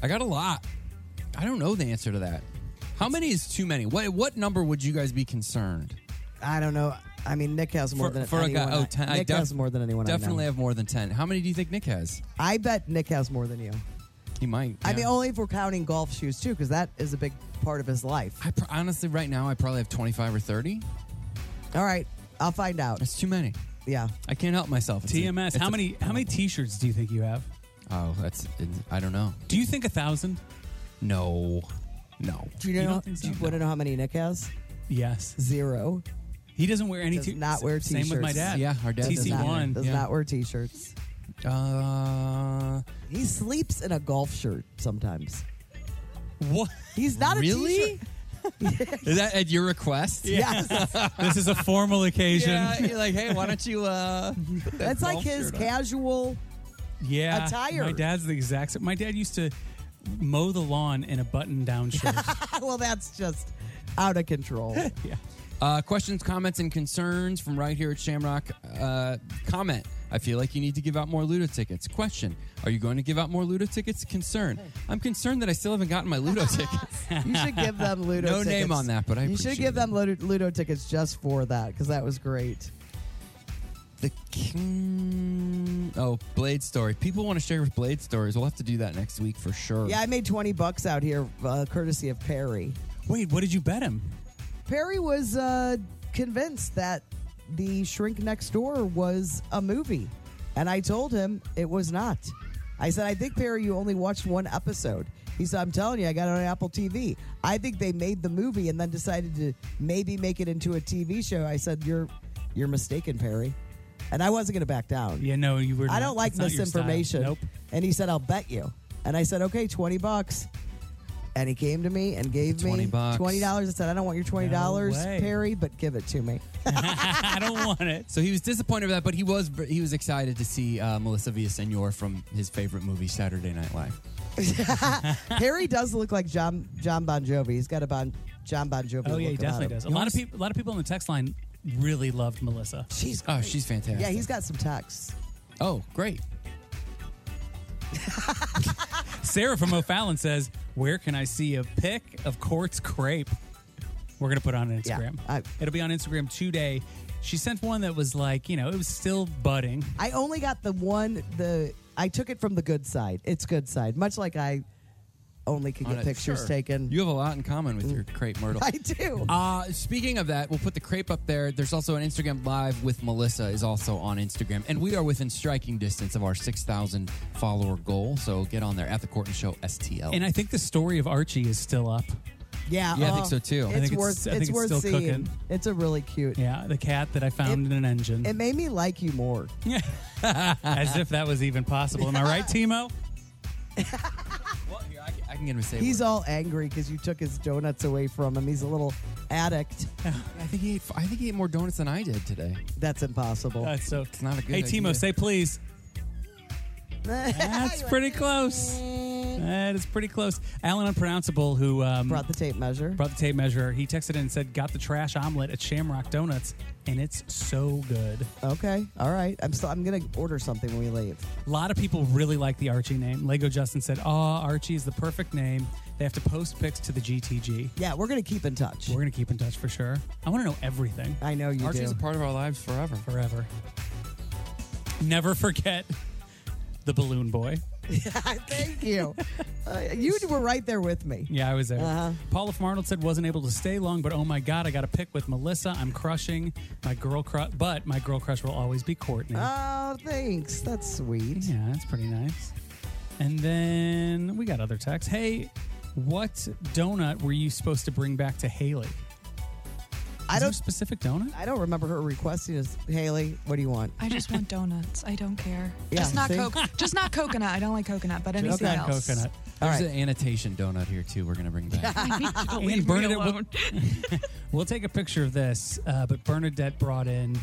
S6: I got a lot. I don't know the answer to that. How many is too many? What what number would you guys be concerned?
S3: I don't know. I mean, Nick has more
S6: for,
S3: than
S6: for a
S3: anyone.
S6: guy. Oh, 10.
S3: Nick
S6: I def-
S3: has more than anyone.
S6: Definitely
S3: I, know.
S6: have more than 10. How many do you think Nick has?
S3: I bet Nick has more than you.
S6: He might.
S3: I
S6: yeah.
S3: mean, only if we're counting golf shoes too, because that is a big part of his life.
S6: I pr- honestly, right now, I probably have 25 or 30.
S3: All right, I'll find out.
S6: That's too many.
S3: Yeah.
S6: I can't help myself. It's a-
S4: TMS.
S6: it's
S4: how
S6: a-
S4: many how many T-shirts do you think you have?
S6: Oh, that's. I don't know.
S4: Do you think a thousand?
S6: No. No.
S3: Do you
S4: You
S3: know?
S4: don't think
S3: do you want to know how many Nick has?
S4: Yes.
S3: Zero.
S4: He doesn't wear any.
S3: Does
S4: t-
S3: not wear
S4: Same
S3: t-shirts.
S4: with my dad.
S3: does not,
S4: TC1
S3: does
S4: yeah.
S3: not wear t-shirts.
S6: Uh,
S3: he sleeps in a golf shirt sometimes.
S4: What?
S3: He's not
S6: Really?
S3: a t-shirt.
S6: Is that at your request?
S3: Yeah. Yes.
S4: this is a formal occasion.
S6: Yeah, you're like, hey, why don't you? uh put that
S3: That's like
S6: golf
S3: his
S6: shirt on?"
S3: casual.
S4: Yeah,
S3: attire.
S4: My dad's the exact same. My dad used to mow the lawn in a button-down shirt.
S3: well, that's just out of control.
S4: yeah.
S6: Uh, questions, comments, and concerns from right here at Shamrock. Uh, comment. I feel like you need to give out more Ludo tickets. Question: Are you going to give out more Ludo tickets? Concern: I'm concerned that I still haven't gotten my Ludo tickets.
S3: You should give them Ludo.
S6: no
S3: tickets.
S6: name on that, but I
S3: you should
S6: appreciate
S3: give them Ludo, Ludo tickets just for that because that was great.
S6: The king. Oh, Blade story. People want to share with Blade stories. We'll have to do that next week for sure.
S3: Yeah, I made twenty bucks out here, uh, courtesy of Perry.
S4: Wait, what did you bet him?
S3: Perry was uh, convinced that the Shrink Next Door was a movie, and I told him it was not. I said, I think Perry, you only watched one episode. He said, I'm telling you, I got it on Apple TV. I think they made the movie and then decided to maybe make it into a TV show. I said, you're you're mistaken, Perry, and I wasn't going to back down.
S4: Yeah, no, you were.
S3: I
S4: not-
S3: don't like
S4: it's not your style.
S3: misinformation.
S4: Nope.
S3: And he said, I'll bet you. And I said, okay, 20 bucks. And he came to me and gave
S6: 20
S3: me
S6: bucks.
S3: $20. I said, I don't want your $20,
S6: No way.
S3: Perry, but give it to me.
S4: I don't want it.
S6: So he was disappointed with that, but he was he was excited to see uh, Melissa Villaseñor from his favorite movie, Saturday Night Live.
S3: Perry does look like John, John Bon Jovi. He's got a bon, John Bon Jovi
S4: Oh
S3: look
S4: yeah, he
S3: about
S4: definitely
S3: him.
S4: does. A
S3: You
S4: lot
S3: wanna
S4: of people, a lot of people on the text line really loved Melissa.
S3: She's
S6: oh, she's fantastic.
S3: Yeah, he's got some texts.
S6: Oh, great.
S4: Sarah from O'Fallon says, "Where can I see a pic of Court's crepe?" We're gonna put it on Instagram. It'll be on Instagram today. She sent one that was like, you know, it was still budding.
S3: I only got the one. The I took it from the good side. It's good side, much like I only could
S6: On
S3: get
S6: it,
S3: pictures
S6: sure.
S3: taken. Mm.
S6: You have a lot in common with your crepe, Myrtle.
S3: I do.
S6: Uh, speaking of that, we'll put the crepe up there. There's also an Instagram live with Melissa is also on Instagram, and we are within striking distance of our 6,000 follower goal. So get on there at the Courtney Show STL.
S4: And I think the story of Archie is still up.
S3: Yeah,
S4: Yeah, I
S3: uh,
S4: think so, too. I
S3: It's
S4: think it's-
S3: worth.
S4: I think
S3: it's,
S4: it's
S3: worth
S4: still
S3: seeing.
S4: cooking.
S3: It's a really cute.
S4: Yeah, the cat that I found in an engine.
S3: It made me like you more.
S4: As if that was even possible. Am I right, Timo?
S6: I can get him to say
S3: He's all angry because you took his donuts away from him. He's a little addict.
S6: I think he ate. I think he ate more donuts than I did today.
S3: That's impossible.
S4: That's Uh, so.
S6: It's not a good
S4: hey,
S6: idea.
S4: Timo, say please. Uh, That's pretty close. That is pretty close. Alan Unpronounceable, who um, brought
S3: the tape measure,
S4: brought the tape measure. He texted in and said, "Got the trash omelet at Shamrock Donuts, and it's so good."
S3: Okay, all right. I'm still. I'm gonna order something when we leave.
S4: A lot of people really like the Archie name. Lego Justin said, "Oh, Archie is the perfect name." They have to post pics to the GTG.
S3: Yeah, we're gonna keep in touch.
S4: We're gonna keep in touch for sure. I want to know everything.
S3: I know you
S6: Archie's
S4: do.
S6: a part of our lives forever.
S4: Forever. Never forget the balloon boy.
S3: Thank you. uh, you were right there with me.
S4: Yeah, I was there.
S3: Uh-huh.
S4: Paula from Arnold said wasn't able to stay long, but oh my god, I got a pick with Melissa. I'm crushing my girl crush, but my girl crush will always be Courtney.
S3: Oh, thanks. That's sweet.
S4: Yeah, that's pretty nice. And then we got other texts. Hey, what donut were you supposed to bring back to Haley?
S3: I don't
S4: specific donut.
S3: I don't remember her requesting us. Haley, what do you want?
S1: I just want donuts. I don't care.
S3: Yeah,
S1: just not
S3: see?
S1: coke. Just not coconut. I don't like coconut, but anything else.
S6: There's an annotation donut here too. We're gonna bring back.
S1: I need you to
S4: And
S1: leave me
S4: Bernadette will-
S1: alone.
S4: We'll take a picture of this, uh, but Bernadette brought in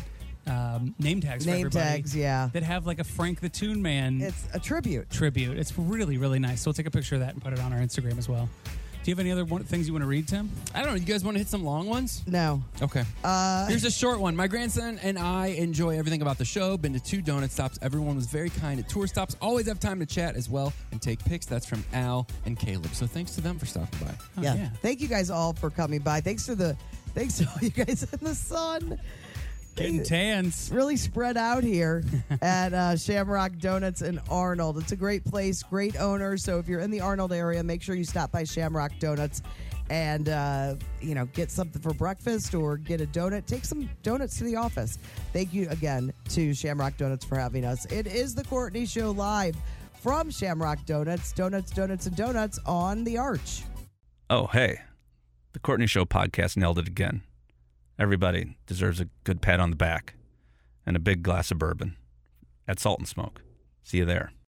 S4: um, name tags for
S3: Name
S4: everybody.
S3: tags, yeah.
S4: That have like a Frank the Toon Man.
S3: It's a tribute.
S4: Tribute. It's really, really nice. So we'll take a picture of that and put it on our Instagram as well. Do you have any other one- things you want to read, Tim?
S6: I don't know. You guys want to hit some long ones?
S3: No.
S6: Okay.
S3: Uh,
S6: Here's a short one. My grandson and I enjoy everything about the show. Been to two donut stops. Everyone was very kind at tour stops. Always have time to chat as well and take pics. That's from Al and Caleb. So thanks to them for stopping by.
S3: yeah. Thank you guys all for coming by. Thanks to the thanks to all you guys in the sun.
S4: Getting tans.
S3: Really spread out here at uh, Shamrock Donuts in Arnold. It's a great place, great owner. So if you're in the Arnold area, make sure you stop by Shamrock Donuts and uh, you know get something for breakfast or get a donut. Take some donuts to the office. Thank you again to Shamrock Donuts for having us. It is the Courtney Show live from Shamrock Donuts, Donuts, Donuts, and Donuts on the Arch.
S9: Oh, hey. The Courtney Show podcast nailed it again. Everybody deserves a good pat on the back and a big glass of bourbon at Salt and Smoke. See you there.